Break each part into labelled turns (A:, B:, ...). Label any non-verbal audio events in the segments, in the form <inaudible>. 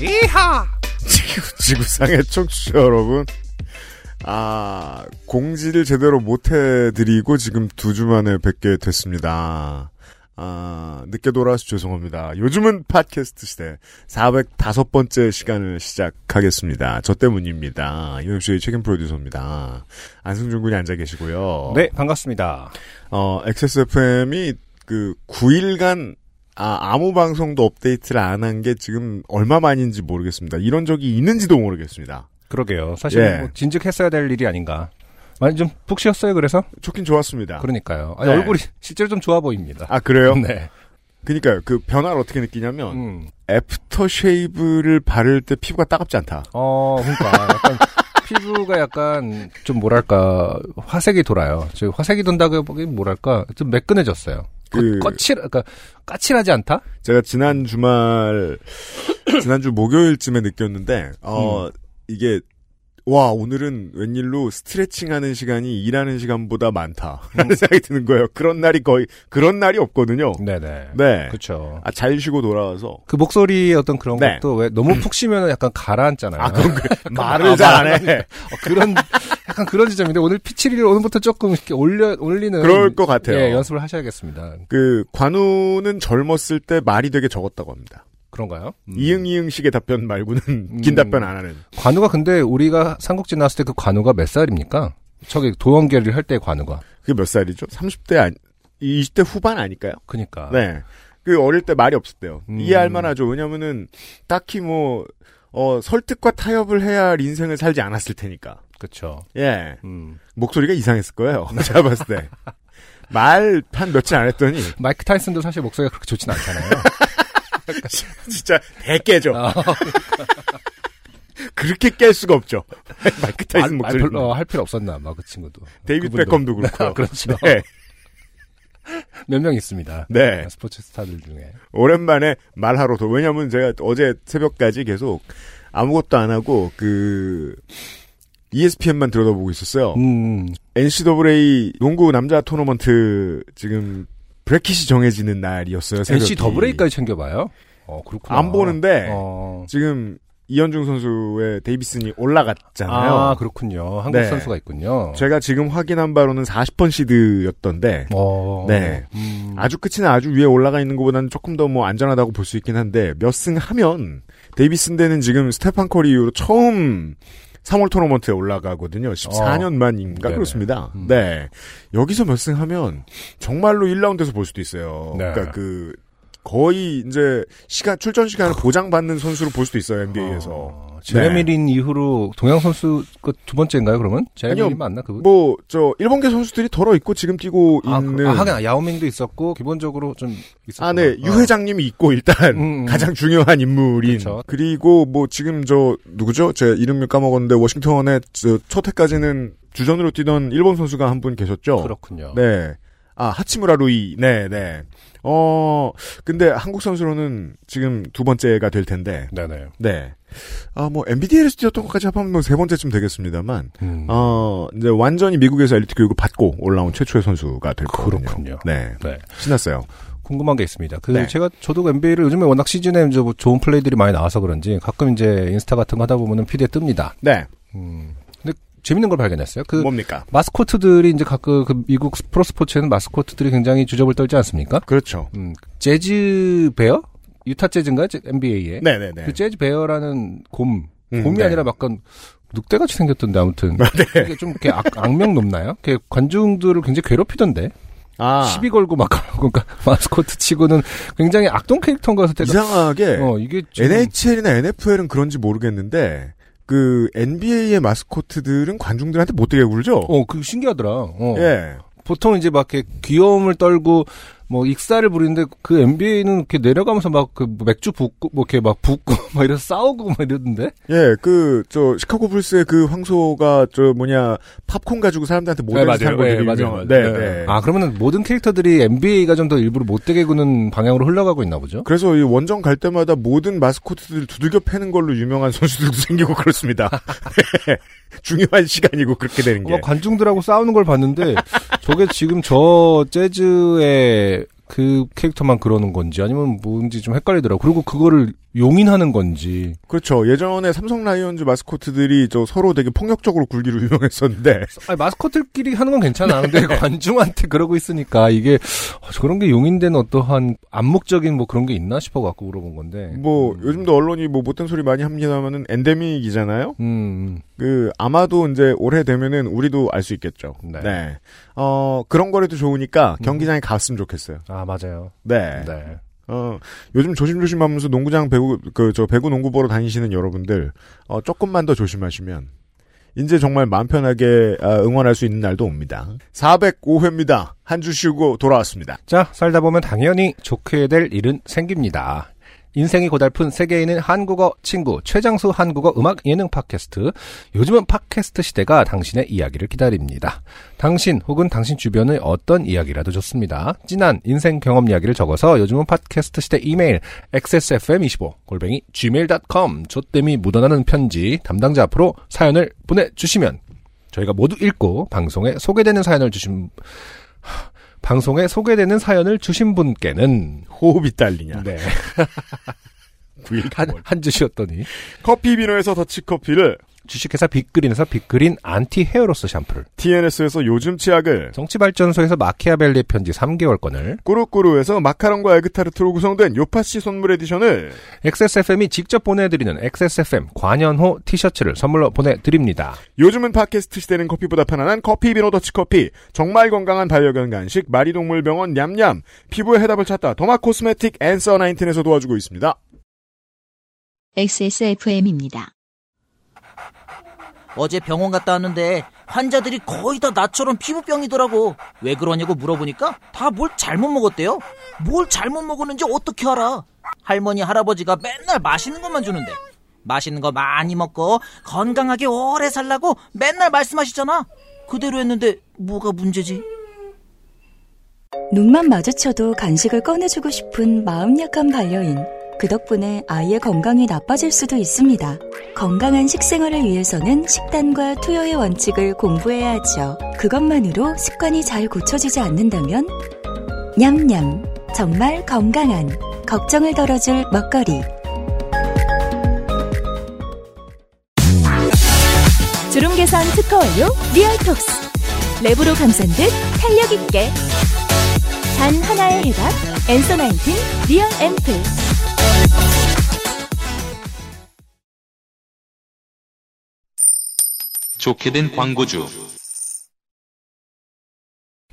A: 이하.
B: 지구- 지구상의 청취자 여러분. 아, 공지를 제대로 못해드리고 지금 두 주 만에 뵙게 됐습니다. 아, 늦게 돌아와서 죄송합니다. 요즘은 팟캐스트 시대 405번째 시간을 시작하겠습니다. 저 때문입니다. UMC의 책임 프로듀서입니다. 안승준 군이 앉아 계시고요.
A: 네, 반갑습니다.
B: 어, XSFM이 그 9일간 아, 아무 방송도 업데이트를 안 한 게 지금 얼마 만인지 모르겠습니다. 이런 적이 있는지도 모르겠습니다.
A: 그러게요. 사실
B: 예.
A: 뭐 진즉했어야 될 일이 아닌가. 많이 좀 푹 쉬었어요. 그래서
B: 좋긴 좋았습니다.
A: 그러니까요. 아니,
B: 네.
A: 얼굴이 실제로 좀 좋아 보입니다.
B: 아, 그래요?
A: 네.
B: 그니까요. 그 변화를 어떻게 느끼냐면,
A: 음.
B: 애프터 쉐이브를 바를 때 피부가 따갑지 않다.
A: 어, 그러니까 약간 <laughs> 피부가 약간 좀 뭐랄까 화색이 돌아요. 저 화색이 돈다고 보기엔 뭐랄까 좀 매끈해졌어요.
B: 그-
A: 거, 칠 그러니까 까칠하지 않다?
B: 제가 지난 주말, <coughs> 지난주 목요일쯤에 느꼈는데, 어,
A: 음.
B: 이게, 와, 오늘은 웬일로 스트레칭 하는 시간이 일하는 시간보다 많다.
A: 음.
B: 라는 생각이 드는 거예요. 그런 날이 거의, 그런 날이 없거든요.
A: 네네.
B: 네.
A: 음. 그렇죠.
B: 아, 잘 쉬고 돌아와서.
A: 그 목소리의 어떤 그런
B: 네.
A: 것도 왜 너무 푹 쉬면 약간 가라앉잖아요. <laughs>
B: 아, 그런 거
A: 아,
B: 말을 잘 안 해.
A: <laughs> 어, 그런 약간 그런 지점인데 오늘 피치리를 오늘부터 조금 이렇게 올려 올리는
B: 그럴 것 같아요.
A: 예, 연습을 하셔야겠습니다.
B: 그, 관우는 젊었을 때 말이 되게 적었다고 합니다.
A: 그런가요? 음.
B: 이응이응식의 답변 말고는 <laughs> 긴
A: 음.
B: 답변 안 하는.
A: 관우가 근데 우리가 삼국지 나왔을 때 그 관우가 몇 살입니까? 저기 도원결의를 할 때 관우가
B: 그게 몇 살이죠? 30대, 아니, 20대 후반 아닐까요?
A: 그니까
B: 네. 그 어릴 때 말이 없었대요.
A: 음.
B: 이해할 만하죠. 왜냐면은, 딱히 뭐, 어, 설득과 타협을 해야 할 인생을 살지 않았을 테니까.
A: 그렇죠.
B: 예.
A: 음.
B: 목소리가 이상했을 거예요. <laughs> 제가 봤을 때. 말 한 며칠 안 했더니, <laughs>
A: 마이크 타이슨도 사실 목소리가 그렇게 좋진 않잖아요.
B: 진짜 대깨죠.
A: 아.
B: <laughs> 그렇게 깰 수가 없죠. <laughs> 마이크 <laughs> 타이슨
A: 아, 아,
B: 목소리.
A: 별로 할 필요 없었나 아마 그 친구도.
B: 데이비드
A: 그분도.
B: 베컴도 그렇고요.
A: 아, <laughs> 그렇죠.
B: 네.
A: 몇 명 있습니다.
B: 네.
A: 스포츠 스타들 중에.
B: 오랜만에 말하러 도. 왜냐면 제가 어제 새벽까지 계속 아무것도 안 하고 그 E ESPN만 들여다보고 있었어요.
A: 음.
B: NCAA 농구 남자 토너먼트 지금 브래킷이 정해지는 날이었어요. 새벽이.
A: NC 더블A까지 챙겨봐요. 어 그렇구나.
B: 안 보는데
A: 어.
B: 지금 이현중 선수의 데이비슨이 올라갔잖아요.
A: 아 그렇군요. 한국
B: 네.
A: 선수가 있군요.
B: 제가 지금 확인한 바로는 40번 시드였던데
A: 어.
B: 네.
A: 음.
B: 아주 끝이나 아주 위에 올라가 있는 것보다는 조금 더 뭐 안전하다고 볼 수 있긴 한데 몇 승 하면 데이비슨 대는 지금 스테판 커리 이후로 처음 3월 토너먼트에 올라가거든요. 14년 만인가
A: 네네.
B: 그렇습니다.
A: 음.
B: 네. 여기서 몇 승 하면 정말로 1라운드에서 볼 수도 있어요.
A: 네.
B: 그러니까 그 거의 이제 시간 출전 시간을 보장받는 선수로 볼 수도 있어요. NBA에서. 네.
A: 어, 제레미린 이후로 동양 선수 그 두 번째인가요? 그러면 제레미린
B: 아니요.
A: 맞나 그분?
B: 뭐 저 일본계 선수들이 더러 있고 지금 뛰고
A: 아, 그-
B: 뭐 있는
A: 아, 하긴 야오밍도 있었고 기본적으로 좀 어, 있었고.
B: 아, 네. 유 회장님이 있고, 일단,
A: 음, 그렇죠. 음.
B: <laughs> 가장 중요한 인물인.
A: 그쵸.
B: 그리고 뭐, 지금 저, 누구죠? 제가 이름을 까먹었는데, 워싱턴에 저, 첫 해까지는 주전으로 뛰던 일본 선수가 한 분 계셨죠?
A: 그렇군요.
B: 네. 아, 하치무라 루이. 네, 네. 어, 근데 한국 선수로는 지금 두 번째가 될 텐데,
A: 네네.
B: 네. 아, 뭐, NBDL에서 뛰었던 것까지 합하면 뭐세 번째쯤 되겠습니다만,
A: 음.
B: 어, 이제 완전히 미국에서 엘리트 교육을 받고 올라온 최초의 선수가 될 거거든요.
A: 그렇군요.
B: 네.
A: 네.
B: 신났어요.
A: 궁금한 게 있습니다. 그
B: 네.
A: 제가 저도 NBA를 요즘에 워낙 시즌에 이제 뭐 좋은 플레이들이 많이 나와서 그런지 가끔 이제 인스타 같은 거 하다 보면은 피드에 뜹니다.
B: 네.
A: 음. 근데 재밌는 걸 발견했어요. 그
B: 뭡니까?
A: 마스코트들이 이제 가끔 그 미국 프로스포츠에는 마스코트들이 굉장히 주접을 떨지 않습니까?
B: 그렇죠.
A: 음. 재즈 베어? 유타 재즈인가요? NBA에.
B: 네네네.
A: 그 재즈 베어라는 곰.
B: 음,
A: 곰이
B: 네.
A: 아니라 약간 늑대같이 생겼던데 <laughs> 아무튼. 이게 좀 이렇게 악, 악명 높나요? 이렇게 관중들을 굉장히 괴롭히던데.
B: 아,
A: 시비 걸고 막 그러고 그러니까 <laughs> 마스코트 치고는 굉장히 악동 캐릭터인 것 같아서
B: 이상하게
A: 어 이게 지금
B: NHL이나 NFL은 그런지 모르겠는데 그 NBA의 마스코트들은 관중들한테 못되게 굴죠.
A: 어, 어그 신기하더라. 어.
B: 예.
A: 보통 이제 막 이렇게 귀여움을 떨고 뭐 익사를 부리는데 그 NBA는 이렇게 내려가면서 막 그 맥주 붓고 뭐 이렇게 막 붓고 <laughs> 막 이래서 싸우고 막 이러던데.
B: 예, 그, 저, 시카고 불스의 그 황소가, 저, 뭐냐, 팝콘 가지고 사람들한테 모델
A: 맞아요.
B: 사는 거
A: 예,
B: 되게
A: 맞아요.
B: 유명한.
A: 예.
B: 네, 네.
A: 아 그러면 모든 캐릭터들이 NBA가 좀 더 일부러 못되게 구는 방향으로 흘러가고 있나 보죠.
B: 그래서 이 원정 갈 때마다 모든 마스코트들 두들겨 패는 걸로 유명한 선수들도 <laughs> 생기고 그렇습니다. 네. 중요한 시간이고 그렇게 되는 게.
A: 막 관중들하고 싸우는 걸
B: <laughs>
A: 봤는데 저게 지금 저 재즈의 그 캐릭터만 그러는 건지 아니면 뭔지 좀 헷갈리더라고. 그리고 그거를 용인하는 건지
B: 그렇죠. 예전에 삼성 라이온즈 마스코트들이 저 서로 되게 폭력적으로 굴기로 <laughs> 유명했었는데
A: 아니, 마스코트끼리 하는 건 괜찮아. 근데
B: 네.
A: 관중한테 그러고 있으니까 이게 어, 그런 게 용인된 어떠한 암묵적인 뭐 그런 게 있나 싶어 갖고 물어본 건데.
B: 뭐
A: 음.
B: 요즘도 언론이 뭐 못된 소리 많이 합니다만은 엔데믹이잖아요.
A: 음,
B: 그 아마도 이제 올해 되면은 우리도 알 수 있겠죠.
A: 네.
B: 어 그런 거라도 좋으니까 경기장에 갔으면 좋겠어요.
A: 아 맞아요.
B: 네.
A: 네.
B: 어 요즘 조심조심하면서 농구장 배구 그 저 배구 농구 보러 다니시는 여러분들 어 조금만 더 조심하시면 이제 정말 마음 편하게 아, 응원할 수 있는 날도 옵니다. 405회입니다. 한 주 쉬고 돌아왔습니다.
A: 자 살다 보면 당연히 좋게 될 일은 생깁니다. 인생이 고달픈 세계인은 한국어 친구 최장수 한국어 음악 예능 팟캐스트 요즘은 팟캐스트 시대가 당신의 이야기를 기다립니다. 당신 혹은 당신 주변의 어떤 이야기라도 좋습니다. 진한 인생 경험 이야기를 적어서 요즘은 팟캐스트 시대 이메일 xsfm25 골뱅이 gmail.com 조땜이 묻어나는 편지 담당자 앞으로 사연을 보내주시면 저희가 모두 읽고 방송에 소개되는 사연을 주신 하, 방송에 소개되는 사연을 주신 분께는
B: 호흡이 딸리냐?
A: 네.
B: 구일
A: 한, 한 주시었더니
B: 커피 비노에서 더치 커피를
A: 주식회사 빅그린에서 빅그린 안티 헤어로스 샴푸를
B: TNS에서 요즘 치약을
A: 정치발전소에서 마키아벨리 편지 3개월권을
B: 꾸루꾸루에서 마카롱과 에그타르트로 구성된 요파시 선물 에디션을
A: XSFM이 직접 보내드리는 XSFM 관현호 티셔츠를 선물로 보내드립니다.
B: 요즘은 팟캐스트 시대는 커피보다 편안한 커피 비노 더치커피 정말 건강한 반려견 간식 마리동물병원 냠냠 피부의 해답을 찾다 더마 코스메틱 앤서 나인틴에서 도와주고 있습니다
C: XSFM입니다.
D: 어제 병원 갔다 왔는데 환자들이 거의 다 나처럼 피부병이더라고. 왜 그러냐고 물어보니까 다 뭘 잘못 먹었대요. 뭘 잘못 먹었는지 어떻게 알아? 할머니 할아버지가 맨날 맛있는 것만 주는데 맛있는 거 많이 먹고 건강하게 오래 살라고 맨날 말씀하시잖아. 그대로 했는데 뭐가 문제지?
E: 눈만 마주쳐도 간식을 꺼내주고 싶은 마음 약한 반려인. 그 덕분에 아이의 건강이 나빠질 수도 있습니다. 건강한 식생활을 위해서는 식단과 투여의 원칙을 공부해야 하죠. 그것만으로 습관이 잘 고쳐지지 않는다면 냠냠 정말 건강한 걱정을 덜어줄 먹거리. 주름 개선 특허 완료 리얼톡스 랩으로 감싼 듯 탄력 있게 단 하나의 해답 엔서 나인틴 리얼 앰플
F: 좋게 된 광고주.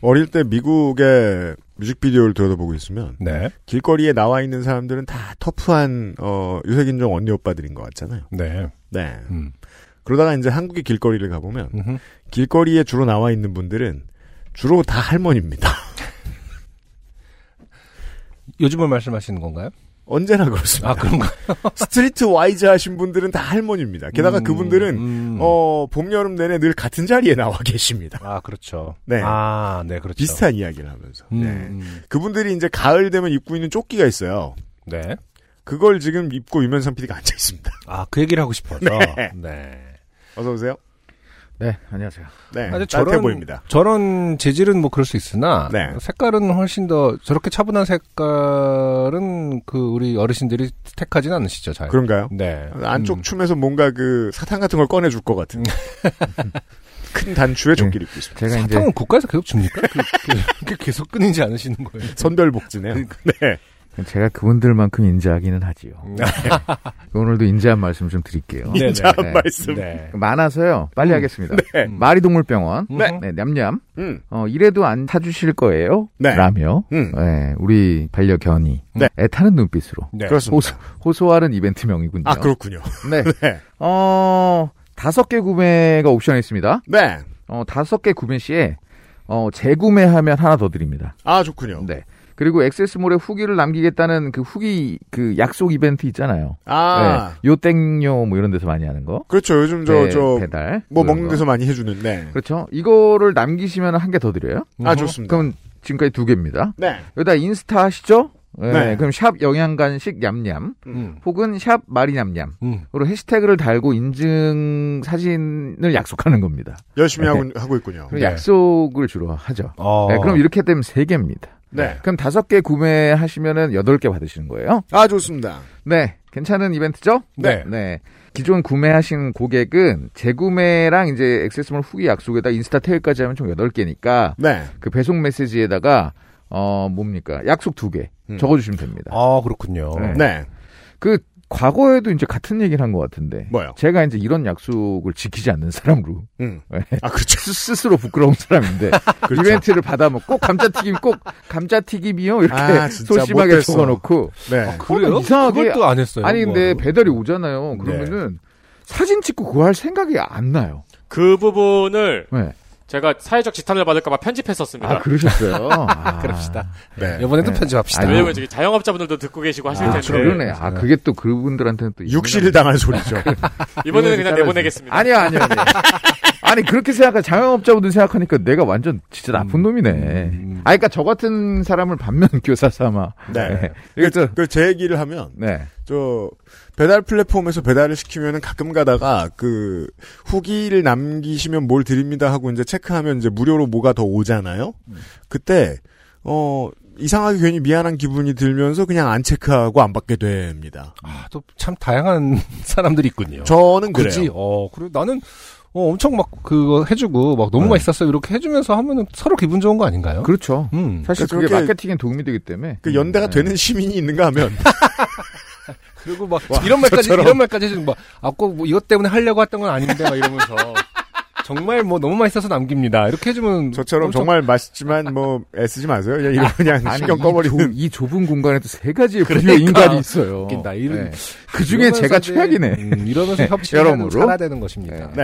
B: 어릴 때 미국의 뮤직비디오를 들여다보고 있으면
A: 네.
B: 길거리에 나와 있는 사람들은 다 터프한 어, 유색인종 언니 오빠들인 것 같잖아요
A: 네.
B: 네
A: 음.
B: 그러다가 이제 한국의 길거리를 가보면
A: 음흠.
B: 길거리에 주로 나와 있는 분들은 주로 다 할머니입니다 <laughs>
A: 요즘을 말씀하시는 건가요?
B: 언제나 그렇습니다
A: 아, 그런가?
B: <laughs> 스트리트 와이즈 하신 분들은 다 할머니입니다 게다가 그분들은
A: 음.
B: 어, 봄, 여름 내내 늘 같은 자리에 나와 계십니다.
A: 아, 그렇죠.
B: 네.
A: 아, 네, 그렇죠.
B: 비슷한 이야기를 하면서. 네.
A: 음.
B: 그분들이 이제 가을 되면 입고 있는 조끼가 있어요.
A: 네.
B: 그걸 지금 입고 유면상 PD가 앉아 있습니다. <laughs>
A: 아, 그 얘기를 하고 싶어서.
B: 네.
A: 네.
B: 어서 오세요.
G: 네, 안녕하세요.
B: 네.
A: 아니,
B: 따뜻해 보입니다.
A: 저런 재질은 뭐 그럴 수 있으나
B: 네.
A: 색깔은 훨씬 더 저렇게 차분한 색깔은 그 우리 어르신들이 택하진 않으시죠, 잘.
B: 그런가요?
A: 네.
B: 안쪽
A: 음.
B: 춤에서 뭔가 그 사탕 같은 걸 꺼내줄 것 같은. <laughs> 큰 단추에 조끼를 입고 있습니다.
G: 제가 이제
A: 사탕은 국가에서 계속 줍니까? 그, 그, 그 계속 끊이지 않으시는 거예요.
B: 선별복지네요. <laughs> 네.
G: 제가 그분들만큼 인자하기는 하지요.
B: 음.
G: 네. 그 오늘도 인자한 말씀 좀 드릴게요.
A: 네,
B: 인자한
G: <laughs> 네.
B: 말씀.
A: 네.
G: 많아서요. 빨리 하겠습니다. 음.
B: 네.
G: 마리동물병원.
A: 네.
G: 네, 냠냠.
B: 음.
G: 어, 이래도 안 타주실 거예요?
B: 네.
G: 라며.
B: 음.
G: 네, 우리 반려견이
B: 네.
G: 애타는 눈빛으로
A: 네.
B: 그렇습니다.
G: 호소, 하는 이벤트명이군요.
B: 아, 그렇군요.
G: 네.
B: 네.
G: 어, 다섯 개 구매가 옵션에 있습니다.
B: 네.
G: 어, 다섯 개 구매 시에 어, 재구매하면 하나 더 드립니다.
B: 아, 좋군요.
G: 네. 그리고 엑세스몰에 후기를 남기겠다는 그 후기 그 약속 이벤트 있잖아요.
B: 아,
G: 네, 요땡요 뭐 이런 데서 많이 하는 거.
B: 그렇죠. 요즘 저,
G: 배-
B: 저,
G: 배달
B: 뭐
G: 이런
B: 먹는
G: 거.
B: 데서 많이 해주는데. 네.
G: 그렇죠. 이거를 남기시면 한 개 더 드려요.
B: 아, 좋습니다.
G: 음. 그럼 지금까지 두 개입니다.
B: 네.
G: 여기다 인스타 하시죠? 네,
B: 네.
G: 그럼 샵 영양간식 냠냠
A: 음.
G: 혹은 샵 마리냠냠
A: 음.
G: 으로 해시태그를 달고 인증 사진을 약속하는 겁니다.
B: 열심히
G: 네.
B: 하고, 하고 있군요.
G: 그럼 약속을 주로 하죠.
A: 어.
G: 네, 그럼 이렇게 되면 세 개입니다.
B: 네.
G: 그럼 다섯 개 구매하시면은 여덟 개 받으시는 거예요.
B: 아, 좋습니다.
G: 네, 괜찮은 이벤트죠?
A: 네.
G: 기존 구매하신 고객은 재구매랑 이제 액세스몰 후기 약속에다 인스타 태그까지 하면 총 여덟 개니까
B: 네.
G: 그 배송 메시지에다가 어 뭡니까 약속 두 개
B: 음.
G: 적어주시면 됩니다.
A: 아, 그렇군요.
G: 네.
B: 네.
G: 그 과거에도 이제 같은 얘기를 한 것 같은데
B: 뭐요?
G: 제가 이제 이런 약속을 지키지 않는 사람으로
B: 음.
G: 네.
B: 아, 그렇죠.
G: 스- 스스로 부끄러운
B: <laughs>
G: 사람인데 이벤트를 받아면 꼭 감자튀김 꼭 감자튀김이요 이렇게
B: 아, 진짜
G: 소심하게
B: 못됐어.
G: 적어놓고
B: 네.
A: 그래요?
G: 이상하게-
A: 그걸 또안 했어요. 뭐.
G: 아니 근데
A: 그거를.
G: 배달이 오잖아요 그러면은 사진 찍고 그거 할 생각이 안 나요.
H: 그 부분을
G: 네.
H: 제가 사회적 지탄을 받을까봐 편집했었습니다.
G: 아 그러셨어요. 아,
A: 그럽시다.
B: 네.
A: 이번에도
G: 네.
A: 편집합시다.
G: 아니,
H: 왜냐면 저기 자영업자분들도 듣고 계시고 하실
G: 아,
H: 텐데
G: 그러네. 아 그게 또 그분들한테는 또
B: 육실 당한
G: <laughs>
B: 소리죠.
H: 이번에는 그냥 내보내겠습니다.
G: 아니요, 아니요, 아니요. 아니 그렇게 생각하 자영업자분들 생각하니까 내가 완전 진짜 나쁜 놈이네. 아, 그러니까 저 같은 사람을 반면 <laughs> 교사 삼아.
B: 네.
G: 그래서
B: 그 제 얘기를 하면
G: 네,
B: 저 배달 플랫폼에서 배달을 시키면은 가끔 가다가 그 후기를 남기시면 뭘 드립니다 하고 이제 체크하면 이제 무료로 뭐가 더 오잖아요.
A: 음.
B: 그때 어 이상하게 괜히 미안한 기분이 들면서 그냥 안 체크하고 안 받게 됩니다.
A: 아, 또참 다양한 <laughs> 사람들이 있군요.
B: 저는 그래요.
A: 그지? 어, 그리고 나는 어, 엄청 막 그거 해주고 막 너무
G: 네.
A: 맛있었어 이렇게 해주면서 하면은 서로 기분 좋은 거 아닌가요?
G: 그렇죠.
A: 음.
G: 사실
B: 그러니까
G: 그게
B: 그렇게-
G: 마케팅에 도움이 되기 때문에.
B: 그 연대가
G: 네.
B: 되는 시민이
A: <laughs>
B: 있는가 하면
A: 그리고 막 이런 말까지 이런 말까지 해주는 거. 아꼭 뭐 이것 때문에 하려고 했던 건 아닌데 막
G: <laughs>
A: 이러면서 정말 뭐 너무 맛있어서 남깁니다. 이렇게 해주면
B: 저처럼
A: 엄청-
B: 정말 맛있지만 뭐 애쓰지 마세요. 그냥 이거 그냥
G: 아니,
B: 신경
G: 이
B: 꺼버리는
G: 조- 이 좁은 공간에도 세 가지의 분류
A: 그러니까.
G: 인간이 있어요.
A: 웃긴다. 이런-
G: 그 중에
A: 이러면서
G: 제가
A: 이제,
G: 최악이네.
A: 음, 이러면서 협치를
G: 여러모로.
A: 살아야 되는 것입니다.
B: 네.
G: 네.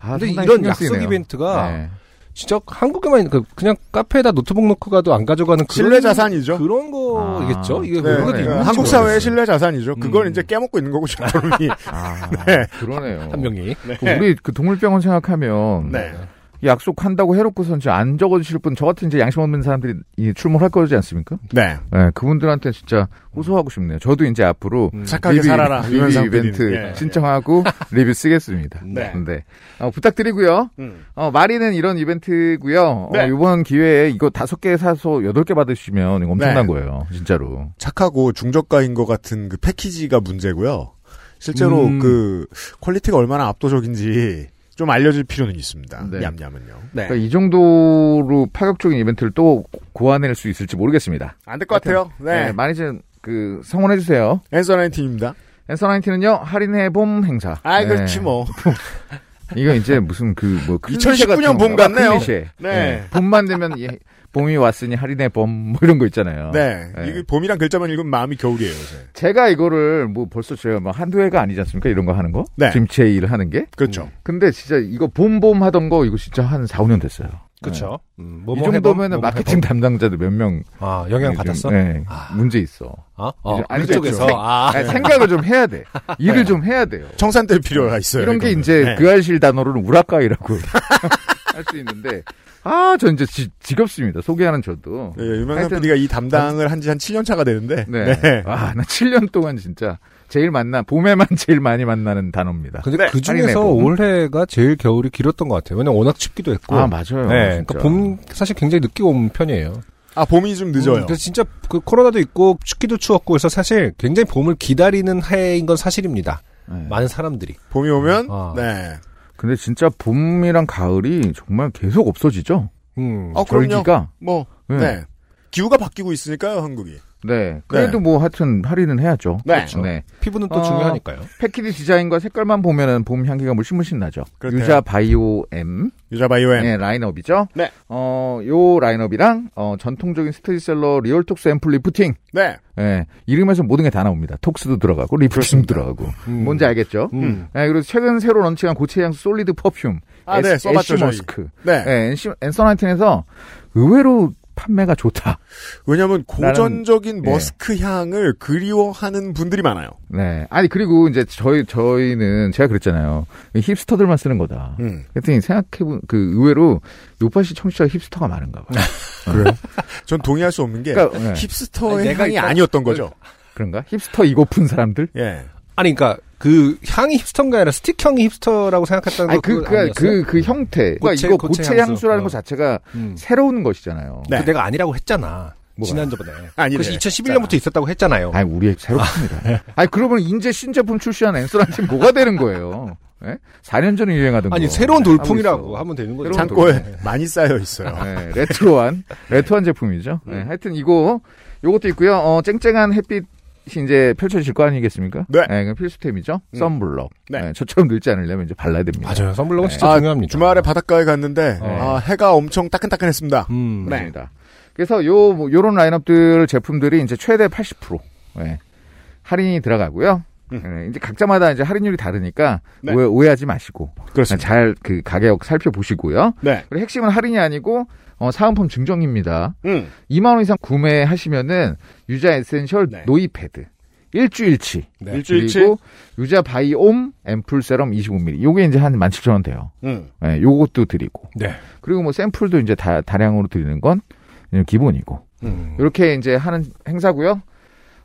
G: 아,
A: 근데
G: 상당히
A: 이런
G: 신경 쓰이네요.
A: 약속 이벤트가
G: 네.
A: 진짜 한국에만 있는 그 그냥 카페에다 노트북 놓고 가도 안 가져가는 그런
B: 신뢰 자산이죠.
A: 그런 거겠죠.
G: 아.
A: 이게
B: 네,
A: 그런 것도
B: 그러니까
A: 있는
B: 한국
A: 거죠.
B: 사회의 신뢰 자산이죠. 그걸
A: 음.
B: 이제 깨먹고 있는 거고
A: <laughs>
B: 저놈이.
G: 아,
B: 네.
G: 그러네요.
A: 한 명이
G: 그 우리 그 동물병원 생각하면
B: 네.
G: 약속한다고 해놓고선 진짜 안 적어주실 분, 저 같은 이제 양심 없는 사람들이 이 출몰할 거지 않습니까?
B: 네.
G: 네, 그분들한테 진짜 호소하고 싶네요. 저도 이제 앞으로
B: 착하게 살아라.
G: 리뷰
B: 유현상
G: 이벤트
B: PD는. 예, 예.
G: 신청하고 <laughs> 리뷰 쓰겠습니다.
B: 네.
G: 네. 어, 부탁드리고요.
B: 음.
G: 어, 마리는 이런 이벤트고요.
B: 네.
G: 어, 이번 기회에 이거 다섯 개 사서 여덟 개 받으시면 이거 엄청난
B: 네.
G: 거예요. 진짜로.
B: 착하고 중저가인 것 같은 그 패키지가 문제고요. 실제로
A: 음.
B: 그 퀄리티가 얼마나 압도적인지 좀 알려질 필요는 있습니다.
G: 네.
B: 얌얌은요.
G: 그러니까 이 정도로 파격적인 이벤트를 또 고안할 수 있을지 모르겠습니다.
B: 안 될 것 같아요. 네.
G: 많이 좀 그, 성원해주세요.
B: 앤서 나인틴입니다.
G: 앤서 나인틴은요, 할인해 봄 행사.
B: 아,
G: 네.
B: 그렇지 뭐.
G: 이거 이제 무슨 그 뭐
B: 2019년 봄 같네요.
G: 클리셰.
B: 네.
G: 봄만 되면 예, 봄이 왔으니 할인의 봄 뭐 이런 거 있잖아요.
B: 네.
G: 네.
B: 이게 봄이랑 글자만 읽으면 마음이 겨울이에요, 요새.
G: 제가 이거를 뭐 벌써 제가 뭐 한두 회가 아니지 않습니까? 이런 거 하는 거?
B: 네.
G: 지금 제 일을 하는 게.
B: 그렇죠.
G: 근데 진짜 이거 봄봄 하던 거 이거 진짜 한 4, 5년 됐어요.
A: 그렇죠. 음, 뭐
G: 이
A: 뭐 해봐,
G: 정도면은
A: 뭐뭐
G: 마케팅
A: 해봐.
G: 담당자들 몇 명
A: 아 영향 받았어?
G: 네.
A: 아.
G: 문제 있어.
A: 어? 어,
G: 이제 알죠,
A: 그쪽에서
G: 그렇죠.
A: 아,
G: 아니, 생각을 좀 해야 돼. 일을 좀 해야 돼요.
B: 청산될 필요가 있어요.
G: 이런 게
B: 이거는.
G: 이제
B: 네.
G: 그 알실 단어로는 우라카이라고 <laughs> 할 수 있는데 아, 전 이제 지, 지겹습니다. 소개하는 저도.
B: 예, 유명한
G: 하여튼-
B: PD가 이 담당을 한 지 한 7년 차가 되는데.
G: 네.
B: 네.
G: 아, 나 7년 동안 진짜 제일 만나 봄에만 <laughs> 제일 많이 만나는 단어입니다. 네, 뭐,
A: 근데 그 중에서
G: 할인해봄.
A: 올해가 제일 겨울이 길었던 것 같아요. 왜냐면 워낙 춥기도 했고.
G: 아, 맞아요.
A: 네,
G: 진짜.
A: 그러니까 봄 사실 굉장히 늦게 온 편이에요.
B: 아, 봄이 좀
A: 음,
B: 늦어요.
A: 그래서 진짜 그 코로나도 있고 춥기도 추웠고 해서 사실 굉장히 봄을 기다리는 해인 건 사실입니다.
G: 네.
A: 많은 사람들이.
B: 봄이 오면,
A: 아.
B: 네.
G: 근데 진짜 봄이랑 가을이 정말 계속 없어지죠.
A: 음.
B: 아, 그럼요.
G: 절기가.
B: 뭐,
G: 네.
B: 네. 기후가 바뀌고 있으니까요, 한국이.
G: 네. 그래도 뭐 하여튼 할인은 해야죠.
B: 네.
G: 네.
A: 피부는 또
G: 어,
A: 중요하니까요.
G: 패키지 디자인과 색깔만 보면은 봄 향기가 물씬물씬 나죠.
B: 그렇대요.
G: 유자 바이오 M
B: 유자바이오엠.
G: 의 네, 라인업이죠.
B: 네.
G: 어, 요 라인업이랑 어, 전통적인 스테디셀러 리얼톡스 앰플 리프팅.
B: 네.
G: 예. 이름에서 모든 게 다 나옵니다. 톡스도 들어가고 리프팅도 들어가고.
A: 음.
G: 뭔지 알겠죠?
A: 음.
G: 예, 그리고 최근 새로 런칭한 고체 향수 솔리드 퍼퓸.
B: 아, 네, 써봤죠,
G: 애쉬
B: 저희.
G: 머스크.
B: 네.
G: 예, 앤시- 앤서 나인틴에서 의외로 판매가 좋다.
B: 왜냐하면 고전적인
G: 예.
B: 머스크 향을 그리워하는 분들이 많아요.
G: 네. 아니 그리고 이제 저희 저희는 제가 그랬잖아요. 힙스터들만 쓰는 거다.
B: 음.
G: 그랬더니 생각해본 그 의외로 요파시 청취자 힙스터가
B: <laughs>
G: 많은가 봐요.
B: 그래요? 전 동의할 수 없는 게
G: 그러니까, 네.
B: 힙스터의
A: 내가
B: 향이
A: 있다.
B: 아니었던 거죠.
G: 그런가? 힙스터 이고픈 사람들?
B: 예.
A: 아니 그러니까 그 향이 힙스터인 게 아니라 스틱형이 힙스터라고 생각했다는 거
G: 아니
A: 그거
G: 그그그
A: 아니었어요?
G: 그, 그 형태. 그러니까
A: 고체-
G: 이거
A: 고체
G: 고체,
A: 향수.
G: 향수라는
A: 어.
G: 것 자체가
A: 음.
G: 새로운 것이잖아요.
B: 네.
A: 그 내가 아니라고 했잖아.
G: 뭐가?
A: 지난번에.
B: <laughs> 아니래.
A: 그래서 2011년부터 있었다고 네. 했잖아요. 네.
G: 아니 우리 새롭습니다. 아니 그러면 인제 신제품 출시한 엔솔한테 뭐가 되는 거예요? 예? 4년 전에 유행하던
A: 아니 뭐.
G: 거. 네,
A: 새로운
G: 하고
A: 돌풍이라고
G: 있어.
A: 하면 되는 거죠. 네.
G: 새로운
B: 창고에
G: 돌풍.
B: 많이 쌓여 있어요.
G: 네, 레트로한 레트로한 제품이죠.
A: 음.
G: 네, 하여튼 이거 요것도 있고요. 어, 쨍쨍한 햇빛이 이제 펼쳐질 거 아니겠습니까?
B: 네.
G: 그건 필수템이죠.
B: 음.
G: 썬블럭.
B: 네.
G: 네. 저처럼 늙지 않으려면 이제 발라야 됩니다.
A: 맞아요. 선블록은
G: 네.
A: 진짜 중요합니다.
B: 주말에 바닷가에 갔는데
G: 네.
B: 아, 해가 엄청 따끈따끈했습니다.
A: 음.
B: 네.
G: 맞습니다. 그래서 요 뭐, 요런 라인업들 제품들이 이제 최대 80% 예, 할인이 들어가고요. 예, 이제 각자마다 이제 할인율이 다르니까
B: 음. 네.
G: 오해, 오해하지 마시고
B: 그렇습니다.
G: 잘 그 가격 살펴보시고요.
B: 네.
G: 그리고 핵심은 할인이 아니고 어, 사은품 증정입니다.
B: 음.
G: 2만 원 이상 구매하시면은 유자 에센셜
B: 네.
G: 노이패드 일주일치
A: 네.
B: 일주일치.
G: 그리고 유자 바이옴 앰플 세럼 25ml 요게 이제 한 17,000원 돼요.
B: 음.
G: 예, 요것도 드리고
A: 네.
G: 그리고 뭐 샘플도 이제 다, 다량으로 드리는 건 그냥 기본이고
A: 음.
G: 이렇게 이제 하는 행사고요.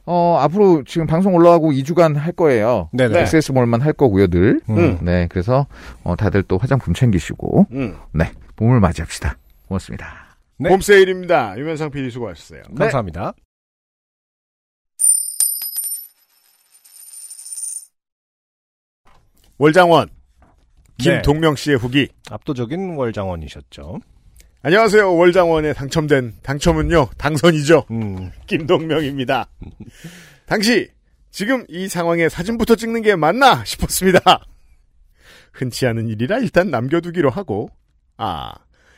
G: 어 앞으로 지금 방송 올라가고 2주간 할 거예요.
A: 네네.
G: 액세스몰만 할 거고요, 늘.
B: 음.
G: 네, 그래서 어, 다들 또 화장품 챙기시고
B: 음.
G: 네 봄을 맞이합시다. 고맙습니다.
A: 네.
B: 홈세일입니다. 유면상 PD 수고하셨어요.
A: 감사합니다.
B: 월장원
A: 네.
B: 김동명 씨의 후기.
A: 압도적인 월장원이셨죠.
B: 안녕하세요. 월장원에 당첨된 당첨은요 당선이죠.
A: 음.
B: 김동명입니다. 당시 지금 이 상황에 사진부터 찍는 게 맞나 싶었습니다. 흔치 않은 일이라 일단 남겨두기로 하고 아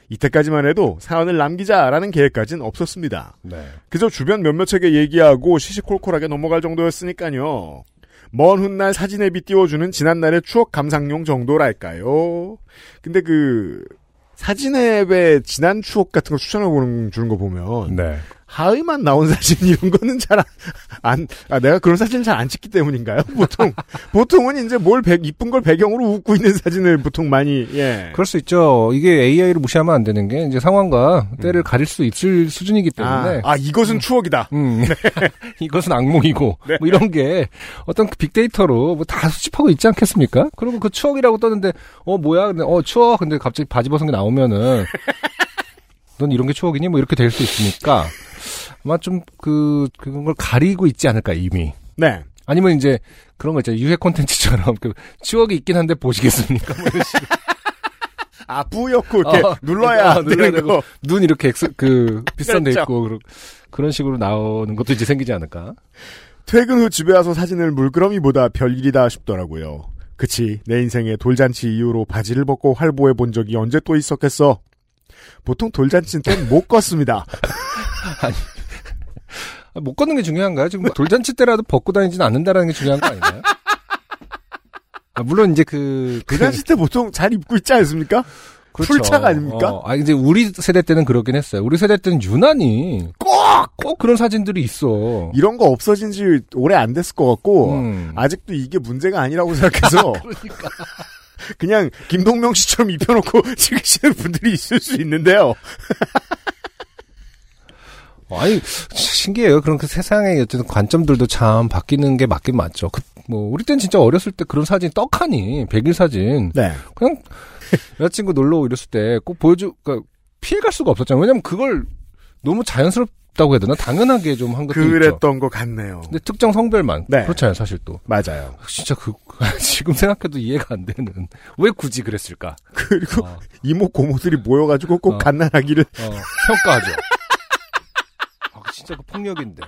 B: 이때까지만 해도 사연을 남기자라는 계획까지는 없었습니다.
A: 네.
B: 그저 주변 몇몇에게 얘기하고 시시콜콜하게 넘어갈 정도였으니까요. 먼 훗날 사진앱이 띄워주는 지난날의 추억 감상용 정도랄까요. 근데 그 사진앱에 지난 추억 같은 거 추천해보는 주는 거 보면
A: 네.
B: 하의만 나온 사진 이런 거는 잘 안, 안- 아, 내가 그런 사진을 잘 안 찍기 때문인가요? <laughs> 보통, 보통은 이제 뭘 배- 이쁜 걸 배경으로 웃고 있는 사진을 보통 많이, 예.
A: 네. 그럴 수 있죠. 이게 AI를 무시하면 안 되는 게 이제 상황과 때를 가릴 수 있을 수준이기
B: 음. 아,
A: 때문에.
B: 아, 이것은 추억이다.
A: 음. <laughs> 이것은 악몽이고
B: 네.
A: 뭐 이런 게 어떤 그 빅데이터로 뭐 다 수집하고 있지 않겠습니까? 그리고 그 추억이라고 떴는데 어 뭐야? 근데 어 추억. 근데 갑자기 바지 벗은 게
B: <laughs>
A: 나오면은 넌 이런 게 추억이니? 뭐 이렇게 될 수 있으니까 아마 좀 그 그런 걸 가리고 있지 않을까 이미.
B: 네.
A: 아니면 이제 그런 거 있잖아요. 유해 콘텐츠처럼 그 추억이 있긴 한데 보시겠습니까? 뭐 이런 식으로.
B: 아, 뿌옇고, 이렇게
A: 어,
B: 눌러야
A: 어, 눌러야
B: 되는
A: 되고.
B: 거.
A: 눈 이렇게 엑스, 그 비싼 데
B: 그렇죠.
A: 있고 그런- 그런 식으로 나오는 것도 이제 생기지 않을까?
B: 퇴근 후 집에 와서 사진을 물끄러미보다 별일이다 싶더라고요. 그치, 내 인생의 돌잔치 이후로 바지를 벗고 활보해 본 적이 언제 또 있었겠어. 보통 돌잔치
A: <laughs>
B: 때못 껐습니다.
A: 아, 못 걷는 게 중요한가요? 지금 뭐 돌잔치 때라도 벗고 다니지는 않는다라는 게 중요한 거 아닌가요? 아, 물론 이제 그, 그-
B: 돌잔치 때 보통 잘 입고 있지 않습니까?
A: 그렇죠.
B: 풀차가 아닙니까?
A: 어, 아 이제 우리 세대 때는 그러긴 했어요. 우리 세대 때는 유난히 꼭 꼭 그런 사진들이 있어.
B: 이런 거 없어진 지 오래 안 됐을 것 같고
A: 음. 그러니까.
B: 아직도 이게 문제가 아니라고
A: <laughs>
B: 생각해서 <laughs> 그냥 김동명 씨처럼 입혀놓고 <laughs> 찍으시는 분들이 있을 수 있는데요.
A: 어, 아니 신기해요. 그런 그 세상의 어쨌든 관점들도 참 바뀌는 게 맞긴 맞죠. 그, 뭐 우리 때는 진짜 어렸을 때 그런 사진 떡하니 백일 사진
B: 네.
A: 그냥 여자친구 놀러 오고 이랬을 때 꼭 보여주 그러니까 피해갈 수가 없었잖아요. 왜냐면 그걸 너무 자연스럽다고 해야 되나 당연하게 좀 한 것도 있죠.
B: 그랬던 것 같네요.
A: 근데 특정 성별만
B: 네.
A: 그렇잖아요 사실 또
B: 맞아요.
A: 진짜 그 <laughs> 지금 생각해도 이해가 안 되는 왜 굳이 그랬을까
B: 그리고
A: 어,
B: 이모 고모들이 모여가지고 꼭
A: 어.
B: 갓난아기를
A: 어, 평가하죠 아, 진짜 그 폭력인데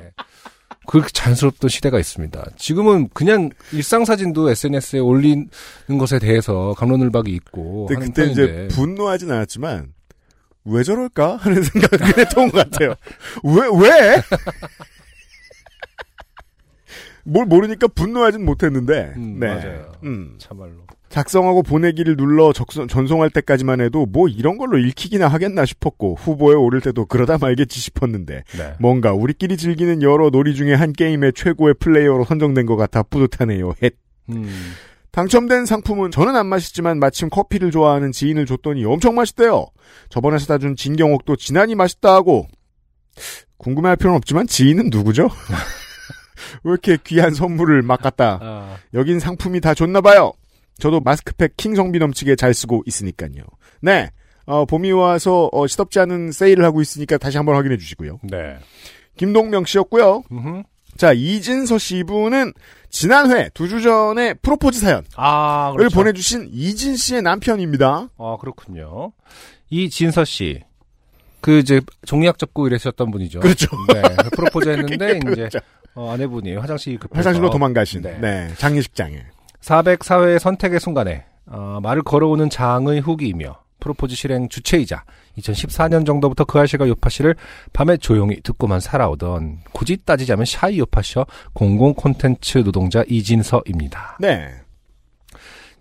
A: 그렇게 자연스럽던 시대가 있습니다 지금은 그냥 일상 사진도 SNS에 올리는 것에 대해서 감론을박이 있고
B: 근데
A: 뭐 하는
B: 그때 이제
A: 편인데.
B: 분노하진 않았지만 왜 저럴까 <laughs> 하는 생각을 했던 것 같아요. 왜
A: <laughs>
B: 왜? 뭘 모르니까 분노하진 못했는데.
A: 음,
B: 네.
A: 맞아요.
B: 음.
A: 참말로
B: 작성하고 보내기를 눌러 적선- 전송할 때까지만 해도 뭐 이런 걸로 읽히기나 하겠나 싶었고 후보에 오를 때도 그러다 말겠지 싶었는데
A: 네.
B: 뭔가 우리끼리 즐기는 여러 놀이 중에 한 게임의 최고의 플레이어로 선정된 것 같아 뿌듯하네요. 헷.
A: 음.
B: 당첨된 상품은 저는 안 마시지만 마침 커피를 좋아하는 지인을 줬더니 엄청 맛있대요. 저번에 사다 준 진경옥도 지난이 맛있다 하고 궁금해할 필요는 없지만 지인은 누구죠? <laughs> 왜 이렇게 귀한 선물을 막 갖다
A: 아.
B: 여긴 상품이 다 좋나 봐요. 저도 마스크팩 킹성비 넘치게 잘 쓰고 있으니까요. 네. 어, 봄이 와서 어, 시덥지 않은 세일을 하고 있으니까 다시 한번 확인해 주시고요.
A: 네.
B: 김동명 씨였고요.
A: 음흠.
B: 자, 이진서 씨 분은 지난회 두 주 전에 프로포즈 사연을
A: 아, 그렇죠.
B: 보내주신 이진 씨의 남편입니다.
A: 아, 그렇군요. 이 진서 씨. 그 이제 종이학 접고 일했었던 분이죠.
B: 그렇죠.
A: 네.
B: <laughs>
A: 프로포즈 했는데 이제 어, 아내분이 화장실 급
B: 화장실로 도망가신 네.
A: 네.
B: 장례식장에
A: 404회 선택의 순간에 어, 말을 걸어오는 장의 후기이며 프로포즈 실행 주체이자 2014년 정도부터 그 아씨가 요파 씨를 밤에 조용히 듣고만 살아오던 굳이 따지자면 샤이 요파 씨어 공공 콘텐츠 노동자 이진서입니다.
B: 네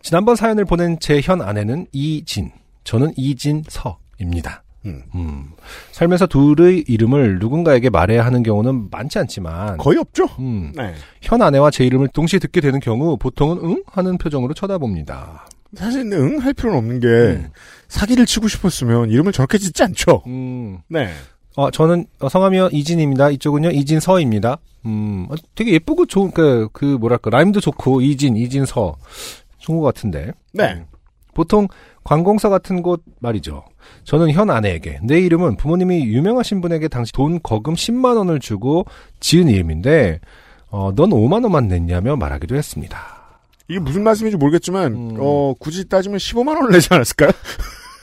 A: 지난번 사연을 보낸 제 현 아내는 이진, 저는 이진서입니다.
B: 음.
A: 음, 살면서 둘의 이름을 누군가에게 말해야 하는 경우는 많지 않지만
B: 거의 없죠.
A: 음,
B: 네
A: 현 아내와 제 이름을 동시에 듣게 되는 경우 보통은 응 하는 표정으로 쳐다봅니다.
B: 사실 응 할 필요는 없는 게
A: 음.
B: 사기를 치고 싶었으면 이름을 저렇게 짓지 않죠.
A: 음,
B: 네
A: 어, 저는 어, 성함이요 이진입니다. 이쪽은요 이진서입니다. 음, 어, 되게 예쁘고 좋은 그, 그 뭐랄까 라임도 좋고 이진 이진서 좋은 것 같은데.
B: 네.
A: 음, 보통 관공서 같은 곳 말이죠. 저는 현 아내에게 내 이름은 부모님이 유명하신 분에게 당시 돈 거금 10만 원을 주고 지은 이름인데 어, 넌 5만 원만 냈냐며 말하기도 했습니다.
B: 이게 무슨 말씀인지 모르겠지만
A: 음.
B: 어 굳이 따지면 15만 원을 내지 않았을까요?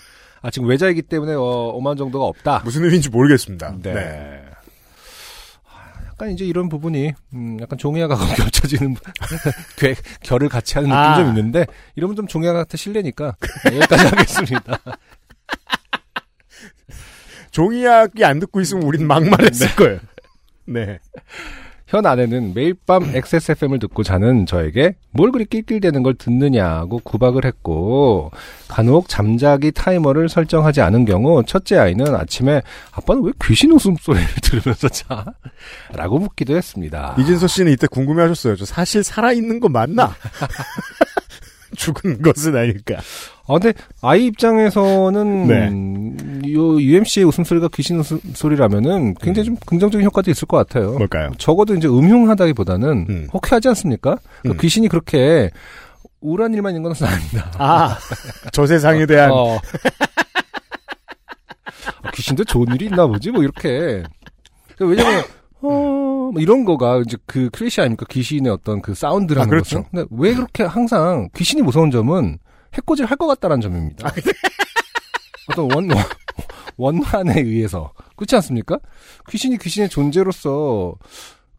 B: <laughs>
A: 아 지금 외자이기 때문에 어, 5만 원 정도가 없다.
B: 무슨 의미인지 모르겠습니다. 네.
A: 아, 약간 이제 이런 부분이 음, 약간 종이화가 <laughs> 겹쳐지는 괴- 결을 같이 하는 느낌
B: 아.
A: 이좀 있는데 이러면 좀 종이화한테 실례니까 네, 여기까지 하겠습니다.
B: 종이학이 안 듣고 있으면 우린 막말했을 거예요. 네.
A: 현 아내는 매일
B: <clears throat>
A: 밤 XSFM을 듣고 자는 저에게 뭘 그리 낄낄대는 걸 듣느냐고 구박을 했고 간혹 잠자기 타이머를 설정하지 않은 경우 첫째 아이는 아침에 아빠는 왜 귀신 웃음소리를 <laughs> 들으면서 자? 라고 묻기도 했습니다.
B: 이진서 씨는 이때 궁금해하셨어요. 저 사실 살아있는 거 맞나? <laughs> 죽은 것은 아닐까.
A: 아, 근데 아이 입장에서는
B: 네.
A: 음, 요 UMC의 웃음소리가 귀신 웃음소리라면은 굉장히 좀 긍정적인 효과도 있을 것 같아요.
B: 뭘까요?
A: 적어도 이제 음흉하다기보다는
B: 뭐- 음.
A: 혹해하지 않습니까? 그러니까
B: 음.
A: 귀신이 그렇게 우울한 일만 있는 것은 아니다.
B: 아, <laughs> 저 세상에 대한
A: 어. 아, 귀신도 좋은 일이 있나 보지 뭐 이렇게. 그러니까 왜냐면 어, 뭐 이런 거가 이제 그 클리셰 아닙니까 귀신의 어떤 그 사운드라는
B: 아, 그렇죠.
A: 것은. 근데 왜 그렇게 항상 귀신이 무서운 점은 해코지를 할 것 같다라는
B: 아,
A: 점입니다. 어떤 원 원- 원만에 의해서 그렇지 않습니까? 귀신이 귀신의 존재로서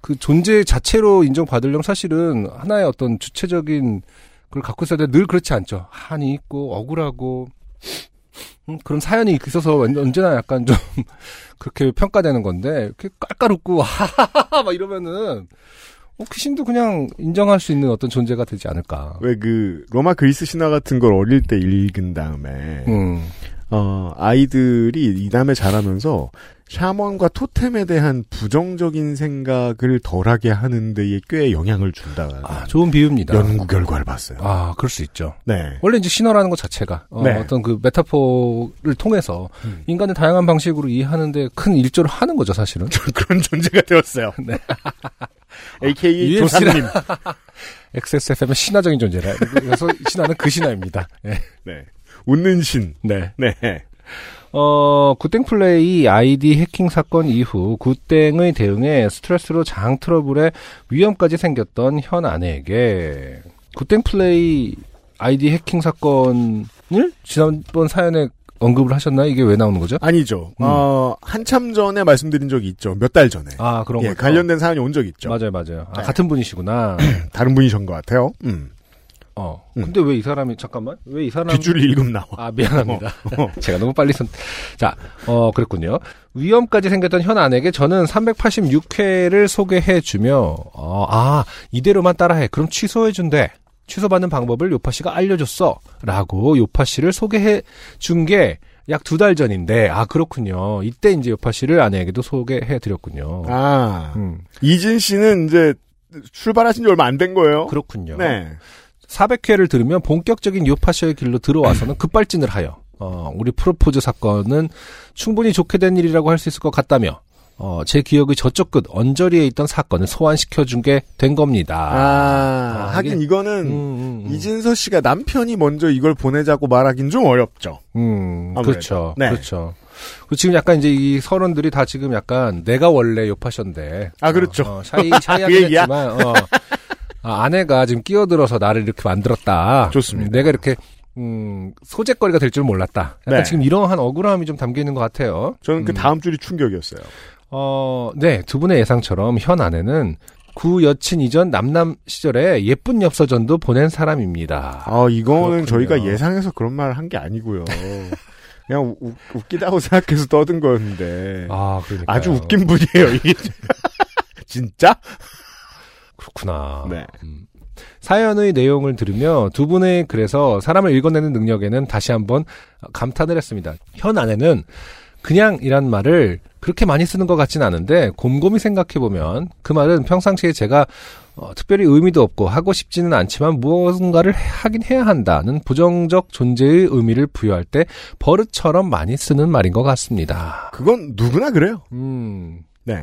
A: 그 존재 자체로 인정받으려면 사실은 하나의 어떤 주체적인 그걸 갖고 있어야 돼. 늘 그렇지 않죠. 한이 있고 억울하고 음, 그런 사연이 있어서 언- 언제나 약간 좀 <laughs> 그렇게 평가되는 건데 이렇게 깔깔 웃고 <laughs> 하하하 막 이러면은 어, 귀신도 그냥 인정할 수 있는 어떤 존재가 되지 않을까.
B: 왜 그 로마 그리스 신화 같은 걸 어릴 때 읽은 다음에
A: 음,
B: 어, 아이들이 이남에 자라면서 샤먼과 토템에 대한 부정적인 생각을 덜하게 하는 데에 꽤 영향을 준다.
A: 아 좋은 비유입니다.
B: 연구 결과를 봤어요.
A: 아 그럴 수 있죠.
B: 네.
A: 원래 이제 신화라는 것 자체가 어,
B: 네.
A: 떤그 메타포를 통해서 인간을 다양한 방식으로 이해하는데 큰 일조를 하는 거죠 사실은.
B: 그런 존재가 <laughs> 되었어요. 아,
A: 네.
B: AKA
A: UFC 라-
B: 조사님.
A: XSFM의 신화적인 존재라. 그래서 신화는 그 신화입니다. 예.
B: 네. 웃는 신.
A: 네.
B: 네.
A: 어, 굿땡플레이 아이디 해킹 사건 이후 굿땡의 대응에 스트레스로 장 트러블에 위험까지 생겼던 현 아내에게 굿땡플레이 아이디 해킹 사건을 지난번 사연에 언급을 하셨나요? 이게 왜 나오는 거죠?
B: 아니죠.
A: 음.
B: 어, 한참 전에 말씀드린 적이 있죠. 몇 달 전에.
A: 아, 그런
B: 예,
A: 거죠.
B: 관련된 사연이 온 적이 있죠.
A: 맞아요, 맞아요. 아,
B: 네. 음.
A: 같은 분이시구나.
B: 다른 분이신 것 같아요. 음.
A: 어.
B: 음.
A: 근데 왜 이 사람이, 잠깐만. 왜 이 사람이.
B: 뒷줄 읽음 나와.
A: 아, 미안합니다.
B: 어.
A: <laughs> 제가 너무 빨리 손. 자, 어, 그랬군요. 위험까지 생겼던 현 아내에게 저는 386회를 소개해주며, 어, 아, 이대로만 따라해. 그럼 취소해준대. 취소받는 방법을 요파 씨가 알려줬어. 라고 요파 씨를 소개해 준 게 약 두 달 전인데, 아, 그렇군요. 이때 이제 요파 씨를 아내에게도 소개해 드렸군요.
B: 아,
A: 음,
B: 이진 씨는 이제 출발하신 지 얼마 안 된 거예요.
A: 그렇군요.
B: 네.
A: 400회를 들으면 본격적인 요파쇼의 길로
B: <clears throat>
A: 들어와서는 급발진을 하여 어, 우리 프로포즈 사건은 충분히 좋게 된 일이라고 할 수 있을 것 같다며 어, 제 기억의 저쪽 끝 언저리에 있던 사건을 소환시켜 준 게 된 겁니다.
B: 아,
A: 아,
B: 하긴
A: 이게-
B: 이거는
A: 음, 음, 음.
B: 이진서 씨가 남편이 먼저 이걸 보내자고 말하긴 좀 어렵죠.
A: 음,
B: 아무래도.
A: 그렇죠.
B: 네.
A: 그렇죠. 그리고 지금 약간 이제 이 서론들이 다 지금 약간 내가 원래 요파션데.
B: 아, 그렇죠.
A: 어, 어, 샤이,
B: <laughs> 그
A: 샤이하긴
B: 얘기야?
A: 했지만, 어, 아, 아내가 지금 끼어들어서 나를 이렇게 만들었다.
B: 좋습니다.
A: 음, 내가 이렇게, 음, 소재거리가 될 줄 몰랐다. 약간
B: 네.
A: 지금 이러한 억울함이 좀 담겨 있는 것 같아요.
B: 저는 그
A: 음.
B: 다음 줄이 충격이었어요.
A: 어, 네, 두 분의 예상처럼 현 아내는 구 여친 이전 남남 시절에 예쁜 엽서전도 보낸 사람입니다.
B: 아, 이거는
A: 그렇군요.
B: 저희가 예상해서 그런 말을 한 게 아니고요. 그냥 우- 웃기다고 생각해서 떠든 거였는데
A: 아, 그러니까.
B: 네. 아주 웃긴 분이에요. 이게 <laughs> 진짜?
A: 그렇구나.
B: 네.
A: 음. 사연의 내용을 들으며 두 분의 그래서 사람을 읽어내는 능력에는 다시 한번 감탄을 했습니다. 현 아내는 그냥이란 말을 그렇게 많이 쓰는 것 같진 않은데 곰곰이 생각해보면 그 말은 평상시에 제가 어, 특별히 의미도 없고 하고 싶지는 않지만 무언가를 하긴 해야 한다는 부정적 존재의 의미를 부여할 때 버릇처럼 많이 쓰는 말인 것 같습니다.
B: 그건 누구나 그래요.
A: 음,
B: 네.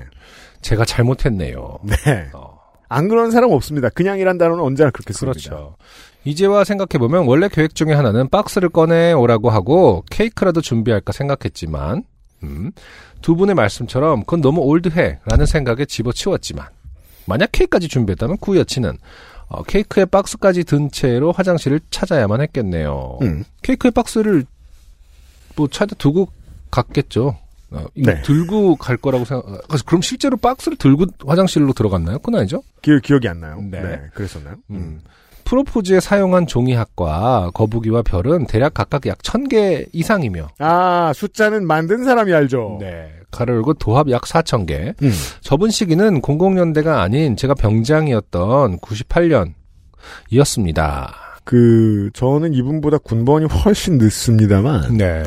A: 제가 잘못했네요.
B: 네.
A: 어.
B: 안 그런 사람 없습니다. 그냥이란 단어는 언제나 그렇게 씁니다.
A: 그렇죠. 이제와 생각해보면 원래 계획 중에 하나는 박스를 꺼내오라고 하고 케이크라도 준비할까 생각했지만, 음, 두 분의 말씀처럼 그건 너무 올드해 라는 생각에 집어치웠지만, 만약 케이크까지 준비했다면 구 여친은 어, 케이크의 박스까지 든 채로 화장실을 찾아야만 했겠네요.
B: 음.
A: 케이크의 박스를 뭐 찾아 두고 갔겠죠. 어, 이거
B: 네.
A: 들고 갈 거라고 생각. 어, 그래서 그럼 실제로 박스를 들고 화장실로 들어갔나요? 그건 아니죠?
B: 기, 기억이 안 나요.
A: 네.
B: 네. 그랬었나요?
A: 음. 프로포즈에 사용한 종이학과 거북이와 별은 대략 각각 약 1000개 이상이며
B: 아, 숫자는 만든 사람이 알죠.
A: 네. 가로 열고 도합 약 4000개.
B: 어. 음.
A: 접은 시기는 00년대가 아닌 제가 병장이었던 98년 이었습니다.
B: 그 저는 이분보다 군번이 <laughs> 훨씬 늦습니다만
A: 네.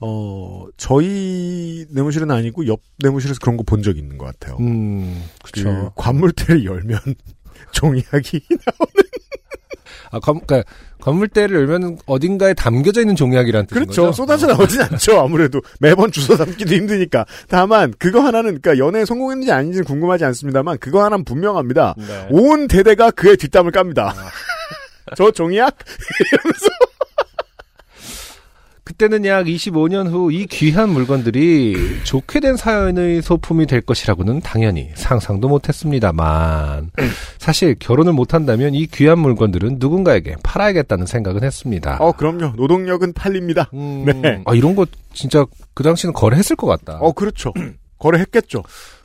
B: 어 저희 내무실은 아니고 옆 내무실에서 그런 거 본 적 있는 것 같아요.
A: 음.
B: 그
A: 그렇죠.
B: 관물대를 <laughs> 열면 종이학이
A: 아, 건, 그러니까 건물대를 열면 어딘가에 담겨져 있는 종이학이라는 뜻인
B: 그렇죠
A: 거죠?
B: 쏟아져
A: 어.
B: 나오진 않죠 아무래도 매번 주워 담기도 힘드니까 다만 그거 하나는 그러니까 연애에 성공했는지 아닌지는 궁금하지 않습니다만 그거 하나는 분명합니다
A: 네.
B: 온 대대가 그의 뒷담을 깝니다
A: 아.
B: <laughs> 저 종이학
A: 그때는 약 25년 후 이 귀한 물건들이 좋게 된 사연의 소품이 될 것이라고는 당연히 상상도 못했습니다만 사실 결혼을 못한다면 이 귀한 물건들은 누군가에게 팔아야겠다는 생각은 했습니다.
B: 어 그럼요 노동력은 팔립니다
A: 음,
B: 네.
A: 아, 이런 거 진짜 그 당시는 거래했을 것 같다.
B: 어 그렇죠 <clears throat> 거래했겠죠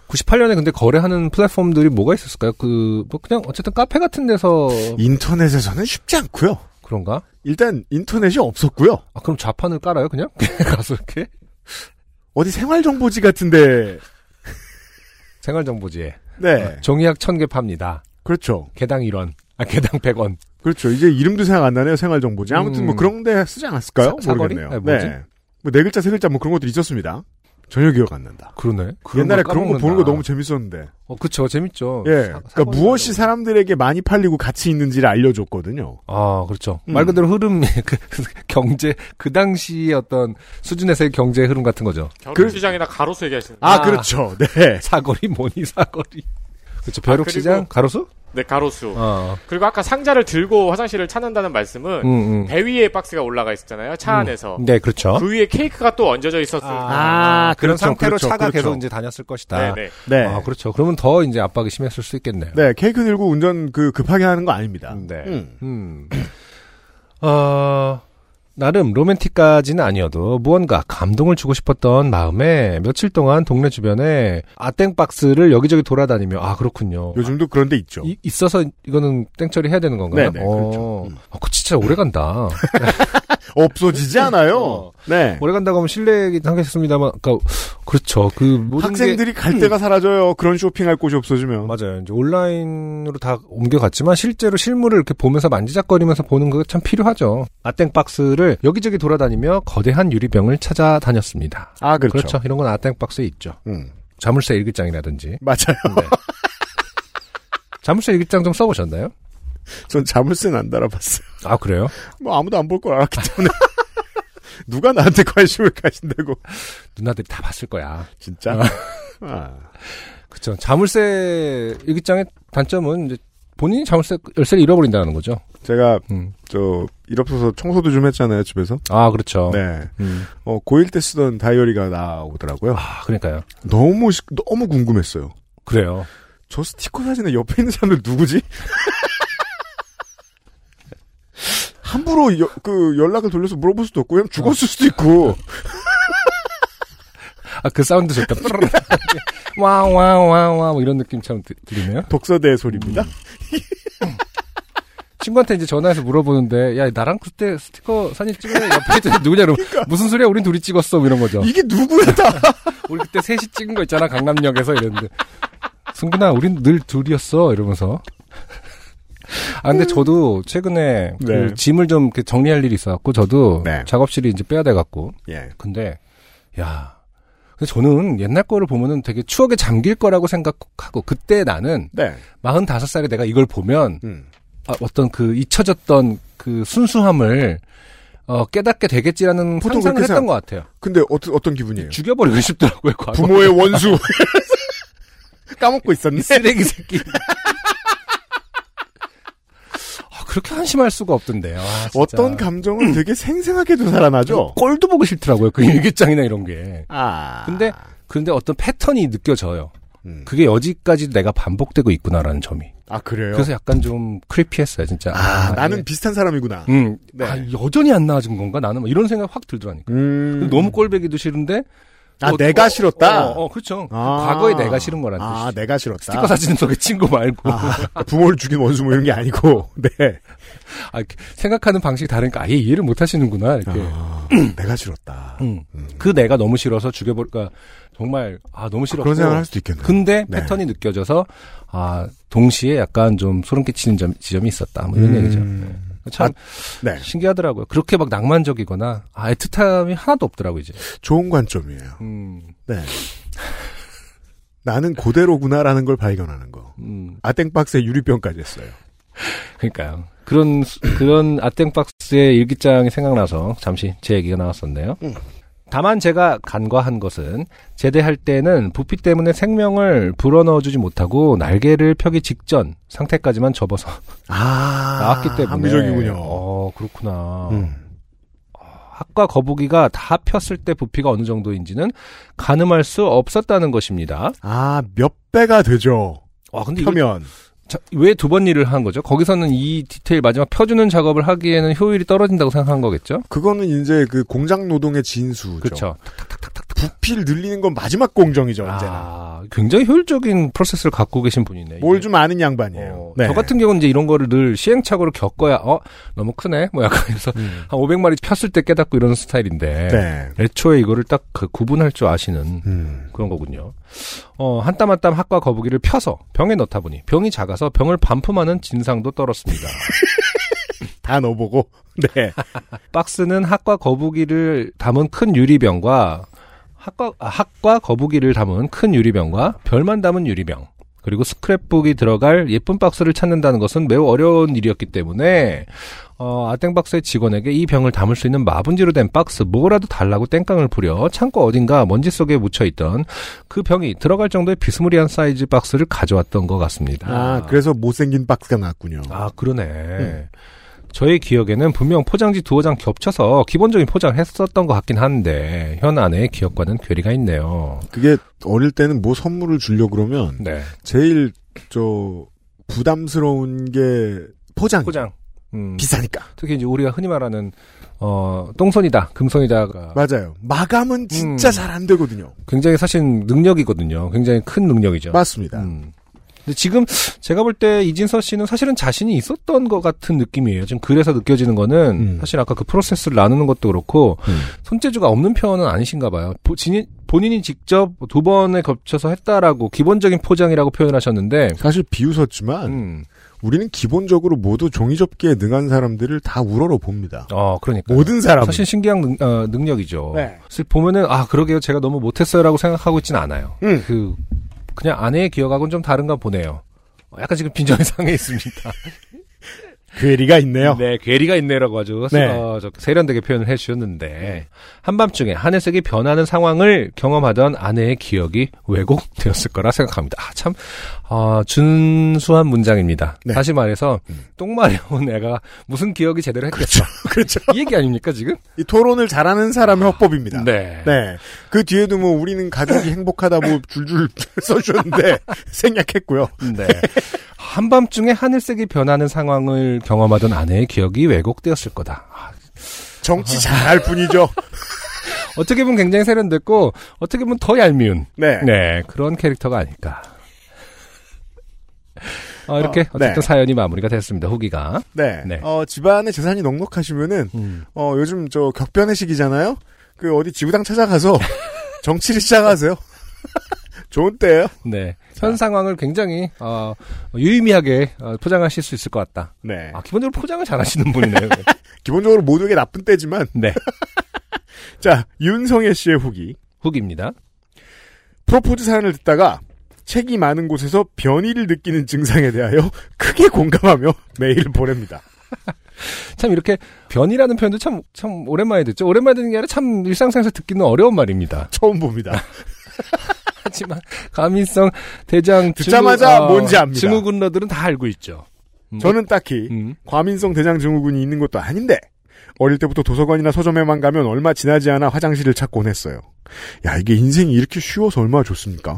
A: 98년에 근데 거래하는 플랫폼들이 뭐가 있었을까요? 그, 뭐 그냥 어쨌든 카페 같은 데서
B: 인터넷에서는 쉽지 않고요
A: 그런가?
B: 일단 인터넷이 없었고요
A: 아, 그럼 좌판을 깔아요, 그냥? <laughs> 가서 이렇게?
B: 어디 생활정보지 같은데
A: 생활정보지에.
B: 네
A: 종이약 1000개 팝니다.
B: 그렇죠
A: 개당 1원. 아, 개당 100원.
B: 그렇죠. 이제 이름도 생각 안 나네요. 생활정보지. 아무튼
A: 음.
B: 뭐 그런 데 쓰지 않았을까요?
A: 사- 사거리?
B: 모르겠네요.
A: 아니, 뭐지?
B: 네. 뭐네 글자, 세 글자 뭐 그런 것들이 있었습니다. 전혀 기억 안 난다.
A: 그러네. 그런
B: 옛날에
A: 걸
B: 그런 거
A: 까먹는다.
B: 보는 거 너무 재밌었는데.
A: 어, 그쵸. 재밌죠.
B: 예.
A: 사-
B: 그러니까
A: 사건이
B: 무엇이
A: 나는-
B: 사람들에게 많이 팔리고 가치 있는지를 알려줬거든요.
A: 아, 그렇죠.
B: 음.
A: 말 그대로 흐름, <laughs> 그, 경제, 그 당시의 어떤 수준에서의 경제 흐름 같은 거죠.
H: 결혼시장이나 가로수 얘기하시는 거.
B: 아,
A: 아.
B: 그렇죠.
A: <laughs>
B: 네.
A: 사거리, 뭐니, 사거리. 그렇죠. 벼룩시장,
H: 아, 그리고-
A: 가로수?
H: 네, 가로수.
A: 어.
H: 그리고 아까 상자를 들고 화장실을 찾는다는 말씀은
A: 음,
H: 배 위에 박스가 올라가 있었잖아요. 차
A: 음.
H: 안에서.
A: 네, 그렇죠.
H: 그 위에 케이크가 또 얹어져 있었을
B: 아,
A: 그런
B: 그렇죠,
A: 상태로
B: 그렇죠,
A: 차가
B: 그렇죠.
A: 계속 이제 다녔을 것이다.
H: 네, 네.
B: 네.
A: 아, 그렇죠. 그러면 더 이제 압박이 심했을 수 있겠네요.
B: 네. 케이크 들고 운전 그 급하게 하는 거 아닙니다.
A: 네.
B: 음.
A: 음. 어, 나름 로맨틱까지는 아니어도 무언가 감동을 주고 싶었던 마음에 며칠 동안 동네 주변에 아땡박스를 여기저기 돌아다니며 아 그렇군요.
B: 요즘도 그런 데 있죠.
A: 이- 있어서 이거는 땡처리 해야 되는 건가요?
B: 네네,
A: 어,
B: 그렇죠. 음.
A: 아, 그거 진짜 오래
B: <laughs>
A: 간다.
B: 없어지지 않아요.
A: <laughs> 어. 뭐
B: 네.
A: 오래 간다고 하면 실례이긴 하겠습니다만, 그러니까 그렇죠. 그 모든 게 음.
B: 학생들이 갈 데가 사라져요. 그런 쇼핑할 곳이 없어지면.
A: 맞아요. 이제 온라인으로 다 옮겨갔지만 실제로 실물을 이렇게 보면서 만지작거리면서 보는 그게 참 필요하죠. 아땡박스를 여기저기 돌아다니며 거대한 유리병을 찾아다녔습니다.
B: 아, 그렇죠.
A: 그렇죠. 이런 건 아땡박스에 있죠.
B: 음.
A: 자물쇠 일기장이라든지.
B: <laughs> 맞아요.
A: 네. 자물쇠 일기장 좀 써보셨나요?
B: 전 자물쇠는 안 달아봤어요.
A: 아 그래요?
B: 뭐 아무도 안 볼 걸 알았기 때문에. <laughs> 누가 나한테 관심을 가진다고.
A: 누나들이 다 봤을 거야.
B: 진짜. 아.
A: 그렇죠. 자물쇠 일기장의 단점은 이제 본인이 자물쇠 열쇠를 잃어버린다는 거죠.
B: 제가,
A: 음.
B: 저, 일없어서 청소도 좀 했잖아요, 집에서.
A: 아 그렇죠.
B: 네.
A: 음.
B: 어, 고1 때 쓰던 다이어리가 나오더라고요.
A: 아 그러니까요.
B: 너무, 시- 너무 궁금했어요.
A: 그래요.
B: 저 스티커 사진에 옆에 있는 사람들 누구지? <laughs> 함부로 여- 그 연락을 돌려서 물어볼 수도 없고 그냥 죽었을 수도 있고
A: 아 그 사운드 좋다. <laughs> 와와와와 뭐 이런 느낌처럼 들- 들리네요.
B: 독서대
A: 음.
B: 소리입니다.
A: 친구한테 이제 전화해서 물어보는데 야 나랑 그때 스티커 사진 찍은 애 옆에 있던 애 누구냐 이러면 무슨 소리야 우린 둘이 찍었어 뭐 이런 거죠.
B: 이게
A: <laughs>
B: 누구였다.
A: 우리 그때 셋이 찍은 거 있잖아 강남역에서 이랬는데 승근아 우린 늘 둘이었어 이러면서 아 근데 저도 최근에 그
B: 네.
A: 짐을 좀 이렇게 정리할 일이 있어갖고 저도
B: 네.
A: 작업실이 이제 빼야 돼갖고
B: 예.
A: 근데 야 근데 저는 옛날 거를 보면은 되게 추억에 잠길 거라고 생각하고 그때 나는
B: 네.
A: 45살에 내가 이걸 보면
B: 음.
A: 아, 어떤 그 잊혀졌던 그 순수함을 어, 깨닫게 되겠지라는
B: 보통
A: 상상을
B: 그렇게
A: 했던 것
B: 생각-
A: 같아요.
B: 근데 어떤 어떤 기분이에요?
A: 죽여버리고 싶더라고요. 과거.
B: 부모의 원수. 아, <laughs> 까먹고 있었네.
A: 쓰레기
B: <laughs>
A: 새끼. 아, 그렇게 한심할 수가 없던데요. 아, 진짜.
B: 어떤 감정은
A: 음.
B: 되게 생생하게도 살아나죠.
A: 꼴도 보기 싫더라고요. 그 일기장이나 이런 게.
B: 음. 아.
A: 음. 근데 그런데 어떤 패턴이 느껴져요.
B: 음.
A: 그게 여지까지 내가 반복되고 있구나라는 점이.
B: 아 그래요.
A: 그래서 약간 좀 크리피했어요, 진짜.
B: 아, 나는
A: 이게-
B: 비슷한 사람이구나.
A: 음,
B: 네.
A: 아, 여전히 안 나아진 건가? 나는 막 이런 생각 확 들더라니까.
B: 음.
A: 너무 꼴배기도 싫은데
B: 아
A: 어,
B: 내가
A: 어,
B: 싫었다.
A: 어, 어, 그렇죠.
B: 아.
A: 과거에 내가 싫은 거라는
B: 아
A: 뜻이죠.
B: 내가 싫었다.
A: 스티커 사진 속에 친구 말고
B: 아, 부모를 죽인 원수 뭐 이런
A: <laughs>
B: 게 아니고, 네.
A: 아, 이렇게 생각하는 방식이 다르니까 아예 이해를 못 하시는구나 이렇게.
B: 아. 내가 싫었다.
A: 음. 그 내가 너무 싫어서 죽여볼까 정말 아 너무 싫어.
B: 그런 생각을 할 수도 있겠네요.
A: 근데
B: 네.
A: 패턴이 느껴져서 아 동시에 약간 좀 소름 끼치는 점, 지점이 있었다 뭐 이런
B: 음.
A: 얘기죠. 네. 참
B: 네.
A: 신기하더라고요. 그렇게 막 낭만적이거나 아, 애틋함이 하나도 없더라고 이제.
B: 좋은 관점이에요.
A: 음,
B: 네. 나는 그대로구나라는 걸 발견하는 거.
A: 음.
B: 아땡박스에 유리병까지 했어요.
A: 그러니까요. 그런 수- 그런 아땡박스의 일기장이 생각나서 잠시 제 얘기가 나왔었네요. 다만 제가 간과한 것은 제대할 때는 부피 때문에 생명을 불어넣어주지 못하고 날개를 펴기 직전 상태까지만 접어서
B: 아.
A: 나왔기 때문에
B: 합리적이군요.
A: 어 그렇구나.
B: 음.
A: 학과 거북이가 다 폈을 때 부피가 어느 정도인지는 가늠할 수 없었다는 것입니다.
B: 아, 몇 배가 되죠.
A: 와 근데 이거
B: 펴면.
A: 왜 두 번 일을 한 거죠? 거기서는 이 디테일 마지막 펴주는 작업을 하기에는 효율이 떨어진다고 생각한 거겠죠?
B: 그거는 이제 그 공장 노동의 진수죠.
A: 그렇죠.
B: 부피를 늘리는 건 마지막 공정이죠, 언제나.
A: 아, 굉장히 효율적인 프로세스를 갖고 계신 분이네.
B: 뭘
A: 이게.
B: 좀 아는 양반이에요.
A: 어,
B: 네.
A: 저 같은 경우는 이제 이런 거를 늘 시행착오로 겪어야 어 너무 크네 뭐 약간 그래서
B: 음.
A: 한 500마리 폈을 때 깨닫고 이런 스타일인데
B: 네.
A: 애초에 이거를 딱그 구분할 줄 아시는
B: 음.
A: 그런 거군요. 어, 한 땀 한 땀 학과 거북이를 펴서 병에 넣다 보니 병이 작아서 병을 반품하는 진상도 떨었습니다.
B: 다 넣어보고. <laughs> 네.
A: 박스는 학과 거북이를 담은 큰 유리병과 학과, 아, 학과 거북이를 담은 큰 유리병과 별만 담은 유리병 그리고 스크랩북이 들어갈 예쁜 박스를 찾는다는 것은 매우 어려운 일이었기 때문에 어, 아땡박스의 직원에게 이 병을 담을 수 있는 마분지로 된 박스 뭐라도 달라고 땡깡을 부려 창고 어딘가 먼지 속에 묻혀있던 그 병이 들어갈 정도의 비스무리한 사이즈 박스를 가져왔던 것 같습니다.
B: 아, 그래서 못생긴 박스가 나왔군요.
A: 아, 그러네. 저의 기억에는 분명 포장지 두어 장 겹쳐서 기본적인 포장을 했었던 것 같긴 한데, 현 아내의 기억과는 괴리가 있네요.
B: 그게 어릴 때는 뭐 선물을 주려고 그러면
A: 네.
B: 제일 저 부담스러운 게 포장.
A: 포장. 음,
B: 비싸니까.
A: 특히 이제 우리가 흔히 말하는, 어, 똥손이다, 금손이다가
B: 맞아요. 마감은 진짜
A: 음.
B: 잘 안 되거든요.
A: 굉장히 사실 능력이거든요. 굉장히 큰 능력이죠.
B: 맞습니다.
A: 음. 근데 지금 제가 볼 때 이진서 씨는 사실은 자신이 있었던 것 같은 느낌이에요. 지금 그래서 느껴지는 거는
B: 음.
A: 사실 아까 그 프로세스를 나누는 것도 그렇고
B: 음.
A: 손재주가 없는 편은 아니신가 봐요. 보, 진, 본인이 직접 두 번에 걸쳐서 했다라고 기본적인 포장이라고 표현하셨는데
B: 사실 비웃었지만
A: 음.
B: 우리는 기본적으로 모두 종이 접기에 능한 사람들을 다 우러러 봅니다.
A: 어, 그러니까.
B: 모든 사람.
A: 사실 신기한 능, 어, 능력이죠.
B: 네.
A: 사실 보면은 아 그러게요 제가 너무 못했어요라고 생각하고 있지는 않아요.
B: 음.
A: 그 그냥 아내의 기억하고는 좀 다른가 보네요. 어, 약간 지금 <laughs> 빈정이 상해 있습니다.
B: <laughs> 괴리가 있네요.
A: 네, 괴리가 있네라고 아주
B: 네.
A: 어, 저 세련되게 표현을 해주셨는데 한밤중에 하늘색이 변하는 상황을 경험하던 아내의 기억이 왜곡되었을 거라 생각합니다. 아, 참 어, 준수한 문장입니다.
B: 네.
A: 다시 말해서 똥마려 온 애가 무슨 기억이 제대로 했겠어?
B: <laughs> 그렇죠.
A: 이 얘기 아닙니까 지금?
B: 이 토론을 잘하는 사람의 허법입니다.
A: 아, 네.
B: 네. 그 뒤에도 뭐 우리는 가족이 행복하다 뭐 줄줄 <laughs> 써주셨는데 <laughs> 생략했고요.
A: 네. 한밤중에 하늘색이 변하는 상황을 경험하던 아내의 기억이 왜곡되었을 거다. 아,
B: 정치 잘할 뿐이죠.
A: 어떻게 보면 굉장히 세련됐고 어떻게 보면 더 얄미운
B: 네.
A: 네, 그런 캐릭터가 아닐까. 어, 이렇게
B: 어,
A: 어,
B: 네.
A: 쨌든 사연이 마무리가 됐습니다. 후기가
B: 네.
A: 네. 음.
B: 어, 집안의 재산이 넉넉하시면은 어, 요즘 저 격변의 시기잖아요. 그 어디 지구당 찾아가서 <laughs> 정치를 시작하세요. <laughs> 좋은 때예요.
A: 네, 현 상황을 굉장히 어, 유의미하게 어, 포장하실 수 있을 것 같다.
B: 네.
A: 아, 기본적으로 포장을 잘하시는
B: <laughs>
A: 분이네요.
B: 기본적으로 모두에게 나쁜 때지만
A: 네,
B: 자, 윤성애 씨의 후기.
A: 후기입니다.
B: 프로포즈 사연을 듣다가 책이 많은 곳에서 변이를 느끼는 증상에 대하여 크게 공감하며 <laughs> 메일을 보냅니다.
A: 참 이렇게 변이라는 표현도 참 참 오랜만에 듣죠. 오랜만에 듣는 게 아니라 참 일상생활에서 듣기는 어려운 말입니다. <laughs>
B: 처음 봅니다.
A: 하지만 가민성 대장
B: 듣자마자
A: 증후,
B: 뭔지 압니다.
A: 증후군러들은 다 알고 있죠. 음,
B: 저는 딱히
A: 음,
B: 과민성 대장증후군이 있는 것도 아닌데 어릴 때부터 도서관이나 서점에만 가면 얼마 지나지 않아 화장실을 찾곤 했어요. 야 이게 인생이 이렇게 쉬워서 얼마나 좋습니까?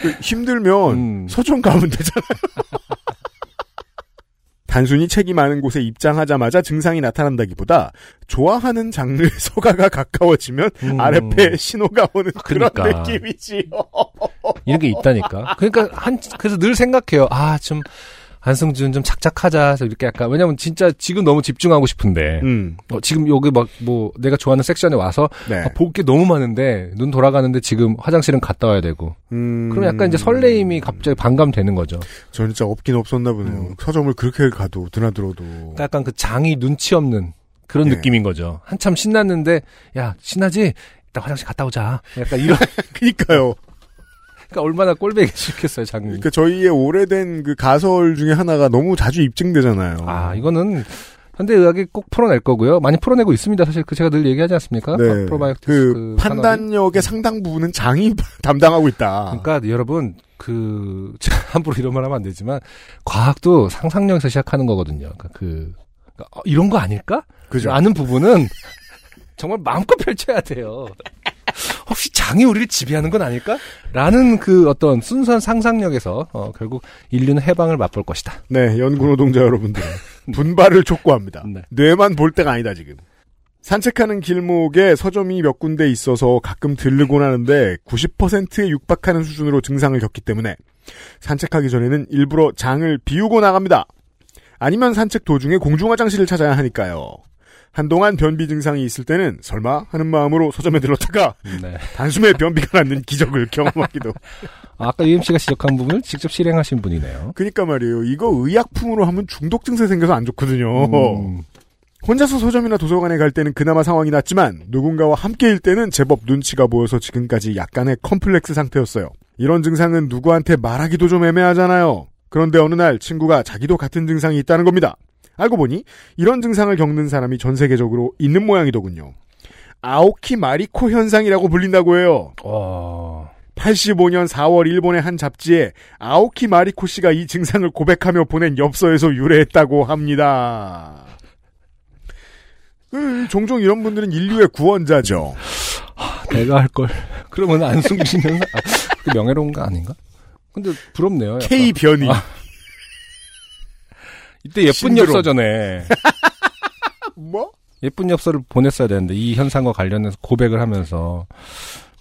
B: 그 힘들면
A: 음.
B: 서점 가면 되잖아요. <laughs> 단순히 책이 많은 곳에 입장하자마자 증상이 나타난다기보다 좋아하는 장르의 <laughs> 서가가 가까워지면
A: 음.
B: 아랫배에 신호가 오는 그런
A: 그러니까.
B: 느낌이지요.
A: 이런 게 있다니까. 그러니까 한 그래서 늘 생각해요. 아 좀 안승준 좀 착착하자. 그래서 이렇게 약간 왜냐면 진짜 지금 너무 집중하고 싶은데
B: 음,
A: 어, 지금 여기 막 뭐 내가 좋아하는 섹션에 와서
B: 네.
A: 볼 게 너무 많은데 눈 돌아가는데 지금 화장실은 갔다 와야 되고
B: 음.
A: 그럼 약간 이제 설레임이 갑자기 반감되는 거죠.
B: 저는 진짜 없긴 없었나 보네요. 서점을 그렇게 가도 드나들어도.
A: 그러니까 약간 그 장이 눈치 없는 그런
B: 예.
A: 느낌인 거죠. 한참 신났는데 야 신나지? 일단 화장실 갔다 오자. 약간 이런 <laughs>
B: 그니까요.
A: 그러니까 얼마나 꼴배기 싫겠어요 장님.
B: 그러니까 저희의 오래된 그 가설 중에 하나가 너무 자주 입증되잖아요.
A: 아, 이거는 현대의학이 꼭 풀어낼 거고요. 많이 풀어내고 있습니다. 사실 그 제가 늘 얘기하지 않습니까?
B: 네.
A: 프로바이오틱스
B: 그,
A: 그 산업이.
B: 판단력의 상당 부분은 장이 <laughs> 담당하고 있다.
A: 그러니까 여러분 그 <laughs> 제가 함부로 이런 말 하면 안 되지만 과학도 상상력에서 시작하는 거거든요. 그러니까 그 그러니까 어, 이런 거 아닐까?
B: 그죠.
A: 아는 부분은 <laughs> 정말 마음껏 펼쳐야 돼요. 혹시 장이 우리를 지배하는 건 아닐까? 라는 그 어떤 순수한 상상력에서 어, 결국 인류는 해방을 맛볼 것이다.
B: 네, 연구 노동자 여러분들 분발을 촉구합니다.
A: 네.
B: 뇌만 볼 때가 아니다 지금. 산책하는 길목에 서점이 몇 군데 있어서 가끔 들르곤 하는데 90%에 육박하는 수준으로 증상을 겪기 때문에 산책하기 전에는 일부러 장을 비우고 나갑니다. 아니면 산책 도중에 공중 화장실을 찾아야 하니까요. 한동안 변비 증상이 있을 때는 설마 하는 마음으로 서점에 들렀다가
A: 네.
B: 단숨에 변비가 낫는 기적을 경험하기도.
A: 아, 아까 UMC가 지적한 부분을 직접 실행하신 분이네요.
B: 그니까 그러니까 말이에요. 이거 의약품으로 하면 중독 증세 생겨서 안 좋거든요.
A: 음.
B: 혼자서 서점이나 도서관에 갈 때는 그나마 상황이 낫지만 누군가와 함께일 때는 제법 눈치가 보여서 지금까지 약간의 컴플렉스 상태였어요. 이런 증상은 누구한테 말하기도 좀 애매하잖아요. 그런데 어느 날 친구가 자기도 같은 증상이 있다는 겁니다. 알고 보니 이런 증상을 겪는 사람이 전 세계적으로 있는 모양이더군요. 아오키 마리코 현상이라고 불린다고 해요.
A: 어,
B: 85년 4월 일본의 한 잡지에 아오키 마리코 씨가 이 증상을 고백하며 보낸 엽서에서 유래했다고 합니다. 음, 종종 이런 분들은 인류의 구원자죠.
A: 내가 할 걸. <laughs> 그러면 안 숨기시면서 아, 그 명예로운 거 아닌가? 근데 부럽네요. 약간.
B: K 변이.
A: 아. 이때 예쁜
B: 신드롬.
A: 엽서전에 <laughs>
B: 뭐?
A: 예쁜 엽서를 보냈어야 되는데 이 현상과 관련해서 고백을 하면서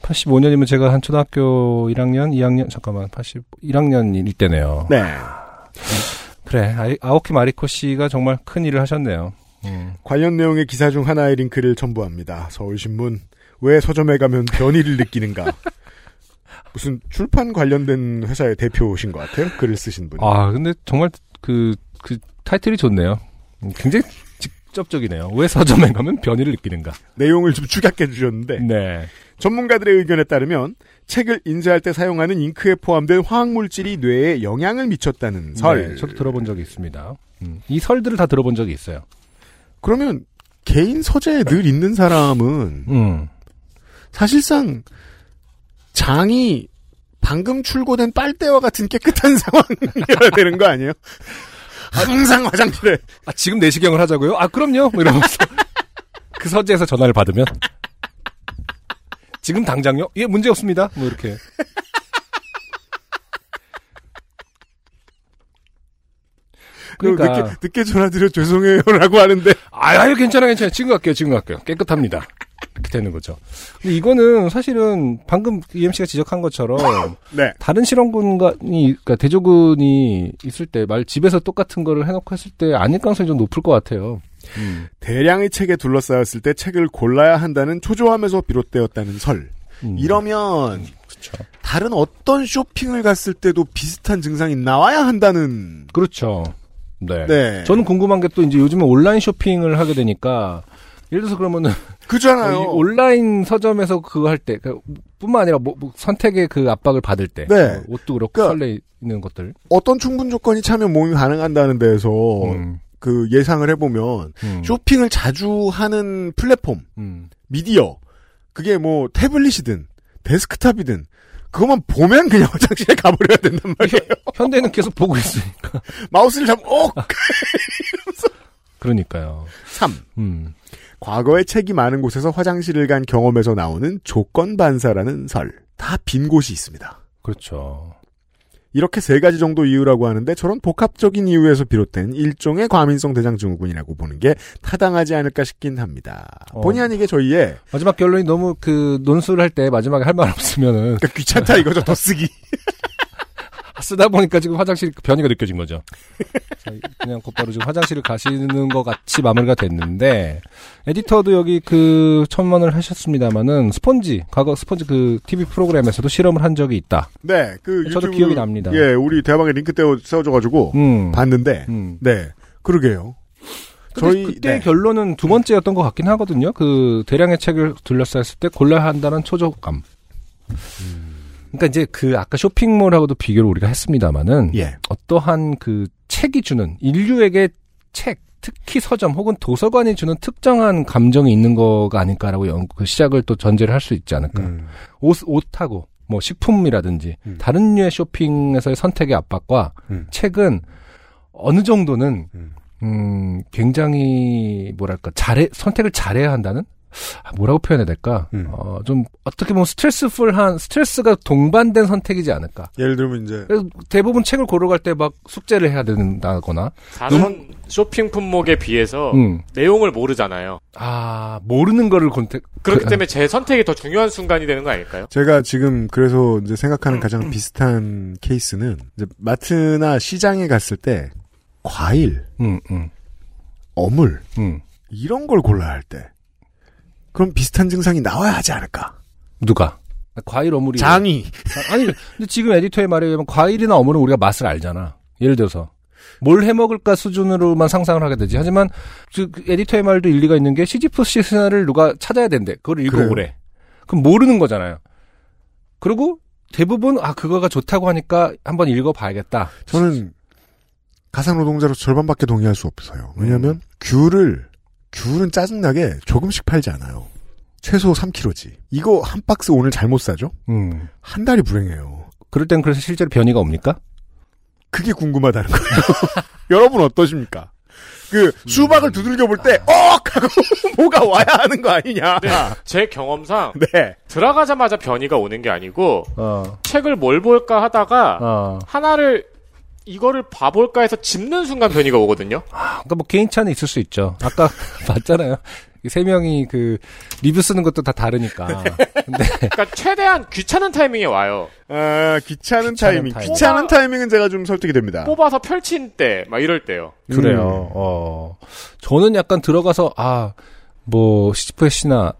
A: 85년이면 제가 한 초등학교 1학년, 2학년 잠깐만 80 1학년일 때네요.
B: 네.
A: 그래 아이- 아오키 마리코 씨가 정말 큰 일을 하셨네요. 음.
B: 관련 내용의 기사 중 하나의 링크를 첨부합니다. 서울신문. 왜 서점에 가면 변이를 느끼는가? 무슨 출판 관련된 회사의 대표신 것 같아요. 글을 쓰신 분.
A: 아, 근데 정말 그, 그 타이틀이 좋네요. 음, 굉장히 직접적이네요. 왜 서점에 가면 변이를 느끼는가.
B: 내용을 좀 축약해 주셨는데
A: 네.
B: 전문가들의 의견에 따르면 책을 인쇄할 때 사용하는 잉크에 포함된 화학물질이 뇌에 영향을 미쳤다는 설.
A: 네, 저도 들어본 적이 있습니다. 음, 이 설들을 다 들어본 적이 있어요.
B: 그러면 개인 서재에 늘 있는 사람은
A: 음.
B: 사실상 장이 방금 출고된 빨대와 같은 깨끗한 <laughs> 상황이어야 되는 거 아니에요? 항상 화장실에
A: 아, 지금 내시경을 하자고요? 아, 그럼요. 뭐 이러면서. <laughs> 그 서재에서 전화를 받으면. 지금 당장요? 예, 문제 없습니다. 뭐 이렇게. 그러니까
B: 늦게, 늦게 전화드려 죄송해요라고 하는데
A: 아유, 아유, 괜찮아, 괜찮아. 지금 갈게요, 지금 갈게요. 깨끗합니다. 이렇게 되는 거죠. 근데 이거는 사실은 방금 EMC가 지적한 것처럼
B: 네
A: 다른 실험군이, 그러니까 대조군이 있을 때, 말 집에서 똑같은 거를 해놓고 했을 때 아닐 가능성이 좀 높을 것 같아요.
B: 대량의 책에 둘러싸였을 때 책을 골라야 한다는 초조함에서 비롯되었다는 설
A: 음.
B: 이러면 다른 어떤 쇼핑을 갔을 때도 비슷한 증상이 나와야 한다는
A: 그렇죠. 네.
B: 네.
A: 저는 궁금한 게 또 이제 요즘에 온라인 쇼핑을 하게 되니까 예를 들어서 그러면은
B: 그잖아요.
A: 이 온라인 서점에서 그거 할 때 뿐만 아니라 뭐, 뭐 선택의 그 압박을 받을 때
B: 네.
A: 뭐 옷도 그렇고
B: 그러니까
A: 설레이는 것들
B: 어떤 충분 조건이 차면 몸이 반응한다는 데에서
A: 음,
B: 그 예상을 해보면
A: 음,
B: 쇼핑을 자주 하는 플랫폼
A: 음.
B: 미디어 그게 뭐 태블릿이든 데스크탑이든 그것만 보면 그냥 <laughs> 화장실에 가버려야 된단 말이에요.
A: 예. 현대는 계속 보고 있으니까 <laughs>
B: 마우스를 잡으면 어!
A: 그러니까요
B: 3.
A: 음.
B: 과거에 책이 많은 곳에서 화장실을 간 경험에서 나오는 조건 반사라는 설. 다 빈 곳이 있습니다.
A: 그렇죠
B: 이렇게 세 가지 정도 이유라고 하는데 저런 복합적인 이유에서 비롯된 일종의 과민성 대장증후군이라고 보는 게 타당하지 않을까 싶긴 합니다.
A: 어.
B: 본의 아니게 저희의
A: 마지막 결론이 너무 그 논술을 할 때 마지막에 할 말 없으면은
B: 그러니까 귀찮다 이거죠 더쓰기
A: 아, 쓰다 보니까 지금 화장실 변이가 느껴진 <laughs> 거죠. 자, 그냥 곧바로 지금 화장실을 가시는 것 같이 마무리가 됐는데 에디터도 여기 그 천만 원을 하셨습니다마는 스펀지 과거 스펀지 그 TV 프로그램에서도 실험을 한 적이 있다.
B: <laughs> 네, 그
A: 저도
B: 유튜브-
A: 기억이 납니다.
B: 예, 우리 대방에 링크 떼어 세워줘가지고
A: 음.
B: 봤는데,
A: 음.
B: 네, 그러게요.
A: 저희
B: 저희
A: 그때 의
B: 네.
A: 결론은 두 번째였던 것 같긴 하거든요. 그 대량의 책을 둘러싸였을 때 골라야 한다는 초조감. 그러니까 이제 그 아까 쇼핑몰하고도 비교를 우리가 했습니다마는
B: 예,
A: 어떠한 그 책이 주는 인류에게 책 특히 서점 혹은 도서관이 주는 특정한 감정이 있는 거가 아닐까라고 연, 그 시작을 또 전제를 할 수 있지 않을까
B: 그러니까.
A: 옷 옷하고 뭐 식품이라든지
B: 음.
A: 다른 류의 쇼핑에서의 선택의 압박과
B: 음.
A: 책은 어느 정도는
B: 음.
A: 음 굉장히 뭐랄까 잘해 선택을 잘해야 한다는 아, 뭐라고 표현해야 될까
B: 음.
A: 어 좀 어떻게 보면 스트레스풀한 스트레스가 동반된 선택이지 않을까
B: 예를 들면 이제
A: 그래서 대부분 책을 고르 갈때 막 숙제를 해야 된다거나
H: 다른 쇼핑 품목에 비해서
A: 음.
H: 내용을 모르잖아요.
A: 아 모르는 거를 컨택
H: 그렇기
A: 그-
H: 때문에 제 선택이 더 중요한 순간이 되는 거 아닐까요?
B: 제가 지금 그래서 이제 생각하는 가장 비슷한 케이스는 이제 마트나 시장에 갔을 때 과일,
A: 음, 음,
B: 어물
A: 음.
B: 이런 걸 골라야 할 때, 그럼 비슷한 증상이 나와야 하지 않을까?
A: 누가 과일 어물이
B: 장이
A: 아, 아니 근데 지금 에디터의 말에 의하면 과일이나 어물은 우리가 맛을 알잖아 예를 들어서 뭘 해먹을까 수준으로만 상상을 하게 되지 하지만 그- 그 에디터의 말도 일리가 있는 게 시지프스 시나를 누가 찾아야 된대 그걸
B: 그래요.
A: 읽어보래 그럼 모르는 거잖아요 그리고 대부분 아 그거가 좋다고 하니까 한번 읽어봐야겠다
B: 저는 가상 노동자로 절반밖에 동의할 수 없어요. 왜냐하면 귤을 귤은 짜증나게 조금씩 팔지 않아요. 최소 3kg지. 이거 한 박스 오늘 잘못 사죠?
A: 음
B: 한 달이 불행해요.
A: 그럴 땐 그래서 실제로 변이가 옵니까
B: 그게 궁금하다는 거예요. <laughs> 여러분 어떠십니까? 그 수박을 두들겨 볼 때 억! 하고 <laughs> 뭐가 와야 하는 거 아니냐.
H: 근데 제 경험상
B: 네.
H: 들어가자마자 변이가 오는 게 아니고
A: 어
H: 책을 뭘 볼까 하다가
A: 어.
H: 하나를 이거를 봐볼까 해서 짚는 순간 변이가 오거든요.
A: 아까 뭐 개인 차는 있을 수 있죠. 아까 <laughs> 봤잖아요. 이세 명이 그 리뷰 쓰는 것도 다 다르니까. 근데
H: 그러니까 최대한 귀찮은 타이밍에 와요.
B: 아, 귀찮은,
A: 귀찮은
B: 타이밍.
A: 타이밍.
B: 귀찮은 타이밍은 제가 좀 설득이 됩니다.
H: 뽑아서 펼친 때 막 이럴 때요.
A: 음. 그래요. 어. 저는 약간 들어가서 아, 뭐 시지프시나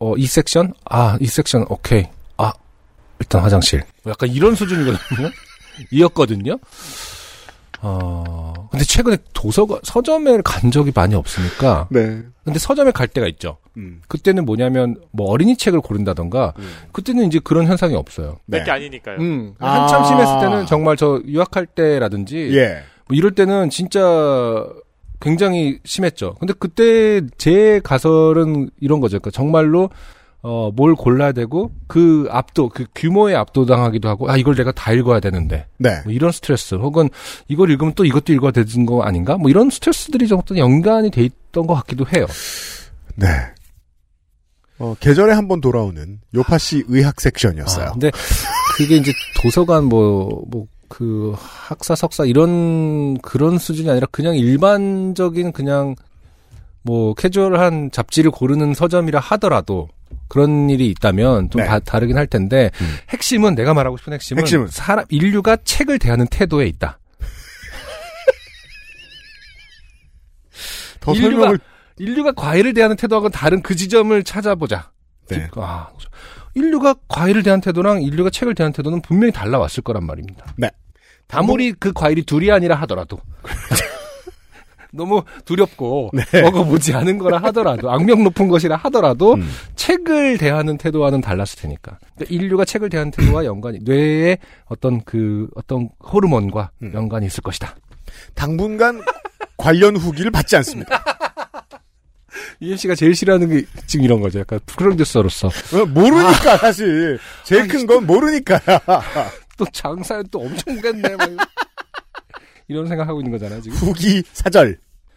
A: 어, 이 섹션? 아, 이 섹션, 오케이. 아, 일단 화장실. 뭐 약간 이런 수준이거든요? <laughs> 이었거든요? 어, 근데 최근에 도서관, 서점에 간 적이 많이 없으니까.
B: 네.
A: 근데 서점에 갈 때가 있죠.
B: 음.
A: 그때는 뭐냐면, 뭐 어린이 책을 고른다던가, 그때는 이제 그런 현상이 없어요.
B: 네.
H: 내게 아니니까요.
A: 음,
B: 아.
A: 한참 심했을 때는 정말 저 유학할 때라든지,
B: 예.
A: 뭐 이럴 때는 진짜 굉장히 심했죠. 근데 그때 제 가설은 이런 거죠. 그러니까 정말로 어, 뭘 골라야 되고 그 압도, 그 규모에 압도당하기도 하고 아 이걸 내가 다 읽어야 되는데
B: 네.
A: 뭐 이런 스트레스 혹은 이걸 읽으면 또 이것도 읽어야 되는 거 아닌가? 뭐 이런 스트레스들이 정도 연관이 돼 있던 것 같기도 해요.
B: 네. 어, 계절에 한 번 돌아오는 요파 씨 의학 섹션이었어요.
A: 아, 근데 그게 이제 도서관 뭐, 뭐, 그 학사, 석사 이런 그런 수준이 아니라 그냥 일반적인 그냥 뭐 캐주얼한 잡지를 고르는 서점이라 하더라도 그런 일이 있다면 좀
B: 네.
A: 다, 다르긴 할 텐데
B: 음.
A: 핵심은 내가 말하고 싶은 핵심은,
B: 핵심은?
A: 사람 인류가 책을 대하는 태도에 있다.
B: 더
A: 인류가-
B: 설명을
A: 인류가 과일을 대하는 태도하고는 다른 그 지점을 찾아보자.
B: 네.
A: 아, 인류가 과일을 대한 태도랑 인류가 책을 대한 태도는 분명히 달라왔을 거란 말입니다.
B: 네. 뭐-
A: 아무리 그 과일이 두리안이라
B: <laughs>
A: 하더라도. 너무 두렵고
B: 네.
A: 먹어보지 않은 거라 하더라도 악명 높은 것이라 하더라도
B: 음.
A: 책을 대하는 태도와는 달랐을 테니까 그러니까 인류가 책을 대하는 태도와 연관이 뇌의 어떤 그 어떤 호르몬과
B: 음.
A: 연관이 있을 것이다
B: 당분간 관련 후기를 받지 않습니다.
A: UMC가 제일 싫어하는 게 <laughs> 지금 이런 거죠 약간 아. 프로듀서로서
B: 어, 모르니까 사실
A: 아,
B: 제일 큰 건 모르니까. <laughs>
A: 또 장사를 또 엄청 보겠네. 막 이런- 이런 생각하고 있는 거잖아, 지금.
B: 후기 사절.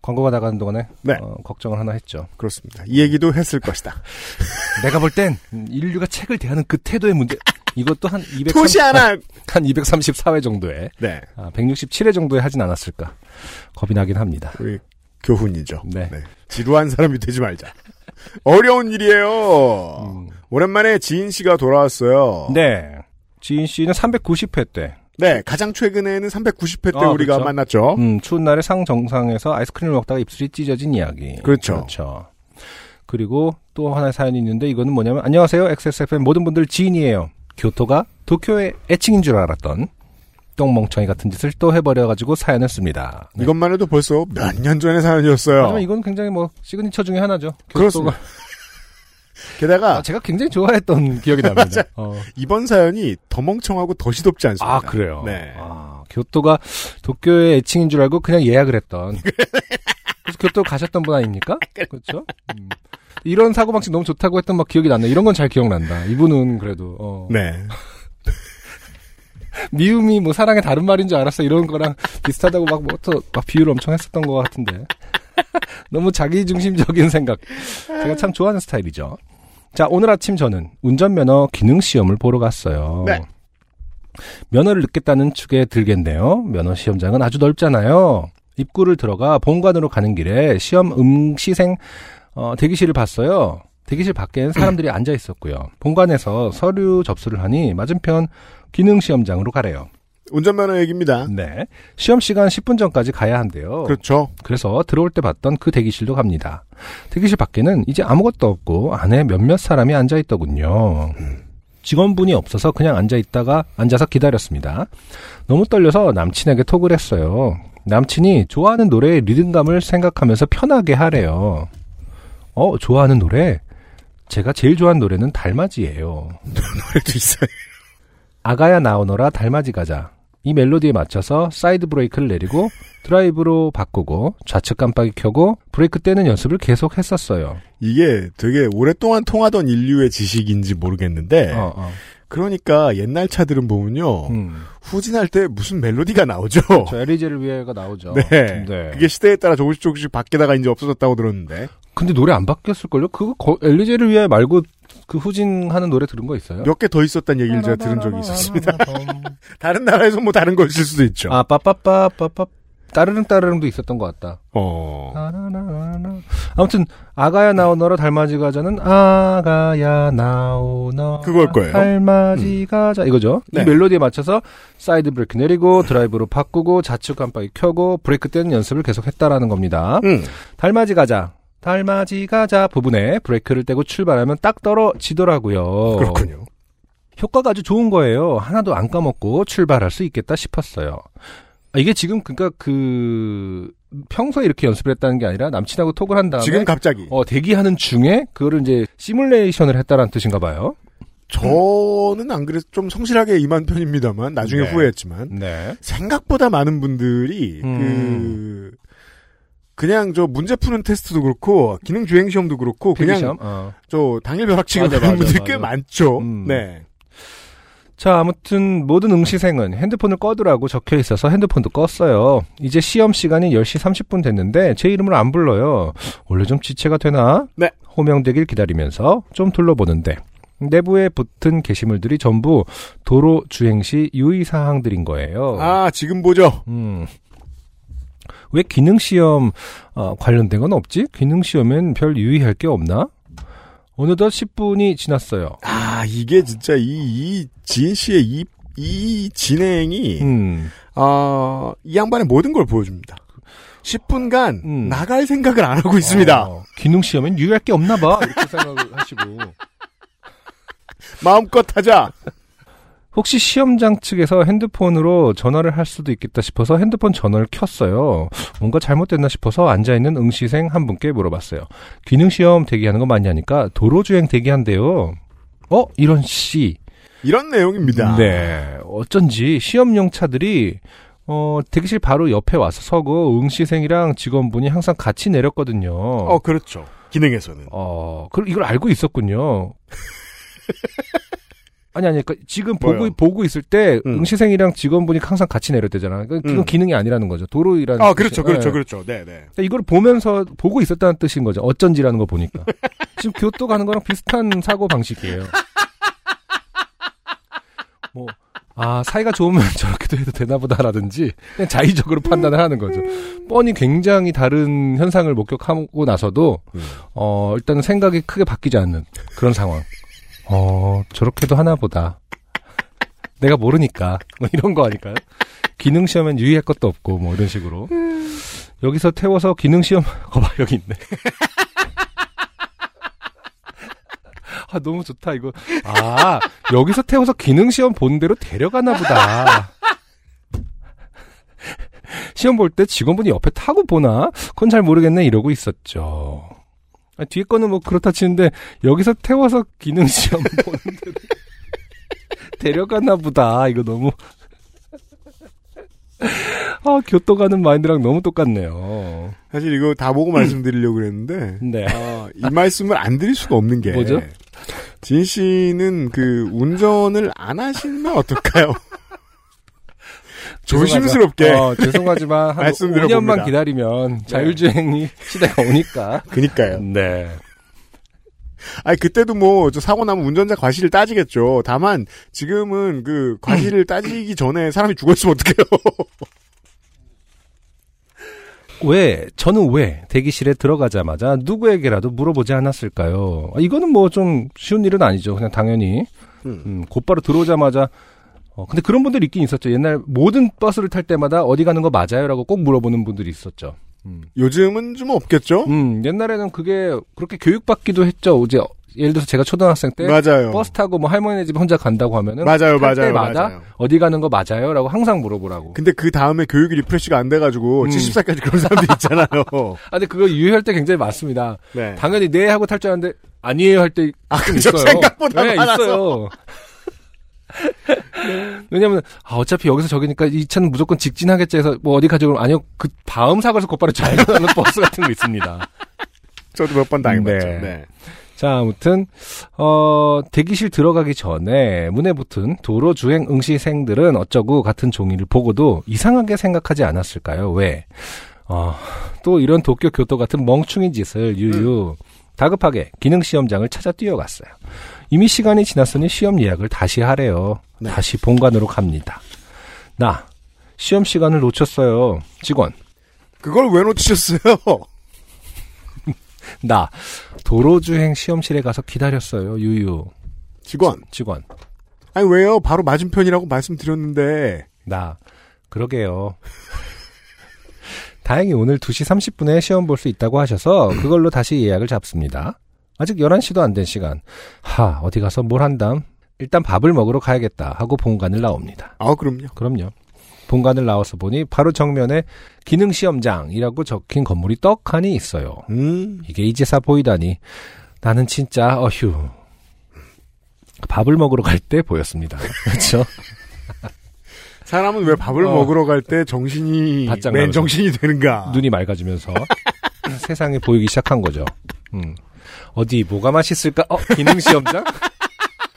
A: 광고가 나가는 동안에
B: 네.
A: 어, 걱정을 하나 했죠.
B: 그렇습니다. 이 얘기도 했을 것이다.
A: 내가 볼 땐 인류가 책을 대하는 그 태도의 문제. 이것도 한 230,
B: 도시 하나.
A: <laughs> 한 234회 정도에
B: 네.
A: 아, 167회 정도에 하진 않았을까 겁이 나긴 합니다.
B: 우리 교훈이죠.
A: 네.
B: 지루한 사람이 되지 말자. 어려운 일이에요.
A: 음.
B: 오랜만에 지인 씨가 돌아왔어요.
A: 네. 지인 씨는 390회 때
B: 네, 가장 최근에는 390회 때
A: 아,
B: 우리가
A: 그렇죠.
B: 만났죠.
A: 음, 추운 날에 상 정상에서 아이스크림을 먹다가 입술이 찢어진 이야기.
B: 그렇죠.
A: 그렇죠. 그리고 또 하나의 사연이 있는데 이거는 뭐냐면 안녕하세요. XSFM 모든 분들 지인이에요. 교토가 도쿄의 애칭인 줄 알았던 똥멍청이 같은 짓을 또 해버려가지고 사연을 씁니다. 네.
B: 이것만 해도 벌써 몇 년 전의 사연이었어요.
A: 하지만 이건 굉장히 뭐 시그니처 중에 하나죠. 교토가 <laughs>
B: 그렇습니다.
A: 아,
B: 게다가
A: 제가 굉장히 좋아했던 기억이
B: <laughs>
A: 납니다. 어.
B: 이번 사연이 더 멍청하고 더 시덥지 않습니다.
A: 아 그래요.
B: 네.
A: 아, 교토가 도쿄의 애칭인 줄 알고 그냥 예약을 했던. 그래서 교토 가셨던 분 아닙니까? 그렇죠. 음. 이런 사고 방식 너무 좋다고 했던 막 기억이 나네. 이런 건 잘 기억난다. 이분은 그래도 어.
B: 네.
A: 미움이 뭐 사랑의 다른 말인 줄 알았어. 이런 거랑 비슷하다고 막뭐또막 비유를 엄청 했었던 것 같은데. <laughs> 너무 자기 중심적인 생각. 제가 참 좋아하는 스타일이죠. 자, 오늘 아침 저는 운전면허 기능 시험을 보러 갔어요.
B: 네.
A: 면허를 늦겠다는 축에 들겠네요. 면허 시험장은 아주 넓잖아요. 입구를 들어가 본관으로 가는 길에 시험 응시생 어, 대기실을 봤어요. 대기실 밖엔 사람들이 앉아 있었고요. 본관에서 서류 접수를 하니 맞은편 기능 시험장으로 가래요.
B: 운전면허 얘기입니다.
A: 네. 시험 시간 10분 전까지 가야 한대요.
B: 그렇죠.
A: 그래서 들어올 때 봤던 그 대기실로 갑니다. 대기실 밖에는 이제 아무것도 없고 안에 몇몇 사람이 앉아 있더군요. 직원분이 없어서 그냥 앉아 있다가 앉아서 기다렸습니다. 너무 떨려서 남친에게 톡을 했어요. 남친이 좋아하는 노래의 리듬감을 생각하면서 편하게 하래요. 어, 좋아하는 노래? 제가 제일 좋아하는 노래는
B: <laughs>
A: 달맞이예요.
B: 그래도 있어요.
A: 아가야 나오너라 달맞이 가자. 이 멜로디에 맞춰서 사이드 브레이크를 내리고 드라이브로 바꾸고 좌측 깜빡이 켜고 브레이크 떼는 연습을 계속 했었어요.
B: 이게 되게 오랫동안 통하던 인류의 지식인지 모르겠는데
A: 어, 어.
B: 그러니까 옛날 차들은 보면요.
A: 음.
B: 후진할 때 무슨 멜로디가 나오죠.
A: 저 LEG를 위해가 나오죠.
B: 네. 그게 시대에 따라 조금씩
A: 네.
B: 조금씩 바뀌다가 이제 없어졌다고 들었는데.
A: 근데 노래 안 바뀌었을걸요? 그거 거, LEG를 위해 말고 그 후진하는 노래 들은 거 있어요?
B: 몇 개 더 있었다는 얘기를 제가 들은 적이 있었습니다. <laughs> 다른 나라에서 뭐 다른 거 있을 수도 있죠.
A: 아, 빠빠빠, 빠빠, 따르릉 따르릉도 있었던 것 같다.
B: 어.
A: 나나나나. 아무튼 아가야 나오너라 달맞이 가자는 아가야 나오너
B: 그걸 거예요.
A: 아. 달맞이 가자 이거죠.
B: 네.
A: 이 멜로디에 맞춰서 사이드 브레이크 내리고 드라이브로 바꾸고 좌측 깜빡이 켜고 브레이크 때는 연습을 계속했다라는 겁니다.
B: 음.
A: 달맞이 가자. 달맞이 가자 부분에 브레이크를 떼고 출발하면 딱 떨어지더라고요.
B: 그렇군요.
A: 효과가 아주 좋은 거예요. 하나도 안 까먹고 출발할 수 있겠다 싶었어요. 아, 이게 지금 그러니까 그 평소에 이렇게 연습을 했다는 게 아니라 남친하고 톡을 한 다음에
B: 지금 갑자기
A: 어, 대기하는 중에 그거를 이제 시뮬레이션을 했다라는 뜻인가 봐요.
B: 저는 안 그래서 좀 성실하게 임한 편입니다만 나중에
A: 네.
B: 후회했지만
A: 네.
B: 생각보다 많은 분들이
A: 음.
B: 그 그냥 저 문제 푸는 테스트도 그렇고 기능 주행 시험도 그렇고 그냥
A: 필기시험. 어.
B: 저 당일 벼락치기
A: 맞아,
B: 하는
A: 맞아,
B: 분들이 꽤
A: 맞아.
B: 많죠.
A: 음.
B: 네.
A: 자, 아무튼 모든 응시생은 핸드폰을 꺼두라고 적혀 있어서 핸드폰도 껐어요. 이제 시험 시간이 10시 30분 됐는데 제 이름을 안 불러요. 원래 좀 지체가 되나?
B: 네.
A: 호명되길 기다리면서 좀 둘러보는데 내부에 붙은 게시물들이 전부 도로 주행 시 유의 사항들인 거예요.
B: 아 지금 보죠.
A: 음. 왜 기능 시험 어, 관련된 건 없지? 기능 시험엔 별 유의할 게 없나? 어느덧 10분이 지났어요.
B: 아 이게 진짜 이, 이 지인 씨의 이, 이 진행이
A: 음.
B: 아, 이 양반의 모든 걸 보여줍니다. 10분간
A: 음.
B: 나갈 생각을 안 하고 있습니다.
A: 어, 기능 시험엔 유의할 게 없나 봐. 이렇게 생각을 <laughs> 하시고.
B: 마음껏 하자.
A: 혹시 시험장 측에서 핸드폰으로 전화를 할 수도 있겠다 싶어서 핸드폰 전화를 켰어요. 뭔가 잘못됐나 싶어서 앉아있는 응시생 한 분께 물어봤어요. 기능시험 대기하는 거 맞냐니까 도로주행 대기한대요. 어? 이런 씨.
B: 이런 내용입니다.
A: 네. 어쩐지 시험용 차들이 어, 대기실 바로 옆에 와서 서고 응시생이랑 직원분이 항상 같이 내렸거든요.
B: 어, 그렇죠. 기능에서는.
A: 어, 그 이걸 알고
B: <laughs>
A: 있었군요. 아니 아니 그러니까 지금 보고
B: 뭐요?
A: 보고 있을 때
B: 음.
A: 응시생이랑 직원분이 항상 같이 내렸대잖아. 그건
B: 음.
A: 기능이 아니라는 거죠. 도로이라는.
B: 아,
A: 뜻이-
B: 그렇죠. 그렇죠.
A: 네.
B: 그렇죠. 네, 네.
A: 근데 이걸 보면서 보고 있었다는 뜻인 거죠. 어쩐지라는 거 보니까. 지금 교토 가는 거랑 비슷한 사고 방식이에요. 뭐, 아, 사이가 좋으면 <laughs> 저렇게도 해도 되나보다라든지, 그냥 자의적으로 판단을 하는 거죠. 뻔히 굉장히 다른 현상을 목격하고 나서도, 어, 일단은 생각이 크게 바뀌지 않는 그런 상황. 어, 저렇게도 하나보다. 내가 모르니까. 뭐 이런 거 아닐까요? 기능시험엔 유의할 것도 없고, 뭐 이런 식으로. 여기서 태워서 기능시험, <laughs> 거봐, 여기 있네. 아, 너무 좋다, 이거. 아, 여기서 태워서 기능시험 본 대로 데려가나 보다. <laughs> 시험 볼 때 직원분이 옆에 타고 보나? 그건 잘 모르겠네, 이러고 있었죠. 아, 뒤에 거는 뭐 그렇다 치는데, 여기서 태워서 기능시험 <laughs> 본 대로 데려가나 보다. 이거 너무. 아, 교토 가는 마인드랑 너무 똑같네요.
B: 사실 이거 다 보고 말씀드리려고 그랬는데
A: 네.
B: 아, 이 말씀을 안 드릴 수가 없는 게
A: 뭐죠?
B: 진 씨는 그 운전을 안 하시면 어떨까요? <laughs> 조심스럽게
A: 어,
B: <laughs>
A: 죄송하지만 한
B: 말씀드려
A: 5년만
B: 봅니다. 네.
A: 기다리면 자율주행이 <laughs> 시대가 오니까.
B: 그니까요.
A: 네.
B: 아니 그때도 뭐 저 사고 나면 운전자 과실을 따지겠죠. 다만 지금은 그 과실을 따지기 전에 사람이 죽었으면 어떡해요? <laughs>
A: 왜 저는 왜 대기실에 들어가자마자 누구에게라도 물어보지 않았을까요? 아, 이거는 뭐 좀 쉬운 일은 아니죠. 그냥 당연히
B: 음.
A: 음, 곧바로 들어오자마자. 어, 근데 그런 분들 있긴 있었죠. 옛날 모든 버스를 탈 때마다 어디 가는 거 맞아요라고 꼭 물어보는 분들이 있었죠.
B: 요즘은 좀 없겠죠?
A: 음, 옛날에는 그게 그렇게 교육받기도 했죠. 이제 예를 들어서 제가 초등학생 때
B: 맞아요.
A: 네, 버스 타고 뭐 할머니네 집 혼자 간다고 하면은
B: 어.
A: 탈
B: 맞아요, 맞아요,
A: 때마다
B: 맞아요.
A: 어디 가는 거 맞아요라고 항상 물어보라고.
B: 근데 그 다음에 교육이 리프레시가 안 돼가지고
A: 음.
B: 70살까지 그런 사람들
A: <laughs>
B: 있잖아요.
A: 아, 근데 그거 유효할 때 굉장히 많습니다.
B: 네.
A: 당연히 네 하고 탈 줄 알았는데 아니에요 할 때
B: 아, 그죠?
A: 있어요.
B: 생각보다
A: 네,
B: 많아서.
A: 있어요. <laughs> 왜냐면 아, 어차피 여기서 저기니까 이 차는 무조건 직진하겠지 해서 뭐 어디까지 그럼 아니요 그 다음 사고에서 곧바로 좌회전하는 버스 같은 거 있습니다.
B: 저도 몇 번 당해봤죠.
A: 네.
B: 네.
A: 자, 아무튼 어, 대기실 들어가기 전에 문에 붙은 도로 주행 응시생들은 어쩌고 같은 종이를 보고도 이상하게 생각하지 않았을까요? 왜? 어, 또 이런 도쿄 교토 같은 멍충인 짓을 유유 다급하게 기능 시험장을 찾아 뛰어갔어요. 이미 시간이 지났으니 시험 예약을 다시 하래요. 다시 본관으로 갑니다. 나 시험 시간을 놓쳤어요. 직원
B: 그걸 왜 놓치셨어요? <laughs>
A: 나 도로주행 시험실에 가서 기다렸어요. 유유
B: 직원.
A: 직원
B: 아니 왜요? 바로 맞은편이라고 말씀드렸는데.
A: 나 그러게요. <laughs> 다행히 오늘 2시 30분에 시험 볼 수 있다고 하셔서 그걸로 다시 예약을 잡습니다. 아직 11시도 안 된 시간. 하, 어디 가서 뭘 한담? 일단 밥을 먹으러 가야겠다 하고 본관을 나옵니다.
B: 아 그럼요.
A: 그럼요. 본관을 나와서 보니 바로 정면에 기능시험장이라고 적힌 건물이 떡하니 있어요.
B: 음.
A: 이게 이제사 보이다니. 나는 진짜 어휴. 밥을 먹으러 갈 때 보였습니다. <laughs> 그렇죠?
B: 사람은 왜 밥을
A: 어.
B: 먹으러 갈 때 정신이
A: 바짝
B: 맨
A: 나가죠.
B: 정신이 되는가?
A: 눈이 맑아지면서 <laughs> 세상에 보이기 시작한 거죠. 음. 어디 뭐가 맛있을까? 어, 기능 <laughs> 시험장?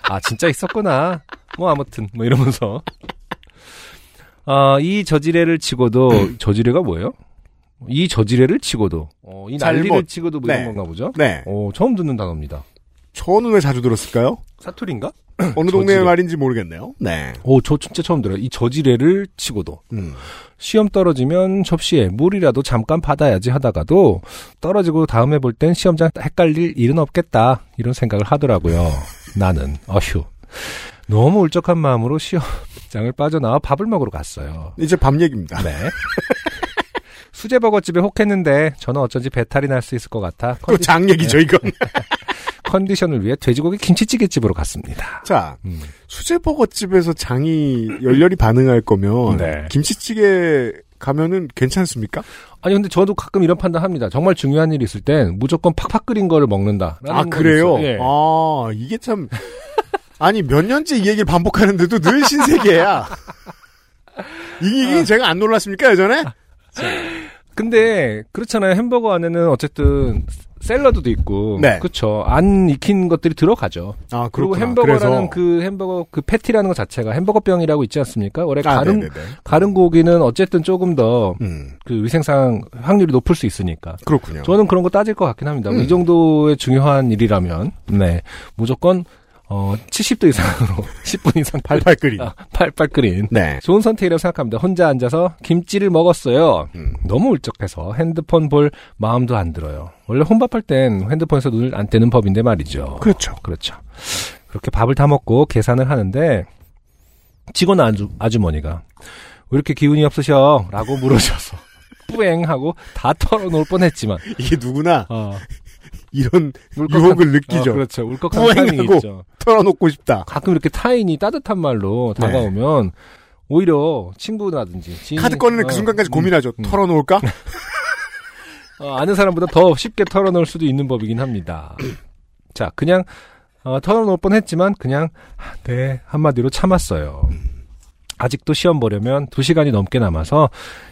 A: 아, 진짜 있었구나. 뭐 아무튼 뭐 이러면서 아, 이 저지레를 치고도 저지레가 뭐예요? 이 저지레를 치고도 음. 어, 이 난리를
B: 잘못.
A: 치고도 뭐 이런
B: 네.
A: 건가 보죠?
B: 네.
A: 어, 처음 듣는 단어입니다.
B: 저는 왜 자주
A: <clears throat>
B: 들었을까요?
A: 사투리인가?
B: 어느 동네의
A: 저지레.
B: 말인지 모르겠네요. 네.
A: 오, 저 진짜 처음 들어요. 이 저지레를 치고도.
B: 음.
A: 시험 떨어지면 접시에 물이라도 잠깐 받아야지 하다가도 떨어지고 다음에 볼 땐 시험장 헷갈릴 일은 없겠다. 이런 생각을 하더라고요. 나는, 어휴. 너무 울적한 마음으로 시험장을 빠져나와 밥을 먹으러 갔어요.
B: 이제 밤 얘기입니다. <laughs>
A: 네. <laughs> 수제버거집에 혹했는데 저는 어쩐지 배탈이 날 수 있을 것 같아 컨디-
B: 또 장
A: 네.
B: 얘기죠
A: <laughs>
B: 이건.
A: 컨디션을 위해 돼지고기 김치찌개집으로 갔습니다.
B: 자
A: 음.
B: 수제버거집에서 장이 열렬히 반응할 거면
A: 네.
B: 김치찌개 가면은 괜찮습니까?
A: 아니 근데 저도 가끔 이런 판단합니다. 정말 중요한 일이 있을 땐 무조건 팍팍 끓인 거를 먹는다.
B: 아 그래요?
A: 예.
B: 아 이게 참 아니 몇 년째 이 얘기를 반복하는데도
A: <laughs>
B: 늘 신세계야.
A: 아.
B: 이게 제가 안 놀랐습니까 예전에?
A: 근데 그렇잖아요. 햄버거 안에는 어쨌든 샐러드도 있고
B: 네.
A: 그렇죠. 안 익힌 것들이 들어가죠.
B: 아
A: 그리고
B: 그렇구나.
A: 햄버거라는 그 햄버거 그 패티라는 것 자체가 햄버거병이라고 있지 않습니까? 원래
B: 아,
A: 가른
B: 네네네.
A: 가른 고기는 어쨌든 조금 더 그
B: 음
A: 위생상 확률이 높을 수 있으니까.
B: 그렇군요.
A: 저는 그런 거 따질 것 같긴 합니다.
B: 음.
A: 이 정도의 중요한 일이라면 네 무조건 어 70도 이상으로 <laughs> 10분 이상
B: 팔팔 끓인.
A: 아, 팔팔 끓인
B: 네.
A: 좋은 선택이라고 생각합니다. 혼자 앉아서 김치를 먹었어요.
B: 음.
A: 너무 울적해서 핸드폰 볼 마음도 안 들어요. 원래 혼밥할 땐 핸드폰에서 눈을 안 떼는 법인데 말이죠.
B: 그렇죠.
A: 그렇죠. 그렇게 밥을 다 먹고 계산을 하는데 직원 아주, 아주머니가 왜 이렇게 기운이 없으셔? 라고 물으셔서 <laughs> 뿌앵 하고 다 털어놓을 뻔했지만
B: 이게 누구나
A: 어,
B: 이런
A: 울컥한-
B: 유혹을
A: 어,
B: 느끼죠.
A: 그렇죠. 울컥한 타이밍이
B: 뿌행하고
A: 있죠.
B: 털어놓고 싶다.
A: 가끔 이렇게 타인이 따뜻한 말로
B: 네.
A: 다가오면 오히려 친구라든지 지인이-
B: 카드 꺼내는 그
A: 어,
B: 순간까지
A: 음,
B: 고민하죠.
A: 음.
B: 털어놓을까?
A: 어, 아는 사람보다 더 쉽게 털어놓을 수도 있는 법이긴 합니다. <clears throat> 자, 그냥 어, 털어놓을 뻔했지만 그냥 아, 네 한마디로 참았어요. 아직도 시험 보려면 2 시간이 넘게 남아서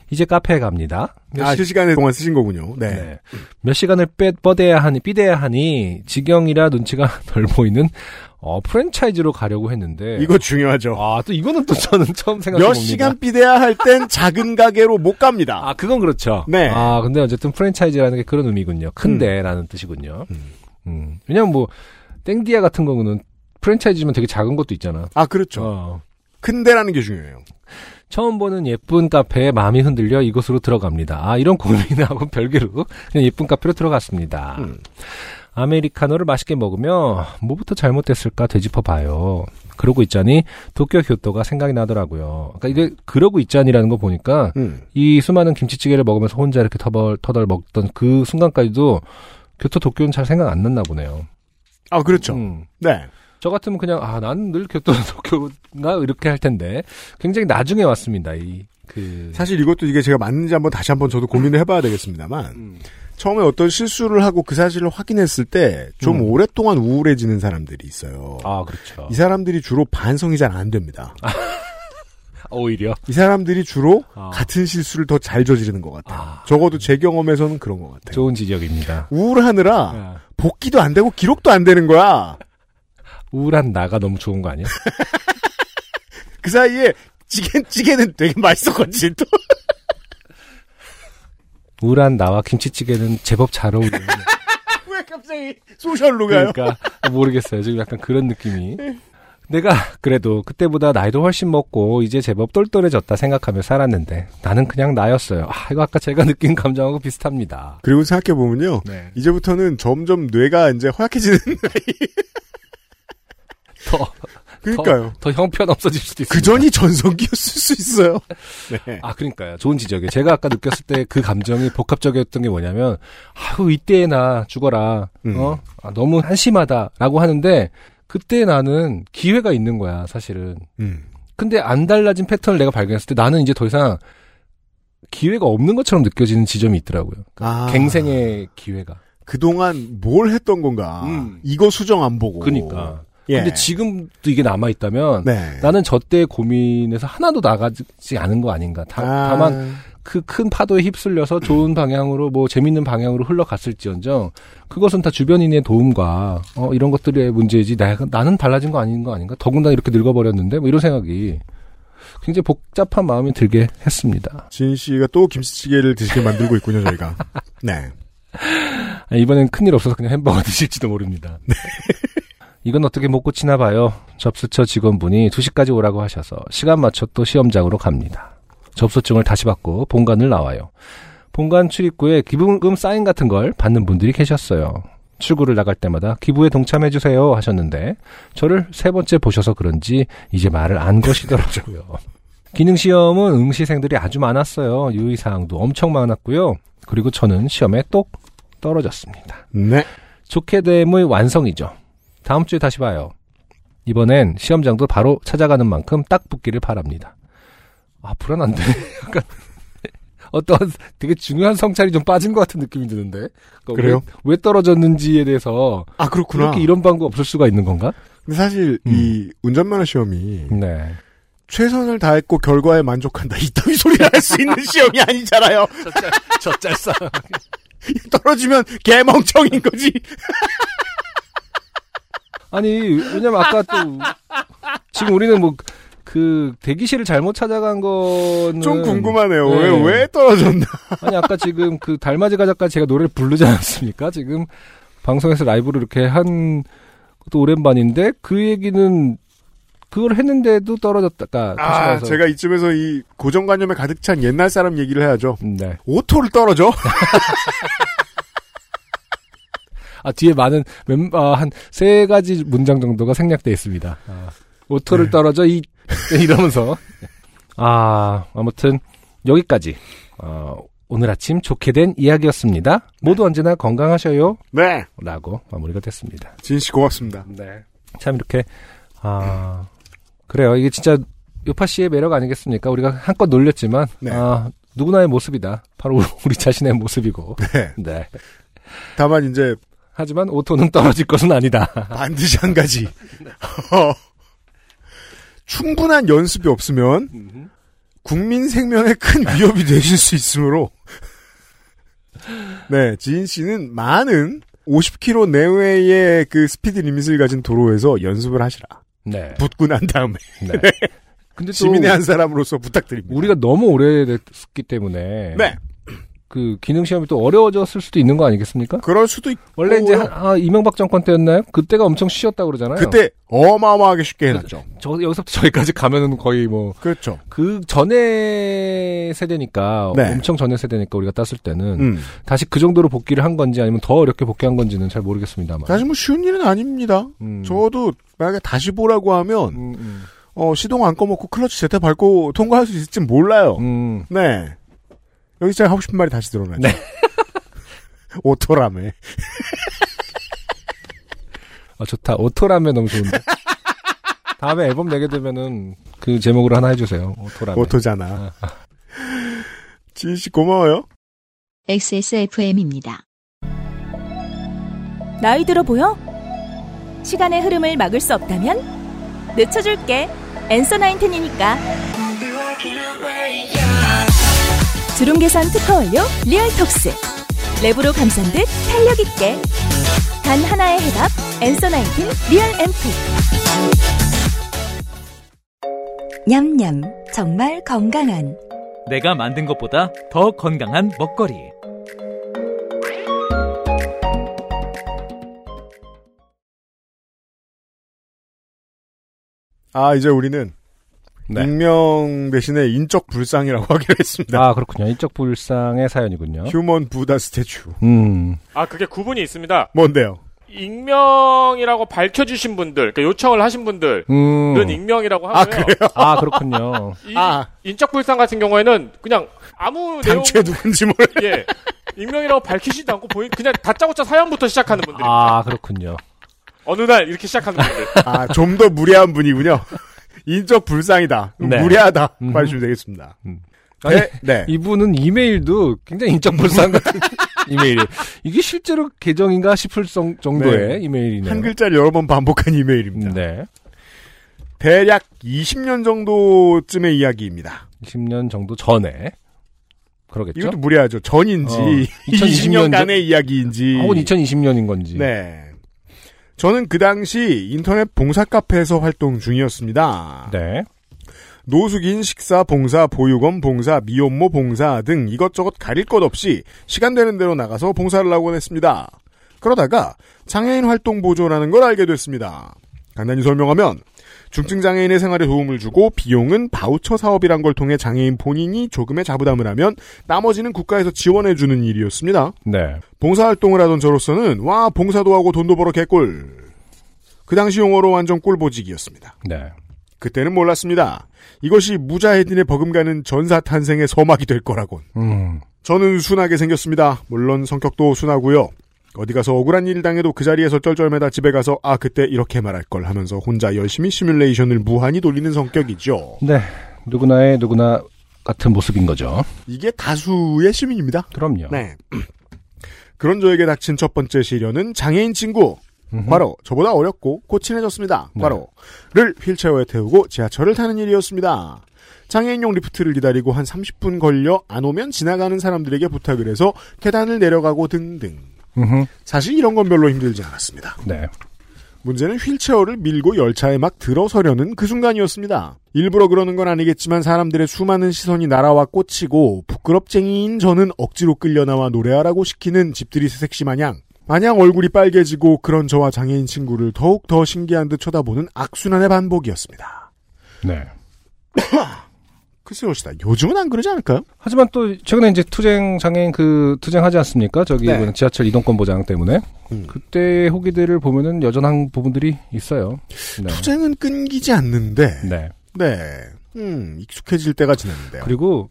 A: 이제 카페에 갑니다. 몇
B: 아
A: 시-
B: 실시간에 동안 쓰신 거군요. 네.
A: 네. 몇 시간을 빼, 뻗어야 하니, 삐대야 하니, 지경이라 눈치가 <laughs> 덜 보이는, 어, 프랜차이즈로 가려고 했는데.
B: 이거 중요하죠.
A: 아, 또 이거는 또 저는 처음 생각해
B: 몇
A: 봅니다.
B: 시간 비대야 할 땐 작은 가게로 못 갑니다.
A: 아, 그건 그렇죠.
B: 네.
A: 아, 근데 어쨌든 프랜차이즈라는 게 그런 의미군요. 큰데라는 뜻이군요. 음. 왜냐면 뭐, 땡디아 같은 경우는 프랜차이즈면 되게 작은 것도 있잖아.
B: 아 그렇죠.
A: 어.
B: 큰데라는 게 중요해요.
A: 처음 보는 예쁜 카페에 마음이 흔들려 이곳으로 들어갑니다. 아, 이런 고민하고 <laughs> 별개로 그냥 예쁜 카페로 들어갔습니다.
B: 음.
A: 아메리카노를 맛있게 먹으며 뭐부터 잘못됐을까 되짚어 봐요. 그러고 있자니 도쿄 교토가 생각이 나더라고요. 그러니까 이게 그러고 있자니라는 거 보니까
B: 음.
A: 이 수많은 김치찌개를 먹으면서 혼자 이렇게 터벌 터덜 먹던 그 순간까지도 교토 도쿄는 잘 생각 안 났나 보네요.
B: 아 그렇죠.
A: 음.
B: 네.
A: 저 같으면 그냥 아 나는 늘 교토 도쿄가 이렇게 할 텐데 굉장히 나중에 왔습니다. 이그
B: 사실 이것도 이게 제가 맞는지 한번 다시 한번 저도 고민을 해봐야 되겠습니다만 처음에 어떤 실수를 하고 그 사실을 확인했을 때 좀
A: 음.
B: 오랫동안 우울해지는 사람들이 있어요.
A: 아 그렇죠.
B: 이 사람들이 주로 반성이 잘 안 됩니다.
A: 오히려
B: 이 사람들이 주로
A: 아.
B: 같은 실수를 더 잘 저지르는 것 같아요.
A: 아.
B: 적어도 제 경험에서는 그런 것 같아요.
A: 좋은 지적입니다.
B: 우울하느라
A: 아,
B: 복귀도 안 되고 기록도 안 되는 거야.
A: 우울한 나가 너무 좋은 거 아니야?
B: 그 사이에 찌개, 찌개는 되게 맛있었거든 또.
A: 우울한 나와 김치찌개는 제법 잘 어울리는
B: <laughs> 왜 갑자기 소셜로 가요?
A: 그러니까 모르겠어요. 지금 약간 그런 느낌이. 내가 그래도 그때보다 나이도 훨씬 먹고 이제 제법 똘똘해졌다 생각하며 살았는데 나는 그냥 나였어요. 아, 이거 아까 제가 느낀 감정하고 비슷합니다.
B: 그리고 생각해보면요.
A: 네.
B: 이제부터는 점점 뇌가 이제 허약해지는 나이.
A: 더,
B: <laughs> 그러니까요.
A: 더, 더 형편 없어질 수도 있어요.
B: 그 전이 전성기였을 수 있어요. 네.
A: 아, 그러니까요. 좋은 지적이에요. 제가 아까 느꼈을 때 그 감정이 복합적이었던 게 뭐냐면, 아유, 이때에 나 죽어라.
B: 음.
A: 어? 아, 너무 한심하다. 라고 하는데, 그때 나는 기회가 있는 거야, 사실은.
B: 음.
A: 근데 안 달라진 패턴을 내가 발견했을 때 나는 이제 더 이상 기회가 없는 것처럼 느껴지는 지점이 있더라고요.
B: 아.
A: 갱생의 기회가.
B: 그동안 뭘 했던 건가.
A: 음.
B: 이거 수정 안 보고.
A: 그러니까.
B: 예.
A: 근데 지금도 이게 남아있다면,
B: 네.
A: 나는 저 때의 고민에서 하나도 나가지 않은 거 아닌가. 다,
B: 아.
A: 다만 그 큰 파도에 휩쓸려서 좋은 방향으로 뭐 재밌는 방향으로 흘러갔을지언정 그것은 다 주변인의 도움과 어 이런 것들의 문제이지 나, 나는 달라진 거 아닌 거 아닌가 더군다나 이렇게 늙어버렸는데 뭐 이런 생각이 굉장히 복잡한 마음이 들게 했습니다
B: 진 씨가 또 김치찌개를 드시게 만들고 있군요, 저희가. 네.
A: 아, 이번엔 큰일 없어서 그냥 햄버거 <laughs> 드실지도 모릅니다 <laughs> 이건 어떻게 못 고치나 봐요 접수처 직원분이 2시까지 오라고 하셔서 시간 맞춰 또 시험장으로 갑니다 접수증을 다시 받고 본관을 나와요 본관 출입구에 기부금 사인 같은 걸 받는 분들이 계셨어요. 출구를 나갈 때마다 기부에 동참해주세요 하셨는데 저를 세 번째 보셔서 그런지 이제 말을 안 거시더라고요. 기능시험은 응시생들이 아주 많았어요. 유의사항도 엄청 많았고요. 그리고 저는 시험에 똑 떨어졌습니다.
B: 네.
A: 좋게 됨의 완성이죠. 다음 주에 다시 봐요. 이번엔 시험장도 바로 찾아가는 만큼 딱 붙기를 바랍니다. 아, 불안한데. <laughs> 약간. 어떤 되게 중요한 성찰이 좀 빠진 것 같은 느낌이 드는데. 그러니까
B: 그래요?
A: 왜, 왜 떨어졌는지에 대해서
B: 아, 그렇구나.
A: 그렇게 이런 방법 없을 수가 있는 건가?
B: 근데 사실
A: 음.
B: 이 운전면허 시험이
A: 네.
B: <laughs> 최선을 다했고 결과에 만족한다 이따위 소리를 할 수 있는 시험이 아니잖아요.
A: 젖잘싸.
B: 떨어지면 개멍청인 거지.
A: 아니, 왜냐면 아까 또 지금 우리는 뭐 그 대기실을 잘못 찾아간 거는
B: 좀 음. 궁금하네요.
A: 네.
B: 왜, 왜 떨어졌나?
A: 아니 아까 지금 그 달맞이가 작가 제가 노래를 부르지 않았습니까? 지금 방송에서 라이브로 이렇게 한 것도 오랜만인데 그 얘기는 그걸 했는데도 떨어졌다. 까 다시
B: 아,
A: 말해서.
B: 제가 이쯤에서 이 고정관념에 가득 찬 옛날 사람 얘기를 해야죠.
A: 네.
B: 오토를 떨어져?
A: 아 뒤에 많은 멤아한 세 가지 문장 정도가 생략돼 있습니다. 아,
B: 네.
A: 오토를 떨어져 이 네, 이러면서 아 아무튼 여기까지 어, 오늘 아침 좋게 된 이야기였습니다. 모두 언제나 건강하셔요라고
B: 네.
A: 마무리가 됐습니다.
B: 진 씨 고맙습니다.
A: 참 이렇게 아 그래요 이게 진짜 요파 씨의 매력 아니겠습니까? 우리가 한껏 놀렸지만
B: 네.
A: 아 누구나의 모습이다. 바로 <laughs> 우리 자신의 모습이고
B: 네.
A: 네.
B: 다만 이제
A: 하지만 오토는 떨어질 것은 아니다.
B: 반드시 한 가지. <laughs> 어, 충분한 연습이 없으면 국민 생명에 큰 위협이 되실 수 있으므로 네, 지인 씨는 많은 50km 내외의 그 스피드 리밋을 가진 도로에서 연습을 하시라.
A: 네.
B: 붙고 난 다음에
A: 네. 근데 또
B: 시민의 한 사람으로서 부탁드립니다.
A: 우리가 너무 오래됐기 때문에
B: 네,
A: 그 기능 시험이 또 어려워졌을 수도 있는 거 아니겠습니까?
B: 그럴 수도 있고
A: 원래 이제
B: 요
A: 한- 아, 이명박 정권 때였나요? 그때가 엄청 쉬웠다 고 그러잖아요.
B: 어.
A: 그렇죠.
B: 그때 어마어마하게 쉽게 해놨죠.
A: 저 여기서부터 저기까지 가면은 거의 뭐
B: 그렇죠.
A: 그 전에 세대니까
B: 네.
A: 엄청 전에 세대니까 우리가 땄을 때는
B: 음.
A: 다시 그 정도로 복귀를 한 건지 아니면 더 어렵게 복귀한 건지는 잘 모르겠습니다만.
B: 사실 뭐 쉬운 일은 아닙니다.
A: 음.
B: 저도 만약에 다시 보라고 하면
A: 음, 음.
B: 어, 시동 안 꺼먹고 클러치 제때 밟고 통과할 수 있을지 몰라요.
A: 음.
B: 네. 여기서 제가 하고 싶은 말이 다시 드러나죠.
A: 네.
B: <laughs> 오토라메.
A: 아, 좋다. 오토라면 너무 좋은데. <laughs> 다음에 앨범 내게 되면은 그 제목으로 하나 해주세요. 오토라면.
B: 오토잖아. 지인 씨 고마워요.
C: XSFM입니다.
E: 나이 들어 보여? 시간의 흐름을 막을 수 없다면 늦춰줄게. 엔서 나인텐이니까. 주름 계산 특허 완료 리얼톡스 랩으로 감싼 듯 탄력 있게 단 하나의 해답 엔서 나인틴 리얼 앰프 냠냠 정말 건강한
I: 내가 만든 것보다 더 건강한 먹거리.
B: 아, 이제 우리는
A: 네.
B: 익명 대신에 인적 불상이라고 <laughs> 하기로 했습니다.
A: 아, 그렇군요. 인적 불상의 사연이군요.
B: 네. 휴먼 부다 스태츄.
A: 음.
H: 아 그게 구분이 있습니다.
B: 뭔데요?
H: 익명이라고 밝혀주신 분들, 그러니까 요청을 하신 분들은
A: 음.
H: 익명이라고 하고요.
A: 아, 그렇군요.
H: 이
B: 아.
H: 인적불상 같은 경우에는 그냥 아무 내용
B: 당최 누군지 모르.
H: <laughs> 예 익명이라고 밝히지도 않고 보인 그냥 다짜고짜 사연부터 시작하는 분들
A: 아, 그렇군요.
H: 어느 날 이렇게 시작하는 분들
B: 아, 좀 더 무례한 분이군요. 인적 불상이다.
A: 네.
B: 무례하다.
A: 음.
B: 말씀 되겠습니다.
A: 아니,
B: 네, 네.
A: 이분은 이메일도 굉장히 인적 불상
B: <laughs>
A: 같은 이메일. 이게 실제로 계정인가 싶을 성- 정도의
B: 네.
A: 이메일이네요.
B: 한 글자를 여러 번 반복한 이메일입니다.
A: 네.
B: 대략 20년 정도쯤의 이야기입니다.
A: 20년 정도 전에. 그러겠죠.
B: 이것도 무례하죠. 전인지
A: 어, 2020년 아,
B: 20년간의 뭐 이야기인지.
A: 혹은 2020년인 건지.
B: 네. 저는 그 당시 인터넷 봉사 카페에서 활동 중이었습니다.
A: 네.
B: 노숙인 식사 봉사, 보육원 봉사, 미혼모 봉사 등 이것저것 가릴 것 없이 시간 되는 대로 나가서 봉사를 하곤 했습니다. 그러다가 장애인 활동 보조라는 걸 알게 됐습니다. 간단히 설명하면 중증 장애인의 생활에 도움을 주고 비용은 바우처 사업이란 걸 통해 장애인 본인이 조금의 자부담을 하면 나머지는 국가에서 지원해 주는 일이었습니다.
A: 네.
B: 봉사활동을 하던 저로서는 와 봉사도 하고 돈도 벌어 개꿀. 그 당시 용어로 완전 꿀보직이었습니다.
A: 네.
B: 그때는 몰랐습니다. 이것이 무자헤딘의 버금가는 전사 탄생의 서막이 될 거라곤.
A: 음.
B: 저는 순하게 생겼습니다. 물론 성격도 순하고요. 어디 가서 억울한 일 당해도 그 자리에서 쩔쩔매다 집에 가서 아 그때 이렇게 말할 걸 하면서 혼자 열심히 시뮬레이션을 무한히 돌리는 성격이죠.
A: 네. 누구나의 누구나 같은 모습인 거죠.
B: 이게 다수의 시민입니다.
A: 그럼요.
B: 네. <clears throat> 그런 저에게 닥친 첫 번째 시련은 장애인 친구.
A: 음흠.
B: 과로 저보다 어렵고 곧 친해졌습니다.
A: 네.
B: 과로를 휠체어에 태우고 지하철을 타는 일이었습니다. 장애인용 리프트를 기다리고 한 30분 걸려 안 오면 지나가는 사람들에게 부탁을 해서 계단을 내려가고 등등.
A: 음흠.
B: 사실 이런 건 별로 힘들지 않았습니다.
A: 네.
B: 문제는 휠체어를 밀고 열차에 막 들어서려는 그 순간이었습니다. 일부러 그러는 건 아니겠지만 사람들의 수많은 시선이 날아와 꽂히고 부끄럽쟁이인 저는 억지로 끌려나와 노래하라고 시키는 집들이 새색시 마냥 마냥 얼굴이 빨개지고 그런 저와 장애인 친구를 더욱 더 신기한 듯 쳐다보는 악순환의 반복이었습니다.
A: 네.
B: 글쎄요, 시다 요즘은 안 그러지 않을까요?
A: 하지만 또 최근에 이제 투쟁 장애인 그 투쟁하지 않습니까? 저기
B: 네.
A: 이번에 지하철 이동권 보장 때문에
B: 음.
A: 그때 후기들을 보면은 여전한 부분들이 있어요. 네.
B: 투쟁은 끊기지 않는데,
A: 네.
B: 네, 음, 익숙해질 때가 지났는데요.
A: 그리고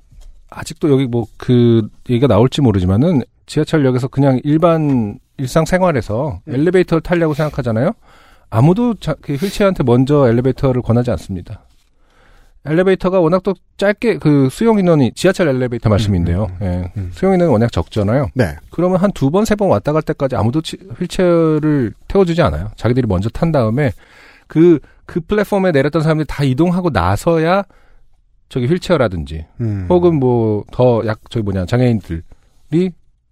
A: 아직도 여기 뭐 그 얘기가 나올지 모르지만은 지하철역에서 그냥 일반 일상 생활에서
B: 음.
A: 엘리베이터를 타려고 생각하잖아요. 아무도 자, 그 휠체어한테 먼저 엘리베이터를 권하지 않습니다. 엘리베이터가 워낙 또 짧게 그 수용 인원이 지하철 엘리베이터 말씀인데요. 예.
B: 음.
A: 수용 인원이 워낙 적잖아요.
B: 네,
A: 그러면 한 두 번, 세 번 왔다 갈 때까지 아무도 치- 휠체어를 태워주지 않아요. 자기들이 먼저 탄 다음에 그, 그 플랫폼에 내렸던 사람들이 다 이동하고 나서야 저기 휠체어라든지
B: 음.
A: 혹은 뭐 더 약, 저기 뭐냐, 장애인들이